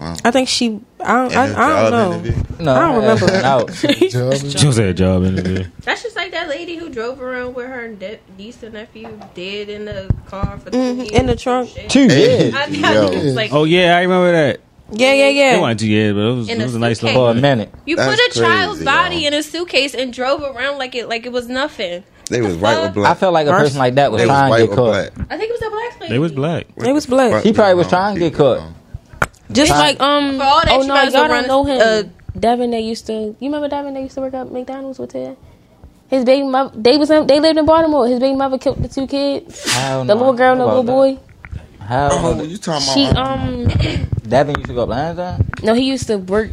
I think she I don't,
in
I, I
the
don't
job
know.
interview.
at? No,
I don't
her ass
remember.
was Out.
[LAUGHS]
Job.
She was at a job interview.
That's just like that lady who drove around with her de- niece and nephew dead in the car for two
Mhm,
years
in the
and
trunk.
shit.
Two
Hey,
I, I
yo,
think it's like
oh yeah, I remember that.
Yeah, yeah,
It
yeah.
wasn't two years, but it was,
In
it
a
was a nice
suitcase.
for a
little.
minute.
you
That's
put a child's
crazy,
body
yo.
in a suitcase and drove around like it like it was nothing.
they was white or black.
I felt like a person like that was
they was
trying to
white
get
or
caught.
black.
I think it was a black lady.
They was black.
What
It was
the
black.
fuck
He probably
is
was
wrong
trying to
with
get
people,
caught.
man?
Just
Fine.
like um
For all that
oh
you
no,
might
y'all
as well
don't
run
know
a-
him. Devin that used to you remember Devin that used to work at McDonald's with her. His baby mother, they was in, they lived in Baltimore. His baby mother killed the two kids,
Hell
the
no,
little
I
girl and the
don't know
little boy.
about that. How
Oh,
was
you talking
She
about?
um
it? Devin used to go blind time?
no, he used to work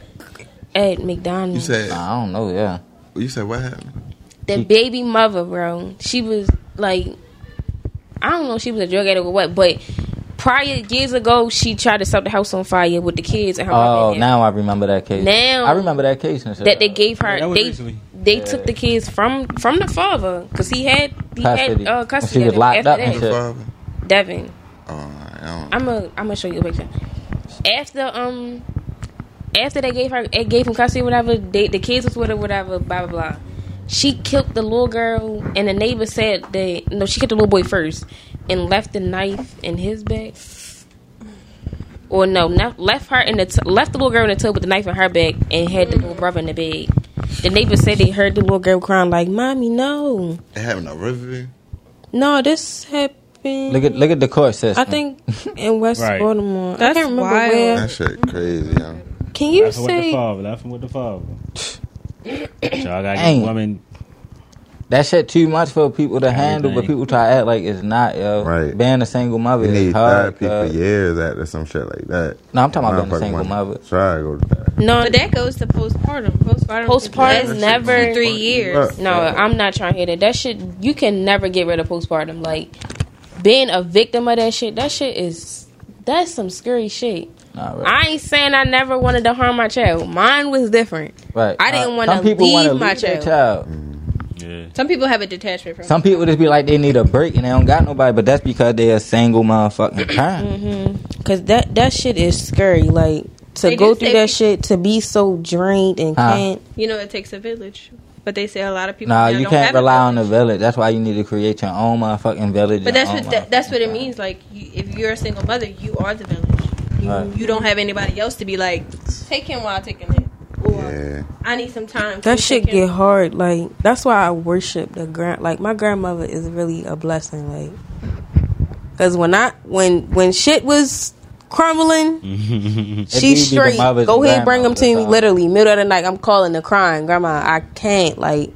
at McDonald's.
you said
Nah, I don't know. Yeah,
you said what happened?
the
Mm.
baby mother, bro. She was like, I don't know, if she was a drug addict or what, but prior years ago, she tried to set the house on fire with the kids and her mom
Oh,
in there.
now I remember that case.
Now-
I remember that case and shit.
that they gave her.
That was
they
recently.
they took the kids from from the father because he had he
Custody.
had uh,
When
custody.
she was
of them
locked
after
up
that.
and
The
shit.
father?
Devin,
Oh, I don't.
I'm a I'm gonna show you a picture. After um. After they gave her, it gave him custody, whatever. They, the kids was with her, whatever. Blah blah blah. She killed the little girl, and the neighbor said that no, she killed the little boy first, and left the knife in his bag. Or no, not, left her in the t- left the little girl in the tub with the knife in her bag, and had the little brother in the bed. The neighbor said they heard the little girl crying like, "Mommy, no,
It happened a river.
no, this happened."
Look at look at the court system.
I think in West
Right.
Baltimore. I
That's
can't remember
wild.
where.
That shit crazy, yo.
Can you
Laughing with the
say
[CLEARS THROAT]
father. Laughing with the father. Y'all gotta get
Dang.
women
that shit too much for people to handle, but
Everything.
people try to act like it's not, yo.
Right.
Being a single mother
You
is
need
hard.
therapy
cuz-
for years after some shit like that.
No, I'm talking about being a
Motherfucker
single
wanna
mother.
Try to go to therapy.
No, but that goes to postpartum. Postpartum.
Postpartum
is
never-
two, three years.
No, I'm not trying to hear that. That shit, you can never get rid of postpartum. Like being a victim of that shit. That shit is that's some scary shit.
Nah, right.
I ain't saying I never wanted to harm my child. Mine was different.
Right.
I didn't
Uh,
wanna
some people
leave
wanna
my
their
child.
[LAUGHS] Yeah.
Some people have a detachment from.
Some people just be like they need a break and they don't got nobody, but that's because they a single motherfucking parent.
Cause that that shit is scary. Like to
They
go
do
through
say-
that shit, to be so drained and
Ah.
Huh.
can't.
it. You know, it takes a village. But they say a lot of people.
Nah,
now
you
don't
can't
have a
rely on the
village.
village. That's why you need to create your own motherfucking village.
But
your
that's
own
what that, that's what it
motherfucking-
means. Like, you, if you're a single mother, you are the village. You,
Right.
you don't have anybody else to be like, take him while I take him. Or
Yeah.
I need some time. to
That
take
shit
care
get hard. Like that's why I worship the grand. Like my grandmother is really a blessing. Like, cause when I when when shit was crumbling,
If we
she
be the
straight.
mothers
Go
and
ahead, bring them to
grandmothers,
me.
uh,
Literally middle of the night, I'm calling the crying, grandma. I can't. Like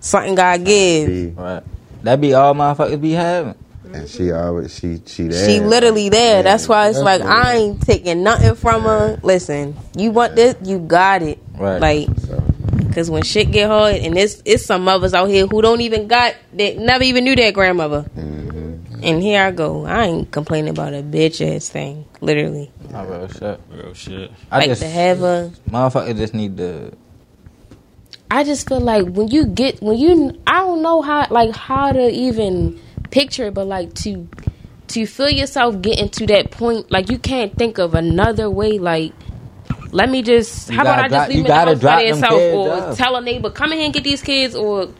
something God give.
She,
Right. That be all motherfuckers be having.
and she always she she there.
She literally there.
Yeah.
That's why it's like
Definitely.
I ain't taking nothing from her. Listen, you want this, you got it.
Right.
Like,
So,
cause when shit get hard, and it's it's some mothers out here who don't even got that never even knew their grandmother.
mm-hmm.
And here I go. I ain't complaining about a bitch ass thing. Literally,
Oh, real shit.
Real shit.
I
like
just
to have a.
motherfuckers just need to
I just feel like when you get when you I don't know how like how to even picture it, but like to to feel yourself getting to that point, like you can't think of another way. Like, let me just
You
how about
gotta
I
drop-
just leave
you
them in the
gotta
house
drop
by
them
themselves,
kids
or
up.
tell a neighbor come in here and get these kids, or
of.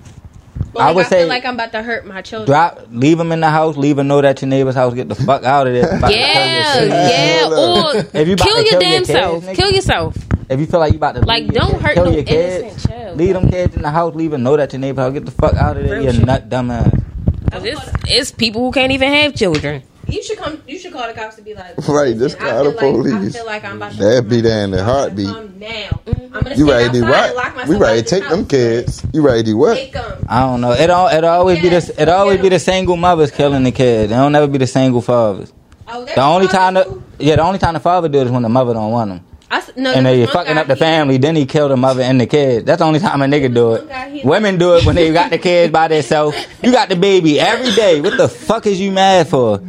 But, like,
I would
I feel
say-
like I'm about to hurt my children.
drop, leave them in the house, leave them know that your neighbor's house, get the fuck out of there. Fuck
yeah,
your shit.
yeah, or
If you about
kill
to
your
kill
damn
your kids,
self,
nigga.
kill yourself.
If you feel like you about to
Like,
leave
don't
your,
hurt
kill
no
your kids,
innocent child.
leave them kids in the house, leave them know that your neighbor's house, get the fuck out of there.
Real
You
shit.
nut dumbass.
'Cause It's, it's people who can't even have children. [LAUGHS]
You should come. You should call the cops and be like,
Right, just
"Listen, I
call the
feel like-
police."
I feel like I'm about to.
That'd be
hurt
there in the
myself.
heartbeat.
I'm gonna come now.
Mm-hmm.
I'm gonna
you
stay
ready to do
outside and lock
what? We
myself
ready
out
to
this
take them
house.
kids. You ready to do
Take
what?
'em.
I don't know. It all it always be this. It always be the single mothers killing the kids. They don't never be the single fathers.
Oh, that's
The only time
possible.
the yeah, the only time the father do it is when the mother don't want him,
I s- no,
and
there
they
was one
fucking
guy
up the
he-
family. Then he kill the mother and the kids. That's the only time a nigga do it. Women do it when they got the kids by themselves. You got the baby every day. What the fuck is you mad for?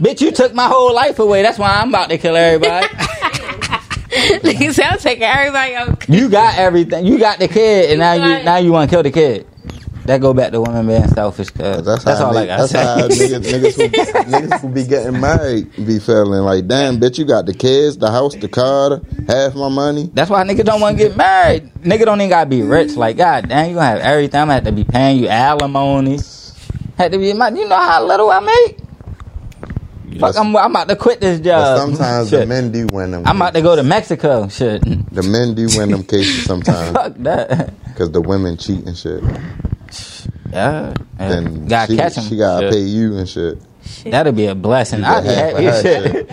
Bitch, you took my whole life away. That's why I'm about to kill [LAUGHS] everybody.
Niggas, I'm taking everybody out.
you got everything. You got the kid, and now
Right.
you now you want to kill the kid. That go back to women being selfish. Cause that's,
how
all
nigg-
I got.
That's
[LAUGHS]
how niggas, niggas, who, niggas who be getting married be feeling like, damn, bitch, you got the kids, the house, the car, half my money.
That's why niggas don't want to get married. Nigga don't even gotta be rich. Like, god damn, you gonna have everything. I'm gonna have to be paying you alimony. Had to be my, you know how little I make. Fuck,
That's-
I'm, I'm about to quit this
But
job.
sometimes the
Uh, Shit.
men do win them.
I'm about to go to
[LAUGHS]
Mexico. Shit,
The men do win them cases
[LAUGHS]
sometimes
fuck that.
because the women cheat and shit.
Yeah,
Then
got
she,
catch him.
she gotta
Shit.
pay you and shit.
That'll be a blessing.
You got
I'd be
half
happy.
of
as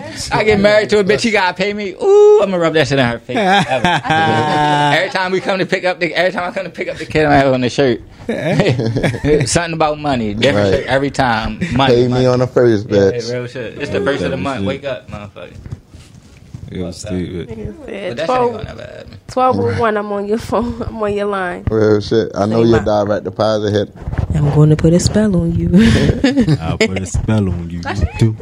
her
[LAUGHS] Shit. I get married to a bitch. She gotta pay me. Ooh, I'm gonna rub that shit in her face. forever.
Ah.
Uh,
every time we come to pick up the, every time I come to pick up the kid, I have on the shirt. [LAUGHS] Something about money. Different
Right.
shirt every time. Money.
Pay
money.
me on the first bitch.
Hey, real shit. It's the first of the
That
month.
shit.
Wake up, motherfucker.
It was stupid.
But that shit ain't
Twelve,
gonna never happen.
twelve oh one. I'm on
[LAUGHS]
your phone. I'm on your line.
Real shit. I know
Say
your
my-
direct deposit hit.
I'm going to put a spell on you.
I put a spell on you. Do,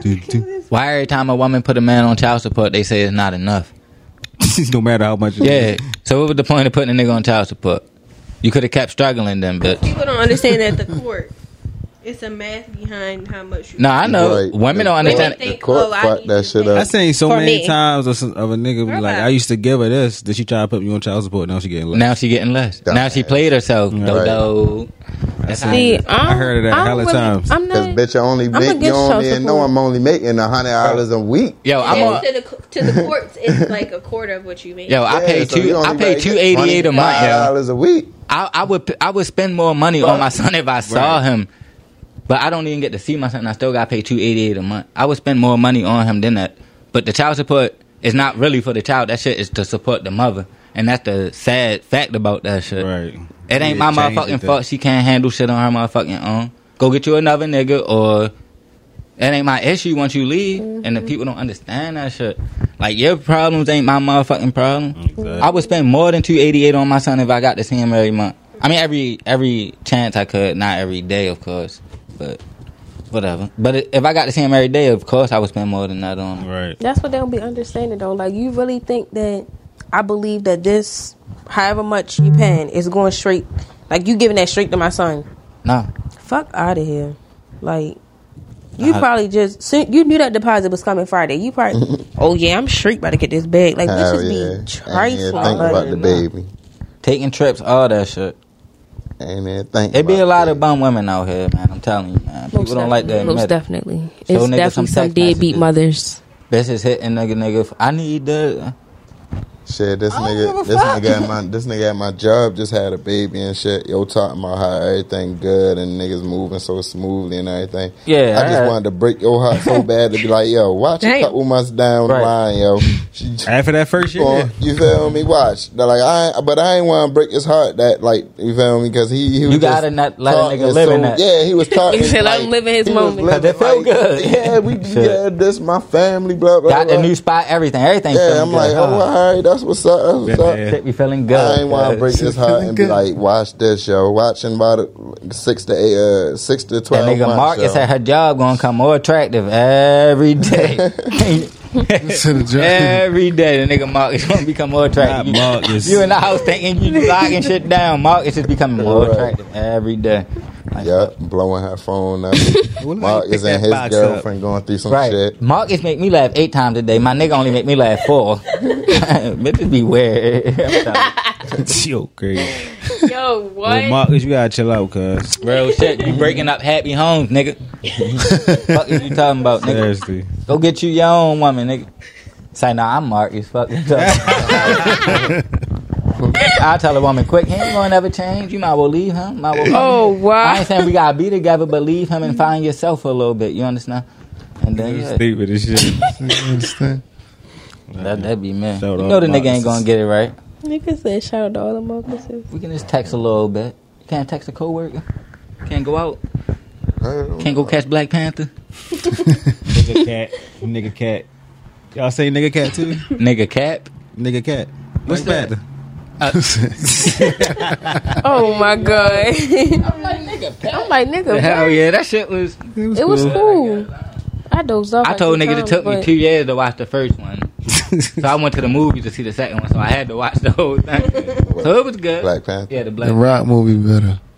do, do.
Why every time a woman put a man on child support, they say it's
[LAUGHS]
not enough?
[LAUGHS] no matter how much. it
Yeah.
is.
So what was the point of putting a nigga on child support? You could have kept struggling then, bitch.
People don't understand that the court. It's a math behind how much you.
No, I know.
Right.
Women
The
don't understand.
court-
They
The
think,
court
oh, I
fucked
need
that
to
shit
pay.
up.
I seen so
For
many
me.
times of, some- of a nigga be
Girl,
like,
bye.
I used to give her this, then she tried to put me on child support. Now she getting less.
Now she getting less. Now she played herself. Dodo. That's
[LAUGHS]
how
See,
[LAUGHS] I heard it a hella times.
I'm
Cause
not.
bitch, I only make you
against
don't
child
even know
support.
I'm only making a
Oh.
hundred dollars a week.
Yo, I'm
Yeah,
on.
to the to the courts. It's like a quarter of what you make.
Yo, I
Yeah,
pay
so
two.
you only
I pay
about to
two
get
eighty eight a month. Yo,
$25 a week.
I, I would. I would spend more money on my son if I saw him. But I don't even get to see my son. I still got to pay two eighty eight a month. I would spend more money on him than that. But the child support It's not really for the child. That shit is to support the mother, and that's the sad fact about that shit.
Right.
It ain't
Yeah,
my
change it
motherfucking
to-
fault. She can't handle shit on her motherfucking own. Go get you another nigga, or it ain't my issue once you leave. And the
Mm-hmm.
people don't understand that shit. Like your problems ain't my motherfucking problem.
Exactly.
I would spend more than two eighty eight on my son if I got to see him every month. I mean every every chance I could, not every day, of course, but whatever. But if I got to see him every day, of course I would spend more than that on. him.
Right.
That's what they don't be understanding though. Like you really think that I believe that this, however much you paying, is going straight. Like you giving that straight to my son.
No,
Fuck out of here. Like you
Nah.
probably just so you knew that deposit was coming Friday.
[LAUGHS]
You probably oh yeah, I'm straight about to get this bag. Like
Hell
this is
yeah.
be
Ain't
trifling.
even think about the
Like,
baby.
taking trips, all that shit.
Ain't even think
It be
about
a lot
the
of bum women out here, man. I'm telling you, man. People
Most
don't like that.
definitely. Most
admit it.
definitely.
So
It's
niggas some
definitely some
text
deadbeat
messages.
mothers.
Bitches hitting nigga, nigga. I need the.
Shit, this nigga, this
[LAUGHS]
nigga, at my, this nigga at my job just had a baby and shit. Yo, talking about how everything good and niggas moving so smoothly and everything.
Yeah,
I just
alright.
wanted to break your heart so bad to be like, yo, watch a
Damn.
couple months down
Right.
the line, yo.
[LAUGHS]
She just
After that first year,
gonna- you feel me? Watch, They're like I, ain't- but I ain't want to break his heart. That like, you feel me? Because he, he was
You gotta
just
not let a
talking
nigga live in that.
Yeah, he was talking.
[LAUGHS] He said, "I'm living his
he was
moment."
'Cause it
living,
felt
[LAUGHS]
good.
Yeah,
[LAUGHS]
we, yeah, this my family, blah blah.
Got
blah.
the new spot, everything, everything.
Yeah,
feeling
I'm
good.
like, oh,
Huh.
all right, that's what's up. That's what's up.
Yeah.
Shit be feeling good.
I ain't want to break
cuz.
his
[LAUGHS]
heart and be like, watch this show. Watching about a- six to eight, uh, six to
That
twelve.
nigga
months,
Marcus
yo.
at her job gonna come more
[LAUGHS]
attractive every day.
To the job.
every day, the nigga Marcus gonna become more attractive.
Not Marcus.
You in the house thinking you locking shit down. Marcus is becoming more
Right.
attractive every day. Like,
Yep, blowing her
[LAUGHS]
phone up.
Well, let me pick
Marcus
that
and his
box up.
girlfriend going through some
Right,
Oh, shit.
Marcus make me laugh eight times a day. My nigga only make me laugh four. [LAUGHS] Bitches be weird. [LAUGHS] I'm
[LAUGHS]
sorry.
yo, crazy.
Yo,
Well, Marcus, you gotta chill out, cuz.
Real shit, you breaking up happy
[LAUGHS]
homes, nigga. Fuck is you talking about, nigga?
Seriously.
Go get you your own woman, nigga. Say, nah, I'm
[LAUGHS]
Marcus. Fuck [LAUGHS] you. I tell a woman quick, he ain't gonna never change. You might well leave him. Might well
Oh
I
wow.
ain't saying we gotta be together, but leave him and find yourself for a little bit. You understand? And then yeah,
Stupid as shit.
You understand?
that that be man.
Shout
you
out
know the nigga
Marcus.
ain't gonna get it right.
Nigga said shout out to all the motherfuckers.
We can just text a little bit. Can't text a coworker. Can't go out. Can't go catch Black Panther.
nigga cat. Nigga cat. Y'all say nigga cat too?
Nigga cap.
nigga cat. What's that?
Oh my god.
[LAUGHS]
I'm like nigga.
Hell yeah, that shit was.
It was cool. I dozed off.
I
like
told
two
nigga it
times,
took me
but-
two years to watch the first one. so I went to the movie to see the second one, so I had to watch the whole thing. So it was good.
Black Panther,
Yeah, the black.
The rock movie better.
[LAUGHS]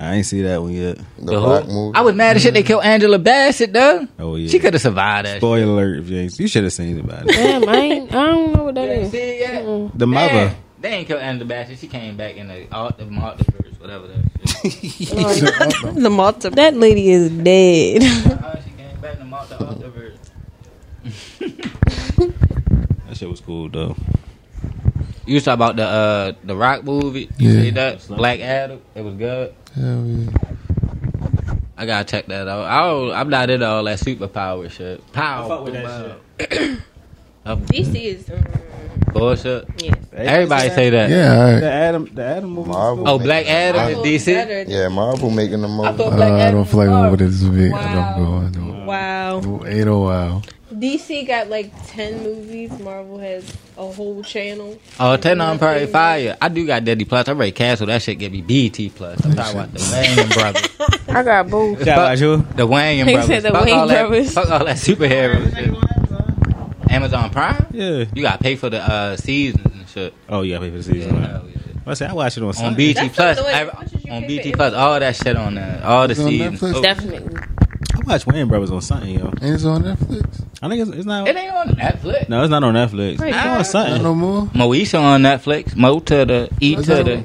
I ain't see that one yet.
the,
the
Rock
whole-
movie.
I was mad as shit they killed Angela Bassett though.
Oh yeah.
She could have survived that.
Spoiler alert, if you ain't you should have seen it
[LAUGHS]
by now.
Damn, I, ain't, I don't know
[LAUGHS]
what that
shit.
is.
See, yeah.
The mother.
They ain't killed Angela Bassett. She came back in the art the art the first whatever that. Shit.
the multiple.
That lady is dead.
Uh, she came back in the Mark the Art the verse.
That shit was cool though.
You was talking about the uh the Rock movie. You
Yeah.
see that Black Adam? It was good.
Hell yeah.
I gotta check that out. I don't, I'm not into all that superpower shit. Power.
DC is. Um,
Bullshit.
yes.
Everybody say that.
Yeah, all right.
The Adam the Adam movie. was
Marvel.
Oh, Black Adam
Marvel
is
is
DC.
better than-
yeah, Marvel making the movie.
thought-
Uh, I don't feel like going with this big. I don't go. I don't.
Wow.
Wow. Ain't no oh wow.
DC got like 10 movies. Marvel has a whole channel.
Oh, ten on probably fire. I do got Daddy Plus. I already canceled that shit. Give me BT Plus. I'm talking about the
[LAUGHS]
Wayne brothers.
I got both. [LAUGHS]
cool. Shout out you.
The Wayne
He
brothers.
said the
fuck
Wayne
all
brothers.
That, fuck all that superhero shit. Amazon Prime.
Yeah.
You gotta pay for the uh, seasons and shit.
Oh yeah, I pay for the season.
Yeah,
I say I watch it on
On
Sunday.
BT Plus,
the way-
every-
how much did you
on
pay
BT
for
Plus, all that shit on there, all the
It's on
seasons.
Netflix?
[LAUGHS]
Oh,
Definitely.
I watch Wayne Brothers on Sunday, yo.
Ain't it on Netflix?
I think it's, it's not.
It ain't on Netflix.
No, it's not on Netflix. It's on
Not
Sunday.
no more.
Moesha on Netflix. Mo to the E to
Is that
the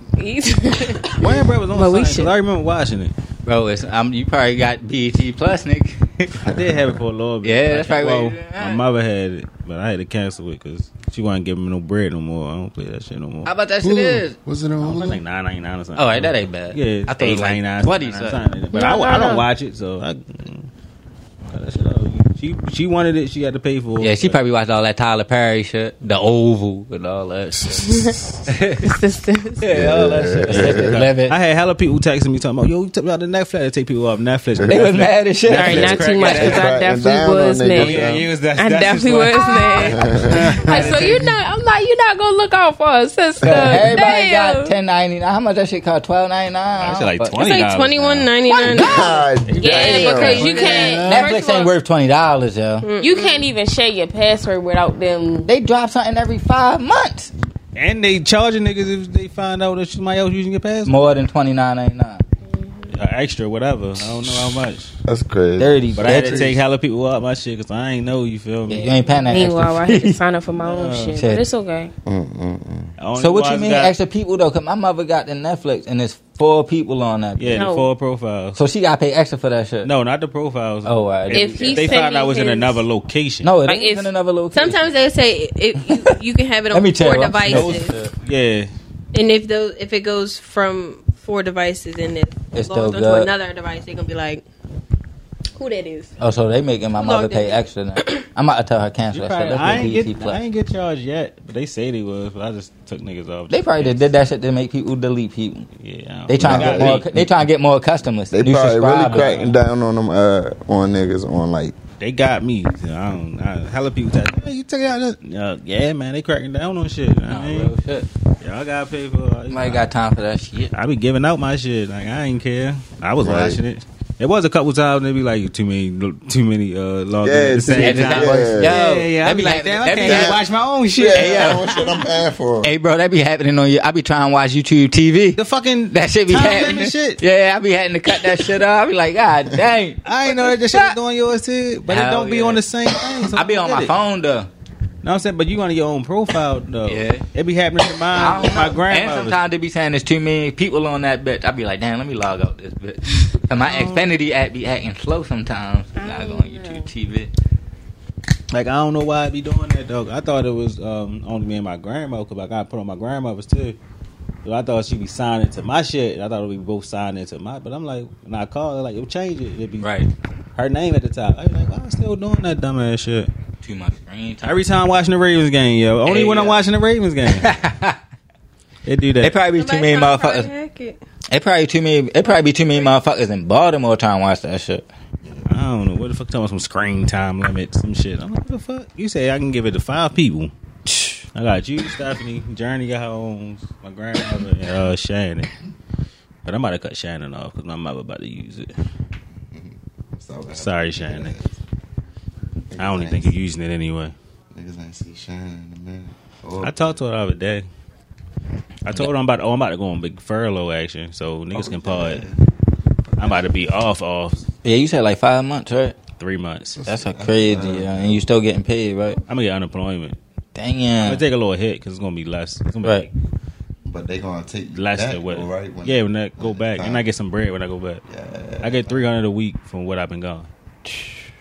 on-
Wayne Brothers on
Well, we
Sunday. 'cause
should.
I remember watching it.
bro. It's, um, you probably got BT Plus, nigga.
[LAUGHS] I did have it for a little bit.
Yeah,
I
that's
can't-
probably
well,
what you-
my mother had it, but I had to cancel it because she wasn't giving me no bread no more. I don't play that shit no more.
How about that shit is?
Hulu. Was it
It
on
was like
Hulu?
nine ninety nine or something.
Oh, right, that ain't bad.
Yeah,
I thought it was like
$8.99,
twenty.
something like that. But I, I don't watch it, so I. mm, cut that shit out. She She she wanted it. She had to pay for it.
Yeah, she
but-
probably watched all that Tyler Perry shit, The Oval, and all that shit. yeah, all that shit. Eleven.
I had hella people texting me talking about, yo, you took me out the Netflix to take people off Netflix.
They was mad as shit.
All right, not too much because I
Crack down
definitely
on
was
niggas,
next.
yo.
[LAUGHS] you was that.
I definitely was
[LAUGHS]
mad. like, so you're not. I'm like, you're not gonna look out for a sister.
[LAUGHS] Everybody
Damn.
got ten ninety nine. How much that shit cost? Twelve ninety nine.
That shit like
It's
twenty.
like twenty one ninety nine.
God
yeah,
damn.
because you can't.
Netflix
first of
ain't
all, Mm.
worth twenty dollars, yo.
You can't even share your password without them.
They drop something every five months.
And they charging niggas if they find out that somebody else using your passport.
More than twenty nine ninety nine.
Uh, extra, whatever. I don't know how much.
That's crazy.
Thirty.
But I had to
bitches.
take hella people out my shit because I ain't know, you feel
You
me?
ain't paying that extra.
Meanwhile, I
[LAUGHS]
had to sign up for my own shit,
Oh, shit.
but it's okay.
Mm, Mm-mm-mm.
Only
So what you
ones
mean
got-
extra people though? Cause my mother got the Netflix and there's four people on that.
Yeah, the
No.
full profiles.
So she got to pay extra for that shit.
No, not the profiles.
Oh, all right.
If he
they
send
found
me
I was in
his-
another location.
no, it
Like,
ain't
it's-
another little. kid.
Sometimes they say if you, you can have it
Let
on
me tell
four
you. I'm-
devices,
Yeah.
and if those if it goes from four devices and it
It's
goes
still
onto
good.
another device, they're gonna be like, "Who that is?"
Oh, so they making my mother pay extra now.
[COUGHS]
I'm about to tell her cancel that shit. Let's
I,
do
ain't
BET
get,
Plus.
I ain't get charged yet, but they say they was, but I just took niggas off.
They probably did, did that shit to make people delete people.
Yeah. I
They
don't-
trying to
I
get
got
more.
leaked.
They trying to get more customers.
They
new
probably really
subscribers.
cracking down on them uh, on niggas on like
They got me. So I don't. I, hella people tell me, hey, you took it out. This. Yeah, yeah, man, they cracking down on shit.
Nah,
I
real
mean,
shit.
y'all gotta pay for.
Nobody got time for that shit.
I be giving out my shit. Like I ain't care. I was
Right.
watching it. It was a couple times they be like too many, too many uh logs
Yeah,
at the
see,
same
yeah.
time.
Yo,
I be like, damn, I
that
can't
be
even
hap-
watch my own shit.
yeah, yeah. what shit I'm paying for.
Hey, bro, that be happening on you. I be trying to watch YouTube TV.
The fucking
That shit be
time
happening.
limit shit.
[LAUGHS] Yeah, I be having to cut that shit off. I be like, God dang.
I ain't know that this shit was doing yours too, but it
Hell
don't be
yeah.
on the same thing. so
I be
I
on
get
my
it.
phone though.
No, I'm saying, but you on your own profile though.
Yeah.
it be happening to
I
mine,
don't
with my
know.
grandmother.
And sometimes they be saying there's too many people on that bitch. I be like, damn, let me log out this bitch. And my
Oh.
Xfinity app be acting slow sometimes. I go on YouTube TV.
Like I don't know why I be doing that though. I thought it was um, only me and my grandma because I got put on my grandmother's too. So I thought she'd be signing to my shit. I thought we both signed into my. But I'm like, when I call, they're like, yo, change it. It'd be
Right.
her name at the top. I be like, why I'm still doing that dumb ass shit.
Too much screen [LAUGHS] time.
Every time I'm watching the Ravens game, yo. Only
Hey,
when I'm
yeah.
watching the Ravens game,
[LAUGHS]
they do
They
that.
probably be too many motherfuckers. They probably too many. They probably be too many motherfuckers in Baltimore trying to watch that shit.
I don't know what the fuck talking about some screen time limit, some shit. I'm like, what the fuck? You say I can give it to five people. I got you, Stephanie, Journey got her own, my grandmother, and uh, Shannon. But I'm about to cut Shannon off because my mother about to use it. Sorry, Shannon. I don't even think you're using it anyway.
Niggas ain't see Shannon in a minute.
I talked to her the other day. I told her I'm about to, oh, I'm about to go on big furlough action, so niggas can pod. I'm about to be off off
Yeah, you said like five months, right?
three months.
That's a crazy, yeah. and you still getting paid, right?
I'm gonna get unemployment. I'm
Damn.
gonna take a little hit because it's gonna be less. It's gonna be
Right.
But they gonna take you
less
back,
than what.
though, right? When-
yeah, when I go
when
back,
it's
and I get some bread when I go back.
Yeah,
I get three hundred a week from what I've been gone.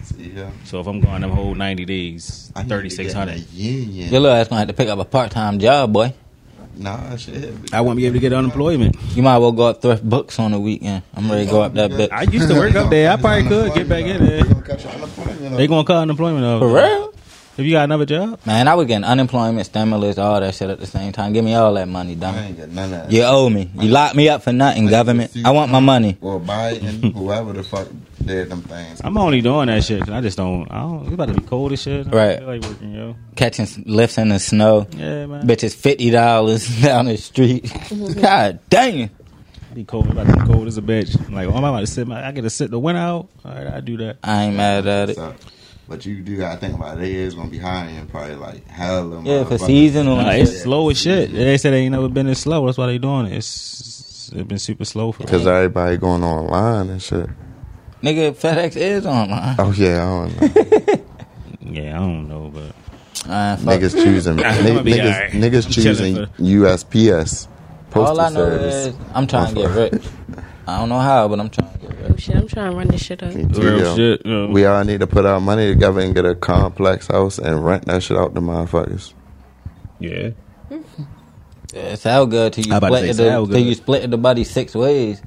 see, yeah.
So if I'm gone them whole ninety days,
I need to
thirty six
get
hundred.
in a Union.
Your little ass gonna have to pick up a part time job, boy.
Nah, shit.
I won't be able to get unemployment.
You might as well go up thrift books on the weekend. I'm ready to go up that bitch.
I used to work up there. I probably could get
[LAUGHS]
back in there.
They gonna cut your unemployment
They gonna cut unemployment off.
For real?
If you got another job,
Man, I was getting unemployment, stimulus, all that shit at the same time. Give me all that money,
I
dummy.
ain't got none of that.
You owe me. You locked me up for nothing, government. I want my money.
Or Biden,
[LAUGHS]
whoever the fuck did them things.
I'm only doing that shit. 'cause I just don't. I don't. It's about to be cold as shit. I don't
Right.
feel like working, yo.
Catching s- lifts in the snow.
Yeah, man.
Bitches fifty dollars [LAUGHS] down the street. God dang.
Be cold. It's about to be cold as a bitch. I'm like, oh, I'm about to sit. My, I get to sit the winter out. All right, I do that.
I ain't mad at it.
So, but you do gotta think about it. They is gonna be hiring probably like hella.
Yeah, for
motherfuckers.
seasonal.
Nah,
and
it's
shit.
slow as shit. They said they ain't never been this slow. That's why they doing it. It's it's been super slow for.
Cause everybody going online and shit.
Nigga, FedEx is online.
Oh yeah, I
[LAUGHS]
don't know.
Yeah, I don't know, but
Uh, fuck.
niggas choosing
[LAUGHS]
I'ma be
niggas,
alright.
niggas
I'm
choosing
chilling for-
USPS postal
All I know
service.
is I'm trying to get rich. I don't know how, but I'm trying to get rich.
Shit, I'm trying to run this shit up.
Real
Yeah.
shit, yeah.
We all need to put our money together and get a complex house and rent that shit out to motherfuckers.
yeah,
Yeah, It sound good till you
I about to
split
say
it
sound
till
good.
you split the body six ways.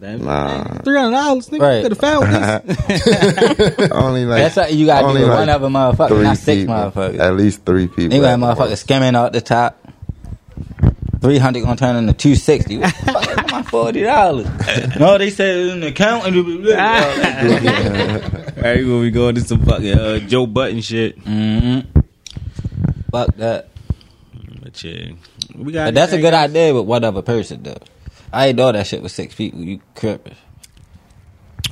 Damn.
Nah.
Three hundred dollars, nigga.
Right.
Could have found this.
[LAUGHS] only like
That's how you gotta
only
do one other motherfucker,
three
not six
people.
motherfuckers.
At least three people.
Nigga, that motherfucker skimming out the top. 300 gonna turn into 260. What the fuck? That's my $40. no, they said it was in the account. And
[LAUGHS]
Ah.
All right, we'll be going to some fucking uh, Joe Button shit.
mm-hmm. Fuck that.
But yeah, we got.
But that's a
anything
good
else?
idea with one other person, though. I ain't know that shit with six people. You crippin'.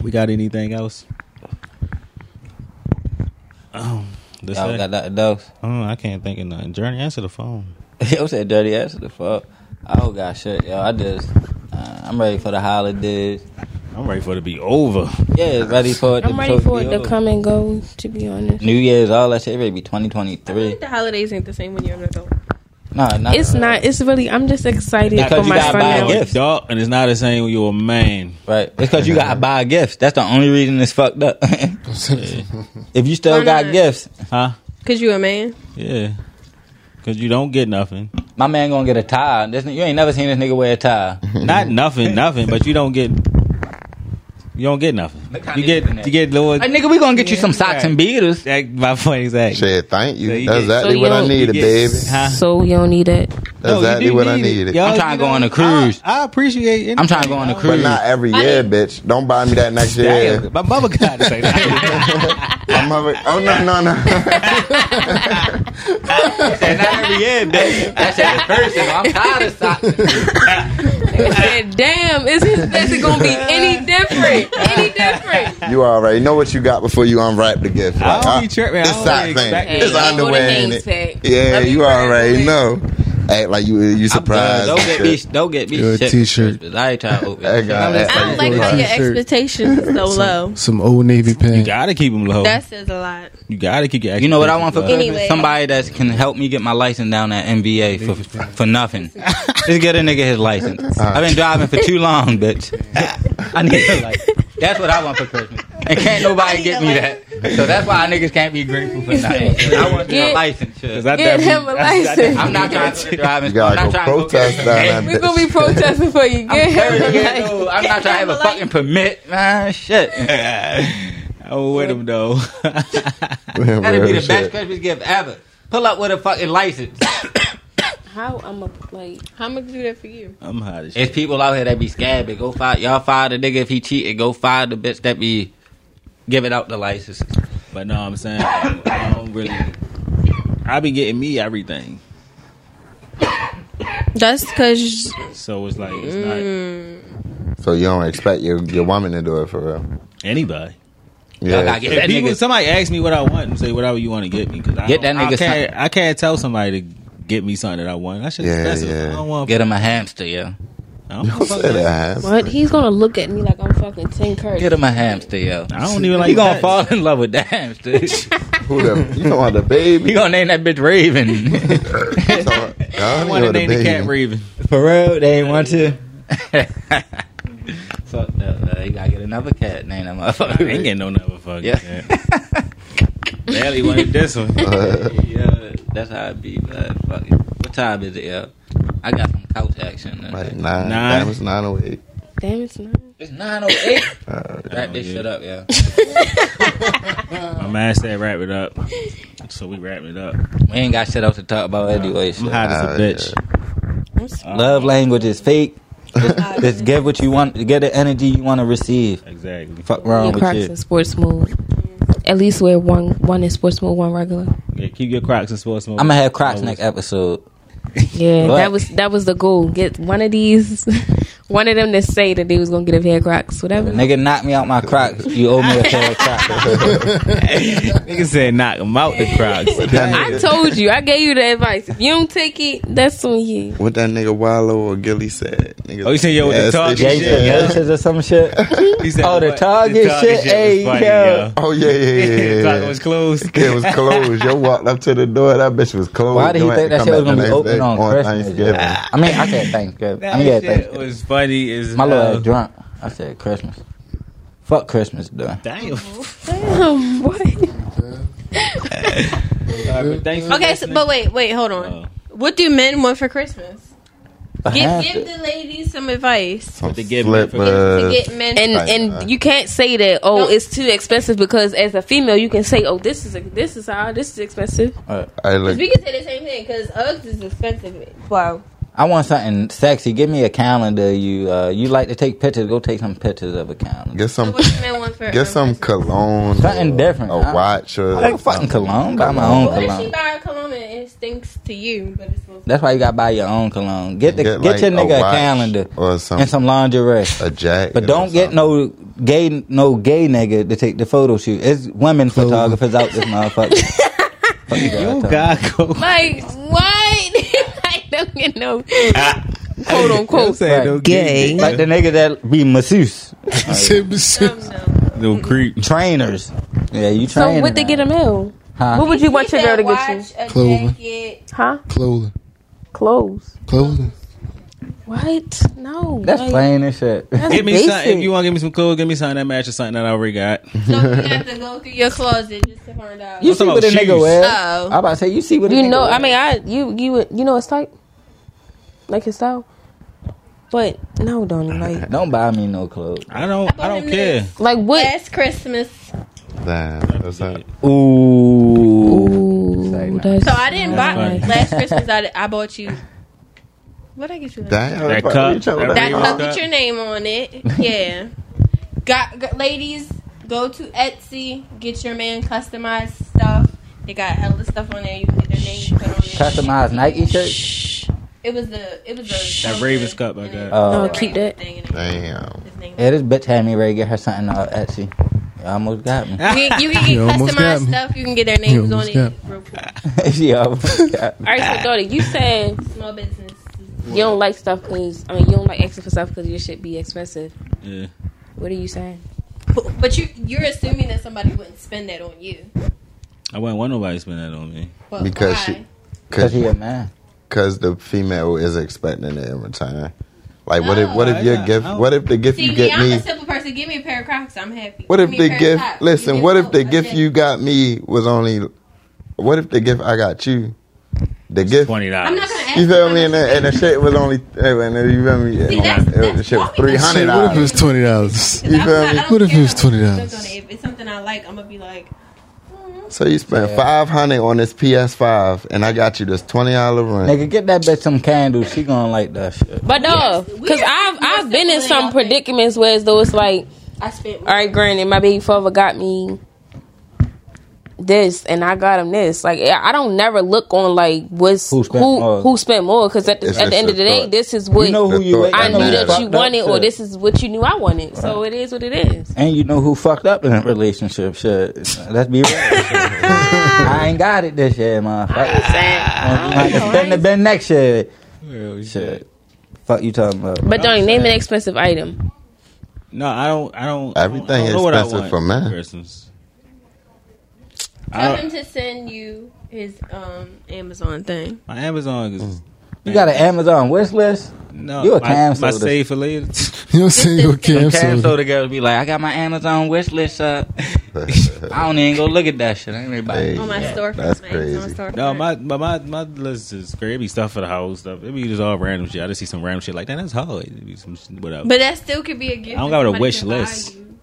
We got anything else? Um, this
Y'all got nothing else. [LAUGHS]
Uh,
Oh, I can't think of nothing. Journey, answer the phone.
Yo said dirty ass the fuck. I don't got shit, yo. I just, uh, I'm ready for the holidays.
I'm ready for it to be over.
Yeah, it's ready for it to
I'm ready for it
be
to
over.
come and go. To be honest,
New Year's, all that shit, it ready to be
I feel
2023.
like the holidays ain't the same when you're an adult.
Nah, nah.
it's not. It's really. I'm just excited
Because
for
you
my
gotta
son.
buy a
now.
gift.
It's dark and it's not the same when you're a man.
Right. It's because you gotta buy gifts. That's the only reason it's fucked up. [LAUGHS] if you still
Why
got
not?
gifts,
Huh?
Cause you a man.
Yeah. Cause you don't get nothing.
my man gonna get a tie. This, n- you ain't never seen this nigga wear a [LAUGHS] tie.
Not nothing, nothing, but you don't get you don't get nothing.
Look how
You
niggas
get
in there.
you get lower
Hey, nigga, we gonna get you some socks and beaters.
that my point exactly.
Shit, thank you.
So you
That's
get-
exactly
so
what
you
I
don't-
needed,
you
baby.
get- Huh?
So you don't need that.
That's exactly what I needed.
I'm trying to go on a cruise.
I, I appreciate it.
I'm trying to go on a
But
[LAUGHS] cruise.
not every year, bitch. Don't buy me that next year.
Damn, my mother got to say that.
[LAUGHS]
My mother, oh no, no, no.
not every year, baby. That shit is personal. I'm tired of socks.
said, damn, is this it gonna be any different? Any different?
you already know what you got before you unwrap the gift.
I don't
Like,
be
huh?
tripping. I
It's
don't
sock
really
thing.
expect
It's
it.
underwear in it. Yeah, you already know. Act like you you surprised.
Don't
and
get
shit.
me. Don't get me.
You're a
shit.
t-shirt.
I ain't trying
[LAUGHS]
to open.
That
shit.
guy act
I don't
like
like
you
how your [LAUGHS]
surprised.
T-shirt.
expectations so low.
Some old navy
You
pants.
gotta keep them low.
That says a lot.
you gotta keep your
You know what I want for
expectations
Christmas?
Anyway.
Somebody that can help me get my license down at NBA for for [LAUGHS] nothing. Just get a nigga his license. I've been driving for too long, [LAUGHS] bitch. I need a license. That's what I want for Christmas. And can't nobody get me that. So that's why niggas can't be grateful for [LAUGHS] nothing. I want a
Get-
license.
low. 'Cause
shit.
I
Get
definitely-
him a license.
I'm not trying to drive.
You
in- I'm
gotta go
not trying to go
protest
get-
down
We're
that
gonna be
bitch. [LAUGHS]
protesting for you. Get
Very
him. a
good,
license.
dude. I'm not trying to have a fucking permit, man. Shit. [LAUGHS]
[LAUGHS] I will with them though. [LAUGHS]
Real
That'd be the best
shit.
Christmas gift ever. Pull up with a
[COUGHS]
fucking license.
How I'm a like?
I'm gonna do that for you.
I'm hot as shit.
It's people out here that be scabbing. Go find y'all find the nigga if he cheated. Go find the bitch that be giving out the license.
But no, I'm saying I don't really. I be getting me everything,
That's cause
so it's like it's
So you don't expect your your woman to do it for real.
not anybody.
Y'all
Yeah.
gotta get
If
that
people,
nigga.
somebody asked me what I want, and say whatever you want to get me because I
Get
don't-
that nigga
I can't, I can't tell somebody to get me something that I want. That shit
Yeah,
expensive.
yeah.
I don't want.
Get him a hamster, yo.
I
[LAUGHS] Don't
don't, want
say
fucking-
that.
What? He's gonna look at me like I'm fucking ten curry.
Get him a hamster, yo.
I don't even like.
He gonna
that.
fall in love with
[LAUGHS]
that hamster.
Who the? You know the
he
baby?
gonna name that
[LAUGHS]
bitch Raven. [LAUGHS]
You talking-
I
I
want
don't know the
to name the cat
baby.
Raven.
For real, they ain't want to. Fuck that. Uh, you gotta get another cat named that
I ain't
motherfucker.
getting no never fucking.
Yeah.
cat. Barely wanted
[LAUGHS]
this one.
[LAUGHS] yeah, that's how it be. But fuck it. What time is it, yo? I got some couch action.
Like nine.
Nine.
That was nine oh eight.
Damn, it's not.
It's nine oh eight.
Uh,
Wrap this shit up, yo.
My man said wrap it up, so we wrapping it up.
We ain't got shit else to talk about anyway.
I'm
Shit.
hot as a
Oh, yeah.
bitch.
Love language is fake. Just, just get what you want. Get the energy you want to receive.
Exactly.
Fuck
Your
wrong
Crocs
with
in
you.
sports mode. At least wear one one in sports mode, one regular.
Yeah, keep your Crocs and sports mode.
I'm gonna have Crocs next episode.
Yeah,
But-
that was that was the goal. Get one of these, [LAUGHS] one of them to say that they was gonna get a pair of Crocs, whatever.
Nigga, knock me out my Crocs. You owe me a pair of
[LAUGHS]
Crocs.
[LAUGHS] Nigga said knock him out the Crocs.
I told you, I gave you the advice. If you don't take it, that's on you.
[LAUGHS] What that nigga Wallow or Gilly said? Nigga,
Oh, you said, yo, with the
yes,
talking
they-
Yeah, you said
Yeah.
Yoshis or some shit.
[LAUGHS]
He said,
Oh, the
what?
Target shit? Hey, yo.
Oh yeah, yeah,
[LAUGHS]
yeah. yeah,
Target
yeah.
was closed.
It
[LAUGHS]
was closed. Yo walked up to the door. That bitch was closed.
Why do you
Yo had
think
to
that
come
shit was
back the
gonna be
next
open
day
on Christmas? yo?
Thanksgiving.
Ah.
I mean, I said Thanksgiving. I
That
mean, yeah,
shit
Thanksgiving.
was funny as
My little ass
hell.
drunk. I said Christmas. Fuck Christmas, though.
Damn.
Damn, boy.
All right, but thanks for
okay. So,
listening. [LAUGHS]
but wait, wait, hold on.
Uh,
What do men want for Christmas? Give, give the ladies some advice
Some
to get men for-
to
slippers.
get men.
and
Like,
and
uh,
you can't say that oh
Don't-
it's too expensive because as a female you can say oh this is a, this is how this is expensive
I look.
we can say the same thing because Uggs is expensive. Wow.
I want something sexy. Give me a calendar. You uh, you like to take pictures? Go take some pictures of a calendar.
Get some.
What you men want for
Get
um,
some cologne.
Something
or
different.
A
I-
watch or.
I like fucking cologne. Buy my
Cologne.
own
What if she
cologne.
buy a cologne and it stinks to you, but it's supposed to
That's why you gotta buy your own cologne. Get the get,
like,
your nigga a,
watch
calendar
or some
and some lingerie.
a jacket.
But don't
or
get no gay no gay nigga to take the photo shoot. It's women photographers out this motherfucker.
You got go.
like what [LAUGHS] I don't get no quote
Don't
unquote
say no
Gay.
gay.
like the nigga that be masseuse
Shit,
No creep.
trainers. Yeah, you train.
so what they get a meal
Huh?
what would you want your girl to get you
A
Clothing.
jacket.
huh
clothing,
clothes
clothing.
what no
That's
like,
plain as shit.
Give me
basic.
some. If you want to give me some clothes, give me something that matches something that I already got.
So you have to go through your closet just to find out.
You
I'm
see
talking
what a
about
nigga
shoes.
wear?
Oh.
I'm about to say you see what a
you
nigga
know
wear.
I mean I you you would- you know it's type like his style but no don't like
Don't buy me no clothes.
I don't. I,
bought
don't
him
care.
like what
Last Christmas,
something. Damn, that's not-
Ooh.
Ooh, that's-
so I didn't buy
Right.
last Christmas. I, I bought you. What I get you? Last?
Damn,
That
fuck,
cup,
you trying to-
that
That
Reebok.
cup with your name on it.
[LAUGHS]
Yeah. got, got ladies go to Etsy, get your man customized stuff. They got hella stuff on there. You can get their name put on it.
Customized Nike shirt.
It was the it was the
That Ravens cup I got.
Oh.
No, keep that.
Damn.
Yeah, this bitch had me ready to get her something on Etsy. You almost got [LAUGHS] me.
You, you can get
You almost got
customized
me.
stuff. You can get their names on
almost
it.
got me.
Real quick.
she almost got me.
all right so daughter you said
Small business.
You don't like stuff because I mean you don't like extra for stuff because your shit be expensive.
Yeah.
What are you saying?
But, but you you're assuming that somebody wouldn't spend that on you.
I wouldn't want nobody to spend that on me.
But
Because
why?
she-
Cause
Cause,
he a man.
cause the female is expecting it in return. Like what if
No.
what if your
I-
gift?
I-
What if the gift
See,
you
me,
get
I'm
me?
a simple person. Give me a pair of Crocs. I'm happy.
What if
Give me a
the
pair of
gift?
socks.
Listen,
Give me
what
a
if the
coat.
gift
Okay.
you got me was only? What if the gift I got you? The gift.
Twenty
I'm
dollars.
not gonna ask.
You feel me?
how much-
And the, and the shit was only. And the, you feel me?
See, that's-
And it was- the
that's
shit was
why we
three
got-
hundred
Shit, what if it was
dollars.
twenty dollars?
You
I'm
feel
not-
me?
I don't
What if
care
it was
how much
$20?
spent on it. If it's something I like, I'm gonna be like,
So you spent five hundred on this PS Five, and I got you this twenty dollar ring.
Nigga, get that bitch some candles. She gonna like that shit.
But no,
we
because
are-
I've
we are
I've been in
simple,
some
y'all think.
predicaments where as though it's like,
I spent.
all right, granted, my baby father got me this and I got him this. Like I I don't never look on like what's
Who
who
spent more?
who, spent more because at the,
It's
at the end of the
just a
day,
thought.
this is what
you know who
The
you.
thought
ain't
I
that
know
knew
who
matters.
that you
fucked up
wanted or
shit.
this is what you knew I wanted. So it is what it is.
And you know who fucked up in that relationship shit. Let's be real.
[LAUGHS]
I ain't got it this year, motherfucker. I can spend it been next year. Shit. Fuck you talking about.
But don't name an expensive item.
No, I don't. I don't.
Everything
I don't know what I
expensive
want
for men.
Christmas.
Tell
I,
him to send you his um Amazon thing.
my Amazon
Mm.
is.
You got an Amazon wish list?
No,
you a
my,
cam
my
soda.
save for later.
[LAUGHS]
You know what I'm saying? Your cam
Cam
soda.
soda girls be like, I got my Amazon wish list up. I don't even go look at that shit. I ain't everybody.
Hey.
On my
Yeah,
storefront.
that's
my Amazon
crazy.
storefront.
no, my, my my my list is great. It be stuff for the house stuff. It be just all random shit. I just see some random shit like that. That's hard. It be some shit, whatever.
But that still could be a gift.
I don't
that
got a
somebody
wish
can buy
list.
you.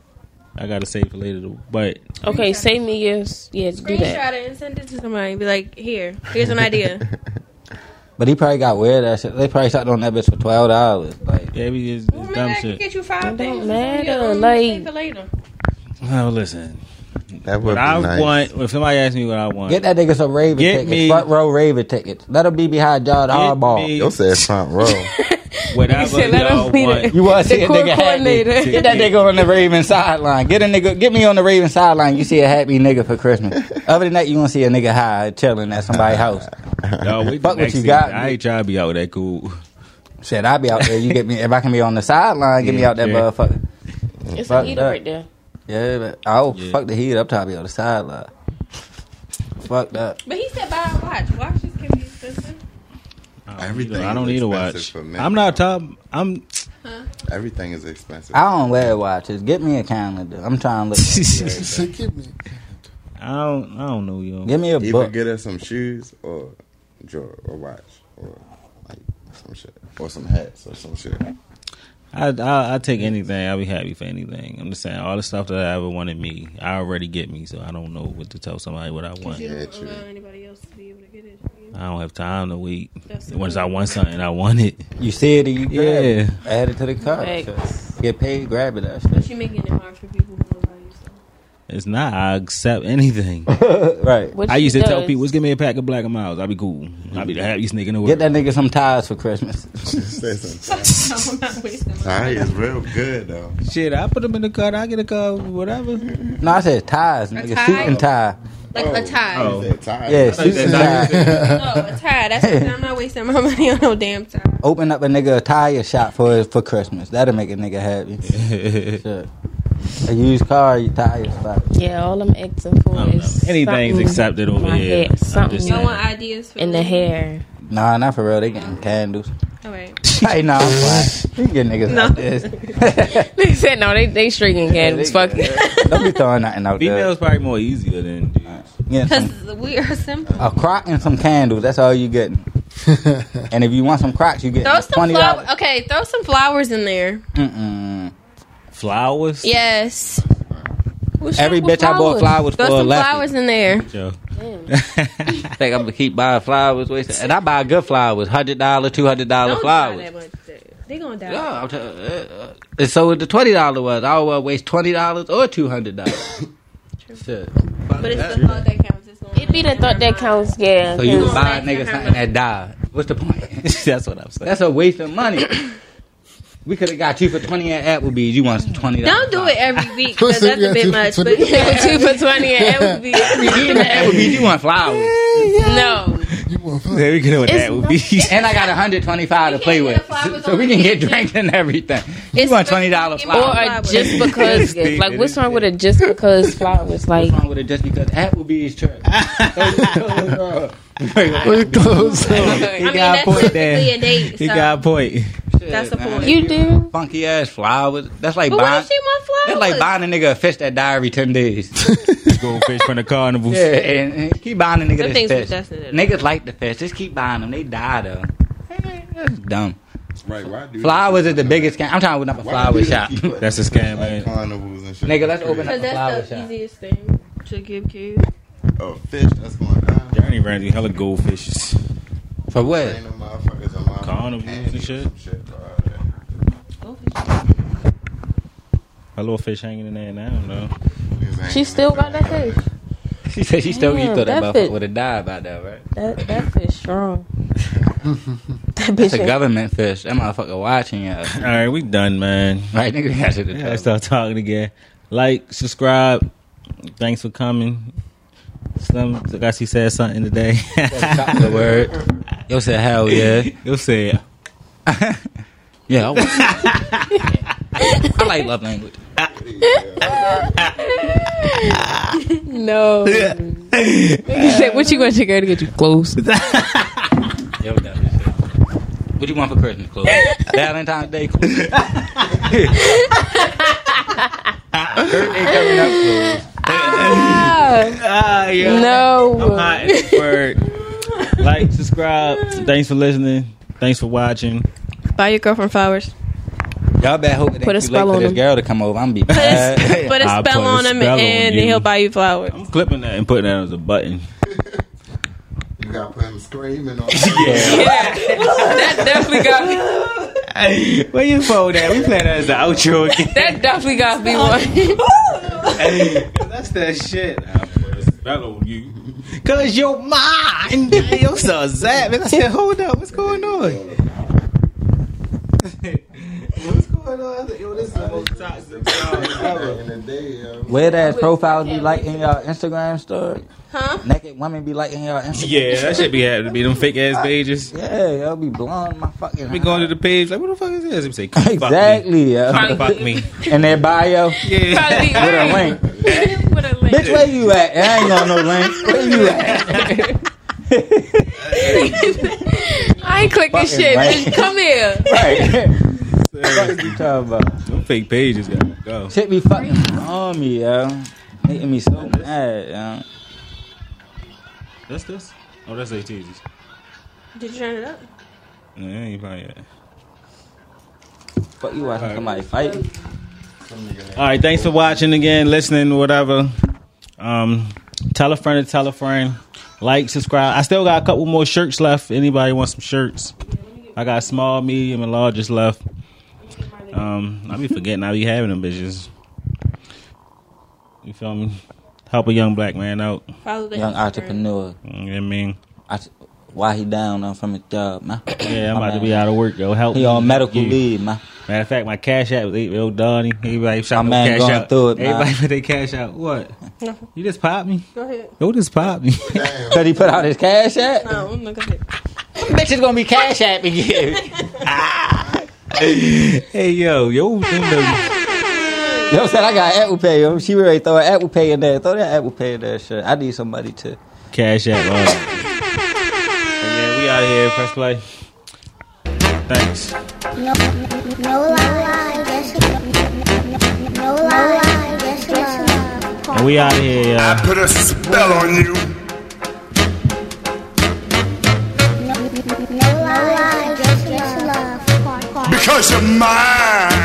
I gotta save for later. though. But
Okay, save me yours. Yeah, do that.
Screenshot it and send it to somebody. Be like, here, here's an idea.
But he probably got weird ass shit. They probably shot on that bitch for twelve dollars. Like
yeah, it be it's,
Well,
it's
maybe
dumb
I could
shit.
get you five
It don't
things.
matter,
Yeah, um,
like-
save it later.
Oh, listen.
[LAUGHS] That would
What
be
I
nice.
want. If somebody asks me what I want,
get that nigga some Raven
Get
tickets.
me-
Front row Raven tickets. Let him be behind John Harbaugh.
me-
Yo said front row.
[LAUGHS] whatever
said, "Let
y'all
him be [LAUGHS]
want.
You want to see a
court
nigga happy?
coordinator.
Get that nigga on the Raven sideline. Get a nigga. Get me on the Raven sideline. You see a happy nigga for Christmas. Other than that, you gonna see a nigga high chilling at
[LAUGHS]
somebody's house.
Y'all wait
Fuck
till
what you
next
got,
season. I ain't trying to be out that cool.
Shit, I be out there. You get me if I can be on the sideline. Get me
Yeah,
out that
yeah.
motherfucker.
It's
Fuck
a heater
that.
right there.
Yeah, but I'll
Yeah.
fuck the heat up top. Be on the sideline. Fuck that.
But he said buy a watch. Watches can be expensive.
Everything
I don't
is
need a
expensive
watch.
for men.
I'm not top. I'm. [LAUGHS]
Everything is expensive.
I don't wear watches. Get me a calendar. I'm
[LAUGHS]
trying to look.
Say, give me.
I don't. I don't know you.
Give me a
Either
book.
get her some shoes or draw or watch or some shit, or some hats, or some
[LAUGHS]
shit.
I, I I take anything. I'll be happy for anything. I'm just saying, all the stuff that I ever wanted me, I already get me. So I don't know what to tell somebody what I want.
You
Yeah,
don't
true.
allow anybody else to be able to get it.
I don't have time to wait.
That's the
Once I want something, I want it.
You see it and you grab it.
Yeah.
Add it to the cart.
Facts.
Get paid, grab it. That shit.
You're making it hard for people who don't value stuff.
It's not. I accept
[LAUGHS]
anything.
right.
What
I
she
used to tell
does-
people, just give me a pack of black and miles. I'll be cool. I'll be the happiest nigga in the world.
Get that nigga some ties for Christmas. [LAUGHS]
Say something.
No, I'm not wasting my
Tie is real good though.
Shit, I put them in the car. I get a car, whatever.
no, I said ties, nigga.
tie?
Suit and tie.
Like
Oh.
a tie.
Oh.
That tie.
Yeah, suit and tie.
No, Oh, a tie. That's I'm not wasting my [LAUGHS] money on no damn tie.
Open up a nigga a tire shop for for Christmas. That'll make a nigga happy. Shit. A used car, you tire spot.
Yeah, all I'm asking for
I don't
is
know. [LAUGHS] Anything's
something
accepted over
my
here.
hair,
I'm just
something
Y'all
saying.
want ideas for
in
[LAUGHS]
the hair.
Nah, not for real. They getting candles.
All right.
hey, nah, I'm fine. You get niggas out this. [LAUGHS]
They said no, they they shrinking candles. Fuck it.
Don't be throwing nothing out
Females probably more easier than dudes.
there. Getting some-
Because we are simple.
a crock and some candles. That's all you getting. and if you want some crocks, you get
Throw some
twenty
flowers.
dollars.
Okay, throw some flowers in there.
Mm-mm.
Flowers?
Yes.
Every bitch I bought flowers
Throw
for
some
left.
flowers in there.
Yo.
I [LAUGHS] think I'm gonna keep buying flowers, wasting. and I buy good flowers, hundred dollar, two hundred dollar
Don't buy
flowers.
that much. They gonna die.
Yeah, I'm tell- uh, uh, and so with the twenty dollar was, I will waste twenty dollars or two hundred dollars. Shit.
But it's the thought that counts. It's
It be the thought that counts, yeah.
So you can buy a
Thank you,
nigga
Herman.
something that died. What's the
[LAUGHS]
point? [LAUGHS]
That's what I'm saying.
That's a waste of money. We could have got you for twenty at Applebee's. You want some twenty
Don't do it every week because
Listen,
that's a
we
bit
got
much.
two
But
for
[LAUGHS]
Two for twenty and it would be
Even at Applebee's, you want flowers,
no.
You want
[LAUGHS] There we go with
It's
that would be.
and I got one hundred twenty five to
We can't
play
get
with,
flowers
so
on
we can
the
get
weekend.
drinks and everything.
It's
you want
supposed
twenty
to
dollar
be
Or
flowers?
a
[LAUGHS]
just
[LAUGHS]
because gift. Like what's wrong with a just because flowers? Like
What's wrong with it just because Applebee's [LAUGHS] trip?
We're
[LAUGHS]
close.
I mean, that's typically a date.
He
so-
got a point.
That's a point.
you do.
Funky ass flowers. That's like
But what
buying.
if she want flowers?
That's like buying a nigga a fish that died every ten [LAUGHS] days.
Goldfish from the carnival.
yeah, and, and keep buying a nigga
Them
this
things
fish.
with Justin in it.
Niggas like the fish. Just keep buying them. They die though. Eh, That's dumb.
Right. Why do
Flowers is the biggest scam. I'm trying to open up a flower shop.
That's a scam, man.
Carnivals and shit.
Nigga, let's open up
Because
a flower
that's the
shop.
easiest thing to give kids.
Oh, fish. That's going down.
Journey ran through hella goldfishes.
[LAUGHS] For what?
Ain't no motherfuckers allowed to
Carnivals and
candy or
shit.
some for all that.
A little fish hanging in there now, no.
Niggas ain't
She
gonna
still
do
got that fish.
She said she still
Damn,
you thought that
that
motherfucker
fit.
would have died by now, right?
That that fish strong. That
It's
bitch.
a
ain't-
government fish. That motherfucker watching
[LAUGHS]
you.
All right, we done, man.
Right, nigga, got shit to
Yeah, I
do.
start talking again. Like, subscribe. Thanks for coming. Slim, like I see, said something today. [LAUGHS]
Top of the word. Yo said hell yeah.
You'll say it.
Yeah. I, was- I like love language.
No. Nigga said, what [LAUGHS] you going to go to get you clothes?
Yo, that was shit. What you want for Christmas, Chloe? Valentine's Day, Chloe. Birthday coming up, Chloe.
Ah, yeah. I'm
No.
hot as a bird. like, subscribe. Thanks for listening. Thanks for watching.
Buy your girlfriend flowers.
Y'all better hope it ain't
Put a
too late
spell
for
on
this
him.
girl to come over. I'm be
Put a,
bad.
put a
I'll
spell
put a
on him
spell on
and
you.
he'll buy you flowers.
I'm clipping that and putting that as a button.
that. You got to put him screaming [LAUGHS] on.
That definitely got me.
Hey, where you fold at? We play that as the outro again.
That definitely got me one.
That's that shit. Spell on you. Cause your mind. Yo, so zap. I said, hold up, what's going on? [LAUGHS] what's going on? I said, Yo, this is the most toxic ever.
[LAUGHS] In the day, yo.
Weird ass profiles be liking y'all Instagram story. Huh? Naked women be liking y'all Instagram.
Yeah, that should be happening to be them fake ass pages.
Yeah, y'all be blowing my fucking.
We going to the page like, what the fuck is this? They say, come fuck me.
Exactly, yeah.
Come fuck me.
In their bio,
Yeah. [LAUGHS]
with a [LAUGHS]
Probably be right.
link. Bitch, where you at? I ain't got no link. Where you [LAUGHS] at?
I ain't clicking
Fucking
shit.
right.
Bitch, come here.
[LAUGHS] right. What is you talking about?
Them fake pages gotta go.
Shit be fucking on me, yo. Making me so mad, yo.
That's this? Oh, that's ATs.
Did you turn it up?
Yeah, ain't probably.
Fuck you watching somebody fight.
All right, thanks for watching again, listening, whatever. Um, tell a friend to tell a friend. Like, subscribe. I still got a couple more shirts left. Anybody want some shirts? I got small, medium, and largest left. Um, I be forgetting I be having them bitches. You feel me? Help a young black man out.
Follow the
Young
Instagram.
entrepreneur.
You know what I mean?
I, why he down on from his job, man?
Yeah, I'm about
My
to
man.
be out of work, yo. Help
He
me.
on medical
Yeah.
leave, man.
Matter of fact, my cash app was eight real Donnie. Everybody shot
My
my
man
cash
going
out.
through it, man.
Everybody put their cash out. What?
No.
You just popped me.
Go ahead.
Yo, just popped me.
Cause he put out his cash app.
No, no, Oh, go ahead.
[LAUGHS] Bitch is gonna be cash app [LAUGHS] again.
hey, yo, yo, them the-
You know what I'm saying? I got Apple Pay. yo. She ready to throw an Apple Pay in there. Throw that Apple Pay in there. Shit. I need somebody to.
cash app. all right. But yeah, we out here. Press play. Thanks.
No, no lie, just love. No lie, just love.
And we out here, y'all.
I put a spell on you.
No lie, just love.
Because you're mine.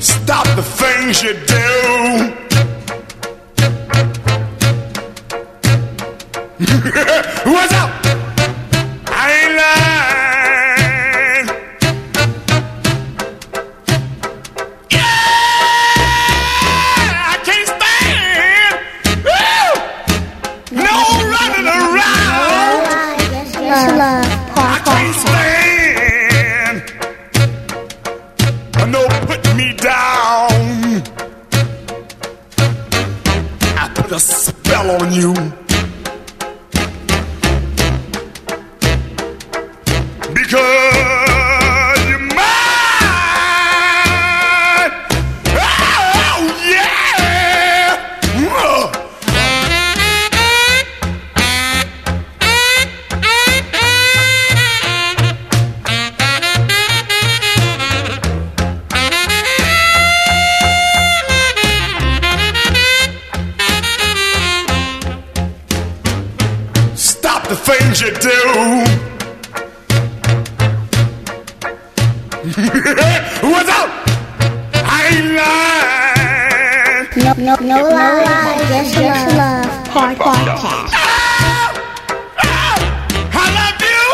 Stop the things you do. [LAUGHS] What's up? I ain't lying. Yeah, I can't stand. Woo! No running around.
Just love.
I can't stand. No putting me down. I put a spell on you. Because you're mine. Oh, yeah. Mwah. Stop the things you do. What's up? I ain't lying.
No, no, no lie, just love. Podcast.
Oh, I love you.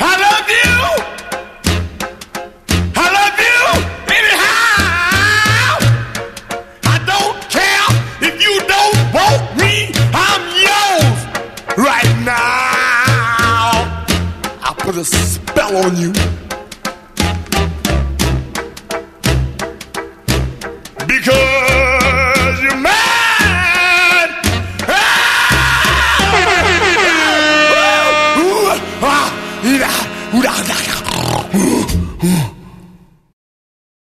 I love you. I love you. Anyhow, I don't care if you don't want me. I'm yours right now. I put a spell on you. Because you're mine. Ah! Ooh, ah, ooh, ah, ooh, ah, ooh, ah.